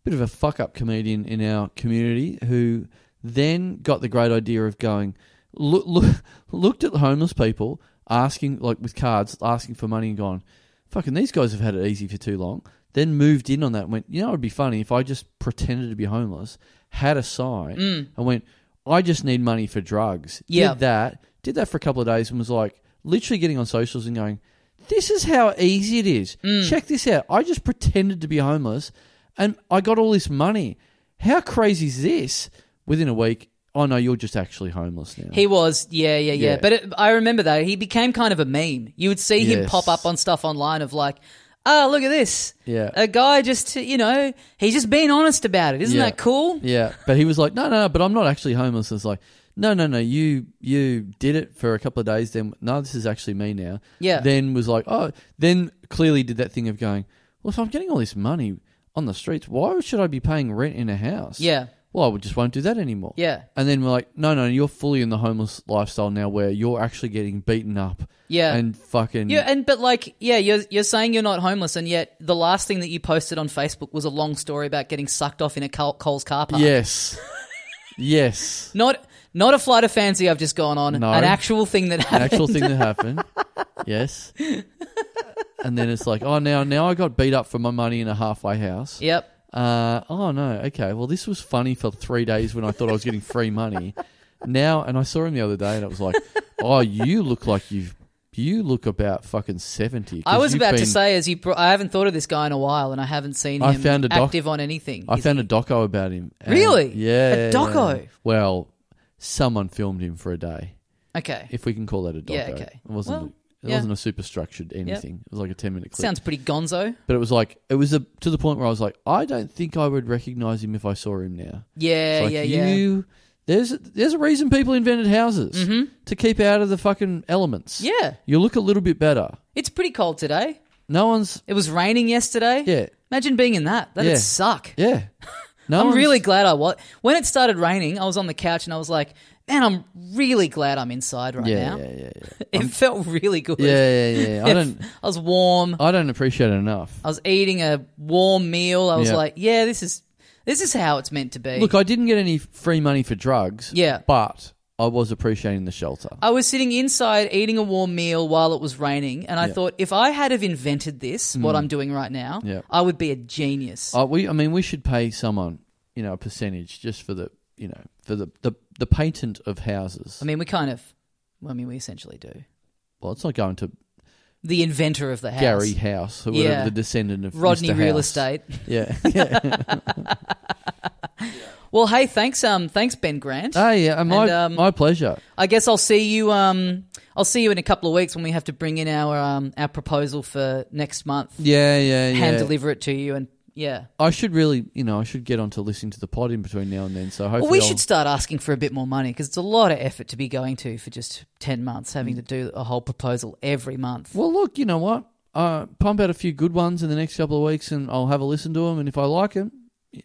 bit of a fuck up comedian in our community who then got the great idea of going look, look looked at homeless people asking like with cards asking for money and gone fucking these guys have had it easy for too long then moved in on that and went you know it would be funny if i just pretended to be homeless had a sign Mm. and went i just need money for drugs Yeah. did that did that for a couple of days and was like literally getting on socials and going this is how easy it is. Mm. Check this out. I just pretended to be homeless and I got all this money. How crazy is this? Within a week, "Oh no, you're just actually homeless now." He was, yeah, yeah, yeah. Yeah. But it, I remember that he became kind of a meme. You would see him Yes. pop up on stuff online of like, "Ah, look at this, yeah, a guy just you know he's just being honest about it. Isn't Yeah. that cool?" yeah. But he was like, "No, no, no, but I'm not actually homeless." It's like, "No, no, no, you you did it for a couple of days. Then no, this is actually me now." Yeah. Then was like, "Oh," then clearly did that thing of going, "Well, if I'm getting all this money on the streets, why should I be paying rent in a house?" Yeah, Well, I just won't do that anymore. yeah, And then we're like, no, no, you're fully in the homeless lifestyle now, where you're actually getting beaten up yeah. and fucking yeah, and but like, yeah, you're you're saying you're not homeless, and yet the last thing that you posted on Facebook was a long story about getting sucked off in a Col- Coles car park. yes, yes, not not a flight of fancy I've just gone on. No. An actual thing that an happened. actual thing that happened. Yes. And then it's like, oh, now, now I got beat up for my money in a halfway house. Yep. Uh, oh no, okay. Well, this was funny for three days when I thought I was getting free money. Now, and I saw him the other day, and it was like, oh, you look like you've. You look about fucking seventy. 'cause I was you've about to been- say, as you, bro- I haven't thought of this guy in a while, and I haven't seen him I found a doc- active on anything. I Is found a doco about him. and- Really? Yeah. A doco? Well, someone filmed him for a day, he- okay, if we can call that a doco. Yeah, okay. It wasn't. Well, it yeah. wasn't a super structured anything. It was like a ten minute clip. sounds pretty gonzo. but it was like it was a, to the point where I was like, I don't think I would recognize him if I saw him now. Yeah, It's like, yeah, yeah. Mm-hmm. You, there's there's a reason people invented houses to keep out of the fucking elements. Yeah, You look a little bit better. it's pretty cold today. No one's. It was raining yesterday. Yeah. Imagine being in that. That'd Yeah. suck. Yeah. No I'm one's- really glad I was. When it started raining, I was on the couch and I was like, man, I'm really glad I'm inside right Yeah, now. yeah, yeah, yeah. It felt really good. Yeah, Oh. yeah, yeah. I don't. I was warm. I don't appreciate it enough. I was eating a warm meal. I was Yeah. like, yeah, this is this is how it's meant to be. Look, I didn't get any free money for drugs. Yeah. But I was appreciating the shelter. I was sitting inside eating a warm meal while it was raining, and I Yeah. Hmm. thought if I had have invented this, what I'm doing right now, Yeah. Oh. I would be a genius. I, Uh, we, I mean, we should pay someone, you know, a percentage just for the, you know, for the, the, the patent of houses. I mean, we kind of, well, I mean, we essentially do. well, it's not going to The inventor of the house, Gary House, or whatever Yeah. the descendant of Rodney Mr. Real House. Estate. Yeah. yeah. Well, hey, thanks, um, thanks Ben Grant. Oh, yeah. and My, And, um, my pleasure. I guess I'll see you. Um, I'll see you in a couple of weeks when we have to bring in our um, our proposal for next month. Yeah, yeah, yeah. Hand deliver it to you, and yeah. I should really, you know, I should get onto listening to the pod in between now and then. So hopefully, Well, we I'll- should start asking for a bit more money because it's a lot of effort to be going to for just 10 months, having to do a whole proposal every month. Well, look, you know what? Uh, pump out a few good ones in the next couple of weeks, and I'll have a listen to them. And if I like them,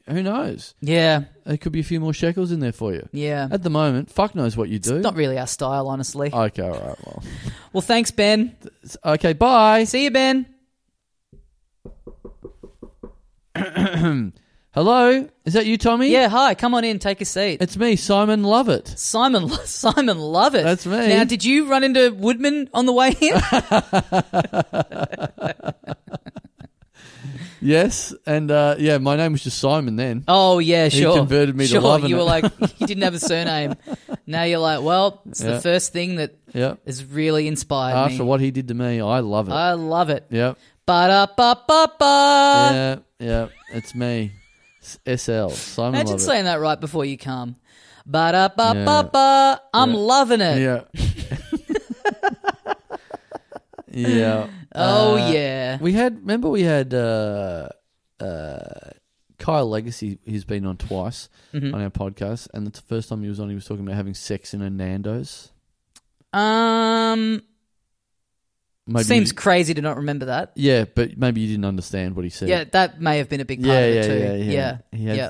who knows? Yeah, There could be a few more shekels in there for you. yeah. At the moment, fuck knows what you do. Not really our style, honestly. okay, all right. Well, Well, thanks, Ben. It's- okay, bye. See you, Ben. Hello, is that you, Tommy? Yeah, hi. Come on in. Take a seat. it's me, Simon Lovett. Simon, Simon, love it. That's me. Now, did you run into Woodman on the way in? Yes, and uh, yeah, my name was just Simon then. oh, yeah, He sure. converted me to sure. loving You were it. like, you didn't have a surname. now you're like, well, it's Yeah. the first thing that Yeah. has really inspired After me. what he did to me, I love it. I love it. yeah, Ba da ba ba ba. yeah, yeah. It's me, S- SL Simon Imagine Lovett. saying that right before you come. Ba da ba Yeah. ba ba. I'm Yeah. loving it. yeah. yeah. Oh Uh, yeah. We had remember we had uh uh Kyle Legacy he's been on twice Mm-hmm. on our podcast and the first time he was on he was talking about having sex in a Nando's. Um, Maybe seems you- crazy to not remember that. Yeah, but maybe you didn't understand what he said. Yeah, that may have been a big part yeah, of yeah, it yeah, too. yeah, He had Yeah.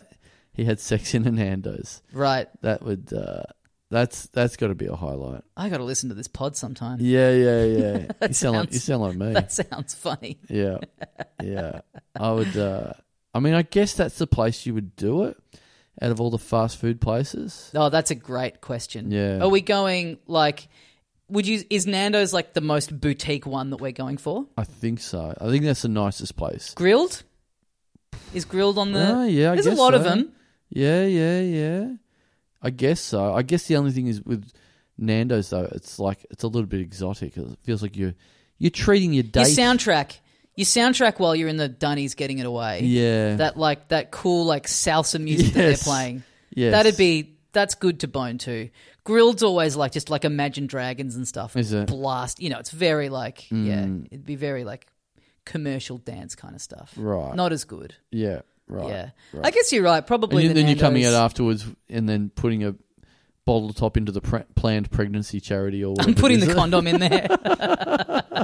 he had sex in a Nando's. right. That would uh that's that's got to be a highlight. I got to listen to this pod sometime. Yeah, yeah, yeah. you sound like sounds- you sound like me. That sounds funny. Yeah. Yeah. I would uh I mean I guess that's the place you would do it out of all the fast food places. Oh, that's a great question. Yeah. Are Oh, we going like? Would you? Is Nando's like the most boutique one that we're going for? I think so. I think that's the nicest place. Grilled. Is grilled on the? Oh, yeah, I There's guess a lot of so. them. Yeah, yeah, yeah. I guess so. I guess the only thing is with Nando's though, it's like it's a little bit exotic. It feels like you're you're treating your Your date. soundtrack. Your soundtrack while you're in the Dunnies getting it away. yeah, that like that cool like salsa music that Yes. they're playing. yes. That'd be that's good to bone to. Grilled's always like just like Imagine Dragons and stuff. Is it? blast? You know, it's very like Mm. yeah, it'd be very like commercial dance kind of stuff. Right. Not as good. Yeah. Right. yeah. I guess you're right. And Probably you- the then you're coming Nando's- out afterwards and then putting a bottle top into the pre- planned pregnancy charity or whatever. I'm it putting is. the condom in there.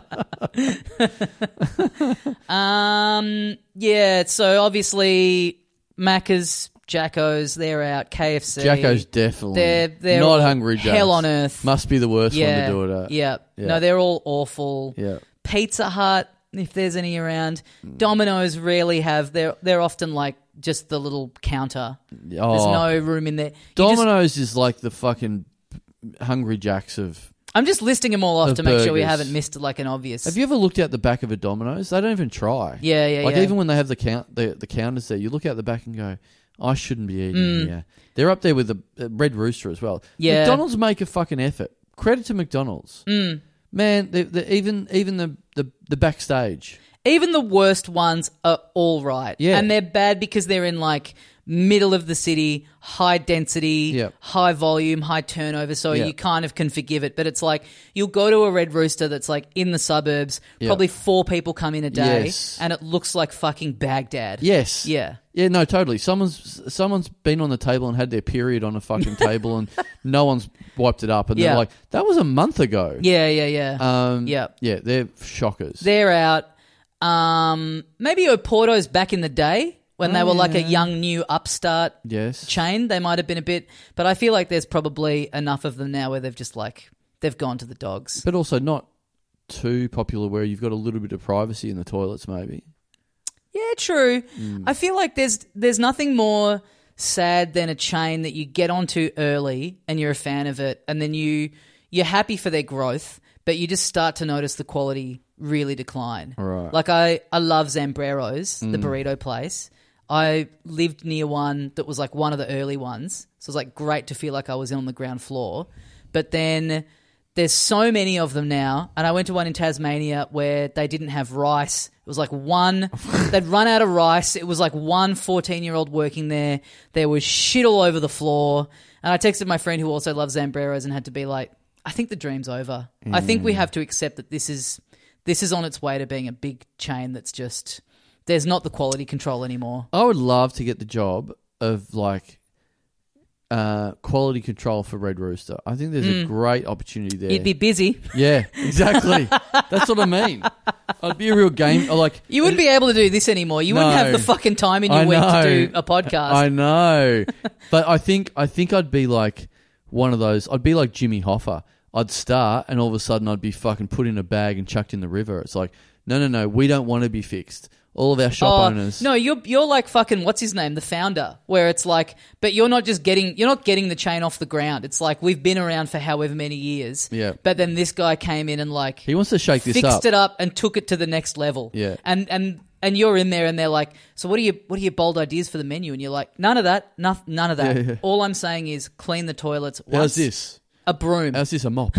um, yeah, so obviously Macca's, Jacko's, they're out. KFC. Jacko's definitely They're, they're all not hungry. James. Hell on earth. Must be the worst yeah, one to do it at. yeah. Yeah. No, they're all awful. Yeah. Pizza Hut, if there's any around. Mm. Domino's rarely have. They're, they're often like just the little counter. There's Oh, no room in there. You just- Domino's is like the fucking hungry jacks of. I'm just listing them all off Of to make sure we burgers. haven't missed like an obvious. Have you ever looked out the back of a Domino's? They don't even try. Yeah, yeah, like yeah. even when they have the count the, the counters there, you look out the back and go, I shouldn't be eating Mm. here. They're up there with the uh, Red Rooster as well. Yeah. McDonald's make a fucking effort. Credit to McDonald's, Mm. man. They, they, even even the, the the backstage. even the worst ones are all right. Yeah. And they're bad because they're in like middle of the city, high density, Yeah. high volume, high turnover. So Yeah. you kind of can forgive it. But it's like you'll go to a Red Rooster that's like in the suburbs, Yeah. probably four people come in a day, Yes. and it looks like fucking Baghdad. Yes. Yeah. Yeah, no, totally. Someone's someone's been on the table and had their period on a fucking table, and no one's wiped it up. And Yeah. they're like, "That was a month ago." Yeah, yeah, yeah. Um, Yeah. Yeah, they're shockers. they're out. Um, maybe Oporto's back in the day when they were like a young, new upstart yes. chain. They might have been a bit, but I feel like there's probably enough of them now where they've just like they've gone to the dogs. but also not too popular where you've got a little bit of privacy in the toilets, maybe. Yeah, true. I feel like there's there's nothing more sad than a chain that you get onto early and you're a fan of it, and then you you're happy for their growth, but you just start to notice the quality really decline. Right. Like I I love Zambreros, the burrito place. I lived near one that was like one of the early ones, so it was like great to feel like I was on the ground floor. But then there's so many of them now, and I went to one in Tasmania where they didn't have rice. It was like one they'd run out of rice. It was like one 14-year-old working there. There was shit all over the floor, and I texted my friend who also loves Zambreros and had to be like, "I think the dream's over. I think we have to accept that this is." this is on its way to being a big chain that's just there's not the quality control anymore. I would love to get the job of like uh, quality control for Red Rooster. I think there's a great opportunity there. Mm. You'd be busy. yeah, exactly. That's what I mean. I'd be a real game. I Like You wouldn't be able to do this anymore. You wouldn't No. have the fucking time in your I week to do know. a podcast. I know, but I think I think I'd be like one of those. I'd be like Jimmy Hoffa. I'd start, and all of a sudden, I'd be fucking put in a bag and chucked in the river. It's like, no, no, no, we don't want to be fixed. All of our shop Oh, owners. No, you're you're like fucking what's his name, the founder, where it's like, but you're not just getting you're not getting the chain off the ground. It's like we've been around for however many years. Yeah. But then this guy came in and like He wants to shake this fixed up. it up and took it to the next level. Yeah. And and and you're in there and they're like, so what are you what are your bold ideas for the menu? And you're like, none of that, noth- none of that. Yeah, yeah. All I'm saying is clean the toilets. Once, How's this? A broom. How's this a mop?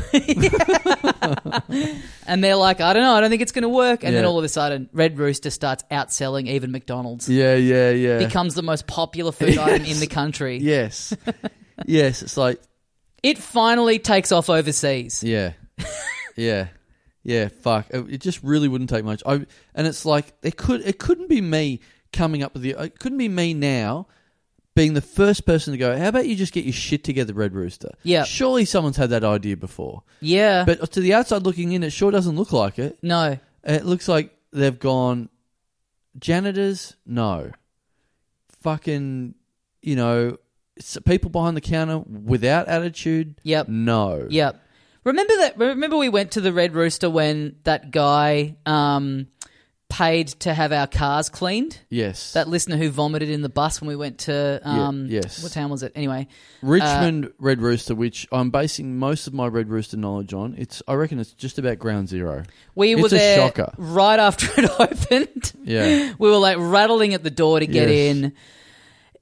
and they're like, I don't know, I don't think it's going to work. And then Yeah. all of a sudden, Red Rooster starts outselling even McDonald's. yeah, yeah, yeah. Becomes the most popular food item in the country. yes, yes. It's like, It finally takes off overseas. yeah, yeah, yeah. Fuck. It it just really wouldn't take much. I and it's like it could. It couldn't be me coming up with the. It couldn't be me now. Being the first person to go, how about you just get your shit together, Red Rooster? Yeah. Uh-huh. Surely someone's had that idea before. Yeah. But to the outside looking in, it sure doesn't look like it. no. It looks like they've gone janitors, no. Fucking, you know, s- people behind the counter without attitude, Yep. no. Yep. Remember that? Remember we went to the Red Rooster when that guy um, paid to have our cars cleaned. Yes. That listener who vomited in the bus when we went to um, Ye- yes. what town was it? Anyway, Richmond Red Rooster, which I'm basing most of my Red Rooster knowledge on, it's I reckon it's just about ground zero. we It's were a there shocker. right after it opened. Yeah. we were like rattling at the door to get Yes. in.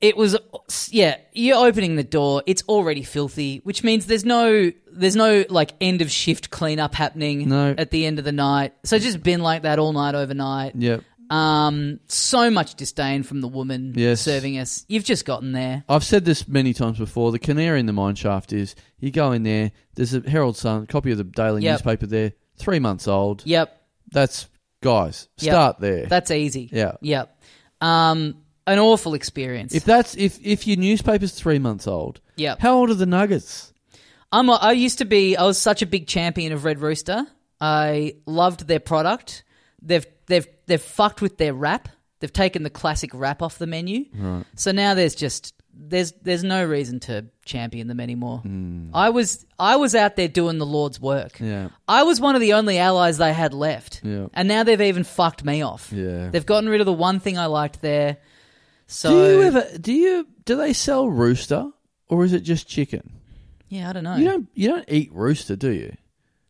It was yeah, you're opening the door. It's already filthy, which means there's no there's no like end of shift cleanup happening No. at the end of the night. So it's just been like that all night overnight. Yep. Um, so much disdain from the woman Yes. serving us. You've just gotten there. I've said this many times before. The canary in the mine shaft is you go in there. There's a Herald Sun copy of the daily Yep. newspaper there, three months old. Yep, That's guys. Yep. Start there. that's easy. yeah. Yep. Um, an awful experience. If that's if if your newspaper's three months old, yep. how old are the nuggets? I'm a, I used to be I was such a big champion of Red Rooster. I loved their product. They've they've they've fucked with their wrap. They've taken the classic wrap off the menu. So now there's just there's there's no reason to champion them anymore. I was I was out there doing the Lord's work. Hmm. Yeah. I was one of the only allies they had left. Yeah. And now they've even fucked me off. Yeah. They've gotten rid of the one thing I liked there. So do you ever do you do they sell rooster or is it just chicken? yeah, I don't know. You don't you don't eat rooster, do you?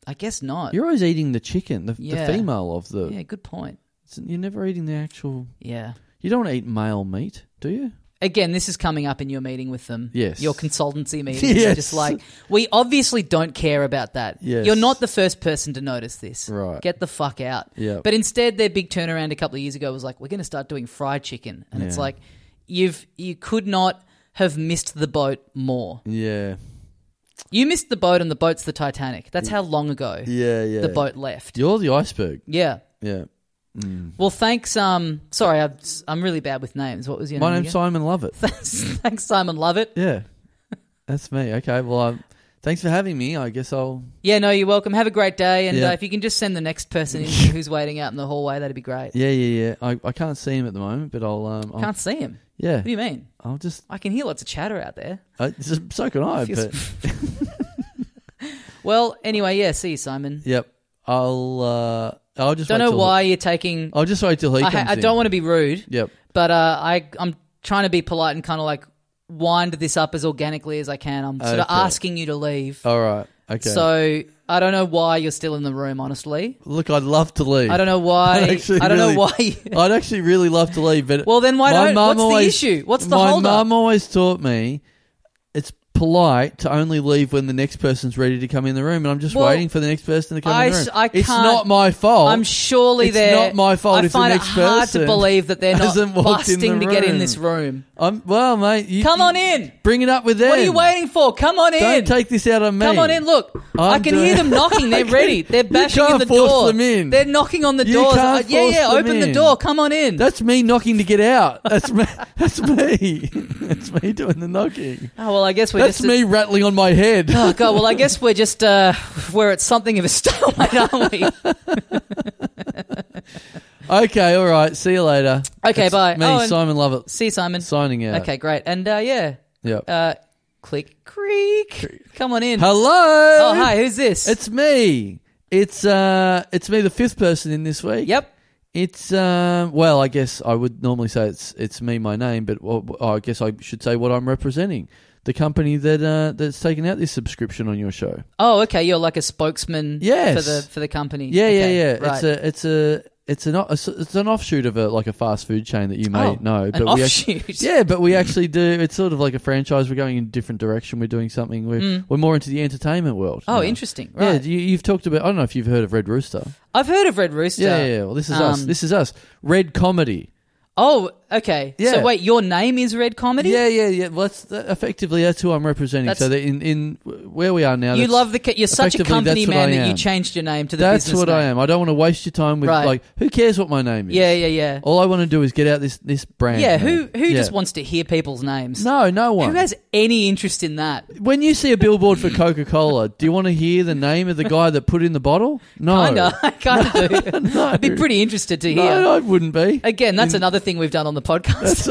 I guess not. You're always eating the chicken, the, Uh, Yeah. the female of the. yeah, good point. You're never eating the actual. Yeah. You don't want to eat male meat, do you? Again, this is coming up in your meeting with them. Yes. Your consultancy meeting. Yes. Just like, we obviously don't care about that. Yes. You're not the first person to notice this. Right. Get the fuck out. Yeah. But instead, their big turnaround a couple of years ago was like, we're going to start doing fried chicken. And it's Yeah. like, you've, you could not have missed the boat more. Yeah, You missed the boat and the boat's the Titanic. That's how long ago yeah, yeah. the boat left. You're the iceberg. Yeah. Yeah. Mm. Well, thanks. Um, sorry, I'm, I'm really bad with names. What was your My name? name's Simon Lovett. Simon. thanks, Simon Lovett. yeah, that's me. Okay. Well, um, thanks for having me. I guess I'll. Yeah, no, you're welcome. Have a great day, and Yeah. uh, if you can just send the next person in who's waiting out in the hallway, that'd be great. Yeah, yeah, yeah. I, I can't see him at the moment, but I'll. Um, I'll Can't see him. yeah, What do you mean? I'll just. I can hear lots of chatter out there. I, just- so can I. Feels- But Well, anyway, yeah. See you, Simon. yep. I'll. Uh, I'll just. Don't wait know till- why you're taking. I'll just wait till he I, comes ha- I don't want to be rude, Yep. but uh, I I'm trying to be polite and kind of like wind this up as organically as I can. I'm sort of Okay. asking you to leave, All right. Okay. so I don't know why you're still in the room. Honestly, look, I'd love to leave. I don't know why. I actually I don't really- know why. You- I'd actually really love to leave, but well, then why my don't? mum What's the always- issue? What's the my hold up? mum always taught me it's polite to only leave when the next person's ready to come in the room, and I'm just Well, waiting for the next person to come I in the s- room. I it's can't- not my fault. I'm surely It's they're not my fault I if the find next it hard to person believe that they're not hasn't walked in the busting to get in room. this room. I'm- well, mate. You, Come you- on in. Bring it up with them. What are you waiting for? Come on Don't in. take this out on me. Come on in. Look, i I'm can doing- hear them knocking. They're ready. They're bashing in can't the force door. them in. They're knocking on the You doors. can't Uh, yeah, force yeah. them Open the in. door. Come on in. That's me knocking to get out. That's me. That's me. That's me doing the knocking. oh well, I guess we're That's just. me rattling on my head. Oh god! Well, I guess we're just uh, we're at something of a stalemate, aren't we? okay, all right. See you later. Okay, It's bye. Me, Oh, and- Simon Lovett, See, you, Simon. signing out. Okay, great. And uh, yeah, Yep. uh, click creak. Come on in. Hello. Oh hi, who's this? It's me. It's uh, it's me, the fifth person in this week. yep. It's um, well, I guess I would normally say it's it's me, my name, but well, oh, I guess I should say what I'm representing, the company that uh, that's taken out this subscription on your show. Oh, okay. You're like a spokesman Yes. for the for the company. Yeah, Okay, yeah, yeah. Right. It's a it's a it's an o- it's an offshoot of a like a fast food chain that you may Oh, know, an we actually, offshoot. yeah, but we actually do. It's sort of like a franchise. We're going in a different direction. We're doing something. We're we're more into the entertainment world. Mm. Oh, now. interesting. Yeah, Right. you, you've talked about. I don't know if you've heard of Red Rooster. I've heard of Red Rooster. Yeah, yeah, yeah. Well, this is us. Um, This is us. Red comedy. Oh, okay. So Yeah. wait, your name is Red Comedy. Yeah, yeah, yeah. Well, that's that, effectively that's who I'm representing. That's- so that in in where we are now, You that's- love the. ca- You're such a effectively, company that's what man I that you am. changed your name to the That's business. what I am. I don't want to waste your time with Right. like who cares what my name is. Yeah, yeah, yeah. All I want to do is get out this this brand. yeah. man. Who who Yeah. just wants to hear people's names? No, no one. Who has any interest in that? when you see a billboard for Coca Cola, do you want to hear the name of the guy that put in the bottle? No, Kinda. I kind of do. I'd be pretty interested to hear. no, I wouldn't be. Again, that's another thing we've done on the podcast.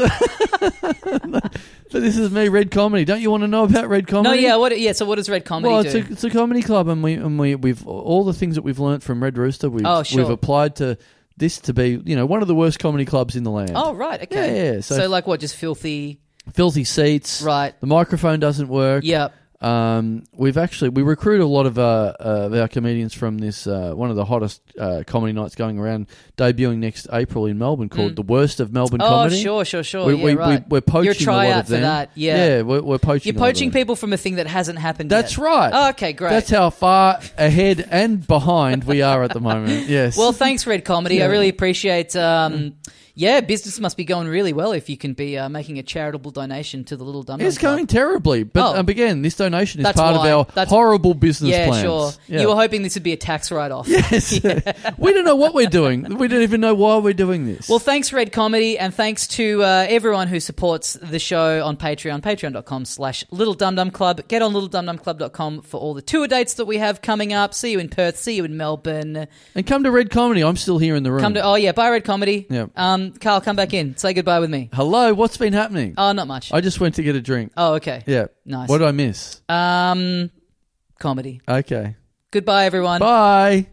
But this is me, Red Comedy. Don't you want to know about Red No, Comedy? yeah. What? Yeah. So what does Red Comedy Well, do? it's a, it's a comedy club, and we and we we've all the things that we've learnt from Red Rooster. We've Oh, sure. we've applied to this to be you know one of the worst comedy clubs in the land. Oh right, okay. Yeah, yeah, so- like what? Just filthy, filthy seats. right? The microphone doesn't work. Yep. um, we've actually we recruit a lot of uh, uh, of our comedians from this uh, one of the hottest uh, comedy nights going around, debuting next April in Melbourne called Mm. the Worst of Melbourne Oh, Comedy. sure, sure, sure. we, yeah, we, right. we, are You're poaching a a lot tryout of for them. that. Yeah. we're, we're poaching. You're a lot of poaching them. people from a thing that hasn't happened That's yet. right. Oh, okay, great. That's how far ahead and behind we are at the moment. Yes. well, thanks, Red Comedy. I Yeah. Mm. really appreciate. Um, yeah, business must be going really well if you can be uh, making a charitable donation to the Little Dumb. it's going terribly, but Oh. um, again, this donation is That's part why. of our That's- horrible business Yeah, plans. sure. Yeah. You were hoping this would be a tax write-off. Yes. we don't know what we're doing. We don't even know why we're doing this. Well, thanks, Red Comedy, and thanks to uh, everyone who supports the show on Patreon, patreon.com slash Little Dum Dum Club. Get on littledumdumclub.com for all the tour dates that we have coming up. See you in Perth, see you in Melbourne. and come to Red Comedy. I'm still here in the room. Come to, oh yeah, bye Red Comedy. Yeah. Um, Carl, come back in. Say goodbye with me. Hello, what's been happening? Oh, not much. I just went to get a drink. Oh, okay. Yeah. Nice. What did I miss? Um, comedy. Okay. Goodbye, everyone. Bye.